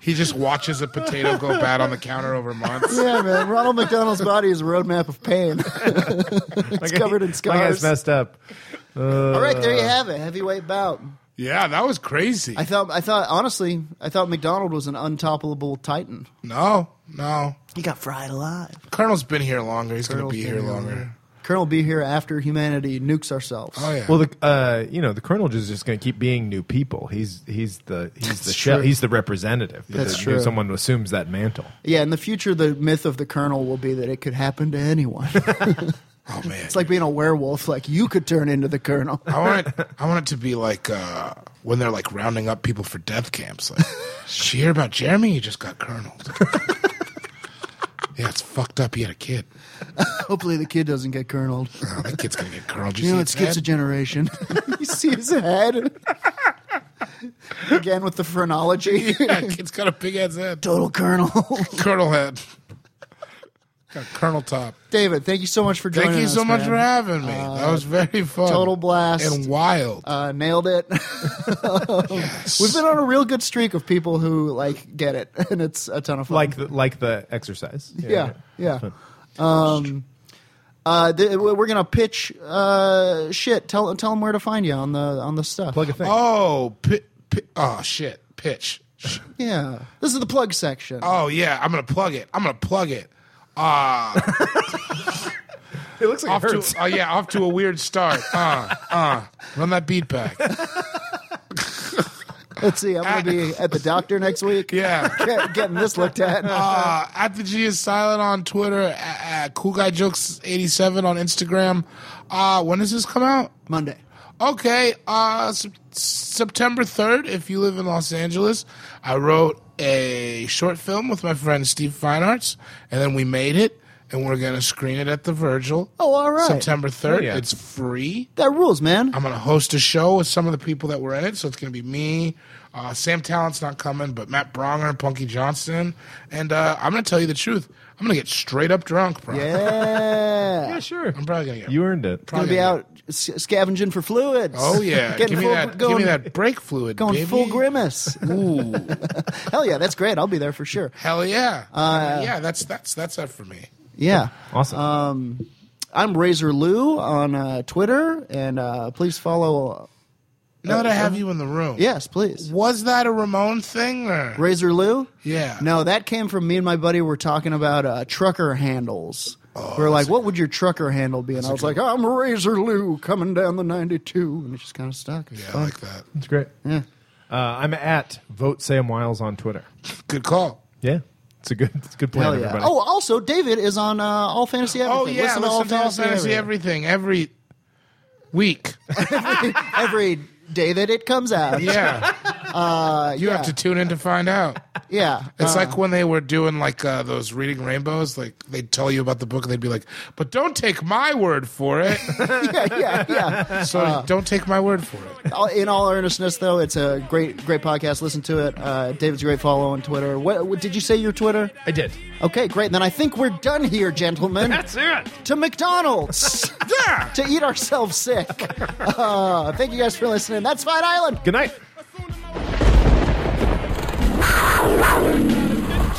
[SPEAKER 1] he just watches a potato go bad on the counter over months.
[SPEAKER 2] Yeah, man. Ronald McDonald's body is a roadmap of pain.
[SPEAKER 3] It's
[SPEAKER 2] covered in
[SPEAKER 3] Like
[SPEAKER 2] scars.
[SPEAKER 3] it's messed up.
[SPEAKER 2] All right, there you have it. Heavyweight bout.
[SPEAKER 1] Yeah, that was crazy.
[SPEAKER 2] I thought. I thought. Honestly, I thought McDonald was an untoppable titan.
[SPEAKER 1] no, no.
[SPEAKER 2] He got fried alive.
[SPEAKER 1] Colonel's been here longer. He's going to
[SPEAKER 2] Colonel's
[SPEAKER 1] be
[SPEAKER 2] been
[SPEAKER 1] here
[SPEAKER 2] here
[SPEAKER 1] longer.
[SPEAKER 2] Colonel be here after humanity nukes ourselves.
[SPEAKER 1] Oh, yeah.
[SPEAKER 3] Well, the uh, you know the colonel is just going to keep being new people. He's he's the he's the shell.
[SPEAKER 2] true.
[SPEAKER 3] He's the representative. But
[SPEAKER 2] That's
[SPEAKER 3] the-
[SPEAKER 2] true.
[SPEAKER 3] Someone assumes that mantle.
[SPEAKER 2] Yeah, in the future, the myth of the Colonel will be that it could happen to anyone.
[SPEAKER 1] oh, man.
[SPEAKER 2] it's like being a werewolf. Like you could turn into the Colonel.
[SPEAKER 1] I want it, I want it to be like uh, when they're like rounding up people for death camps. Like, did you hear about Jeremy? He just got coloneled. Yeah, it's fucked up. He had a kid.
[SPEAKER 2] Hopefully, the kid doesn't get kerneled.
[SPEAKER 1] Oh, that kid's gonna get curled. You,
[SPEAKER 2] You know,
[SPEAKER 1] see
[SPEAKER 2] it
[SPEAKER 1] its
[SPEAKER 2] skips a
[SPEAKER 1] head?
[SPEAKER 2] generation. you see his head. Again with the phrenology.
[SPEAKER 1] Yeah, kid's got a big ass head.
[SPEAKER 2] Total Colonel.
[SPEAKER 1] Colonel head. Got Colonel top.
[SPEAKER 2] David, thank you so much for joining us.
[SPEAKER 1] Thank you so much
[SPEAKER 2] man. Uh,
[SPEAKER 1] for having me. that was very fun.
[SPEAKER 2] total blast.
[SPEAKER 1] And wild.
[SPEAKER 2] Uh, nailed it. Um, We've been on a real good streak of people who like get it, and it's a ton of fun.
[SPEAKER 3] like the, like the exercise.
[SPEAKER 2] yeah, yeah. Um, uh, th- we're gonna pitch uh, shit. Tell tell them where to find you on the on the stuff.
[SPEAKER 3] Plug a thing.
[SPEAKER 1] oh, pi- pi- oh shit. Pitch. Sh-
[SPEAKER 2] Yeah, this is the plug section.
[SPEAKER 1] Oh yeah, I'm gonna plug it. I'm gonna plug it. Uh,
[SPEAKER 3] it looks like
[SPEAKER 1] off to oh yeah, off to a weird start. Uh, uh, run that beat back.
[SPEAKER 2] Let's see. I'm gonna be at the doctor next week.
[SPEAKER 1] Yeah.
[SPEAKER 2] Get- getting this looked at.
[SPEAKER 1] uh, at the G is silent on Twitter. At, at Cool Guy Jokes eighty seven on Instagram. Uh, when does this come out?
[SPEAKER 2] Monday.
[SPEAKER 1] Okay, uh, Sep- September third. If you live in Los Angeles, I wrote a short film with my friend Steve Fine Arts, and then we made it, and we're gonna screen it at the Virgil.
[SPEAKER 2] Oh, all right.
[SPEAKER 1] September third.
[SPEAKER 3] yeah.
[SPEAKER 1] It's free.
[SPEAKER 2] That rules, man.
[SPEAKER 1] I'm gonna host a show with some of the people that were in it, so it's gonna be me. Uh, Sam Talent's not coming, but Matt Bronger, Punky Johnson, and uh, I'm gonna tell you the truth. I'm gonna get straight up drunk, bro.
[SPEAKER 2] yeah.
[SPEAKER 3] yeah, sure.
[SPEAKER 1] I'm probably gonna get.
[SPEAKER 3] You earned it.
[SPEAKER 1] probably
[SPEAKER 2] Gonna be
[SPEAKER 1] gonna
[SPEAKER 2] out s- scavenging for fluids.
[SPEAKER 1] Oh yeah,
[SPEAKER 2] Getting
[SPEAKER 1] give me
[SPEAKER 2] full,
[SPEAKER 1] that.
[SPEAKER 2] Going,
[SPEAKER 1] give me that brake fluid.
[SPEAKER 2] Going
[SPEAKER 1] baby.
[SPEAKER 2] full grimace.
[SPEAKER 1] Ooh,
[SPEAKER 2] Hell yeah, that's great. I'll be there for sure.
[SPEAKER 1] hell yeah.
[SPEAKER 2] Uh,
[SPEAKER 1] yeah, that's that's that's up for me.
[SPEAKER 2] Yeah.
[SPEAKER 3] Awesome.
[SPEAKER 2] I'm Razor Lou on uh, Twitter, and uh, please follow.
[SPEAKER 1] Now that I
[SPEAKER 2] uh,
[SPEAKER 1] have you in the room,
[SPEAKER 2] Yes, please.
[SPEAKER 1] Was that a Ramon thing or?
[SPEAKER 2] Razor Lou?
[SPEAKER 1] Yeah.
[SPEAKER 2] No, that came from me and my buddy were talking about uh, trucker handles.
[SPEAKER 1] Oh,
[SPEAKER 2] we are like, what would your trucker handle be? And I was like, I'm Razor Lou coming down the 92. And it's just kind of stuck.
[SPEAKER 1] yeah, I like that.
[SPEAKER 3] That's great. Yeah. Uh, I'm at vote Sam Wiles on Twitter.
[SPEAKER 1] Good call.
[SPEAKER 3] Yeah. It's a good it's a good plan,
[SPEAKER 2] Hell yeah.
[SPEAKER 3] everybody.
[SPEAKER 2] Oh, also, David is on uh, All Fantasy Everything.
[SPEAKER 1] Oh yeah, listen,
[SPEAKER 2] Listen to All
[SPEAKER 1] to all
[SPEAKER 2] Fantasy,
[SPEAKER 1] fantasy everything every week.
[SPEAKER 2] Every day that it comes out.
[SPEAKER 1] Yeah. you
[SPEAKER 2] Uh, yeah.
[SPEAKER 1] have to tune in to find out.
[SPEAKER 2] Yeah.
[SPEAKER 1] It's
[SPEAKER 2] Uh,
[SPEAKER 1] like when they were doing like uh, those reading rainbows. Like they'd tell you about the book, and they'd be like, "But don't take my word for it."
[SPEAKER 2] yeah, yeah, yeah.
[SPEAKER 1] so don't take my word for it.
[SPEAKER 2] All- In all earnestness, though, it's a great, great podcast. Listen to it. Uh, David's a great follow on Twitter. What, what did you say? Your Twitter?
[SPEAKER 3] I did.
[SPEAKER 2] Okay, great. Then I think we're done here, gentlemen. That's it. To McDonald's
[SPEAKER 1] Yeah.
[SPEAKER 2] to eat ourselves sick. Uh, thank you guys for listening. That's Fine Island.
[SPEAKER 3] Good night.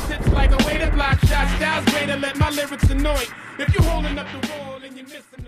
[SPEAKER 5] Sits like a way to block shots, styles greater, let my lyrics anoint. If you holding up the wall and you're missing the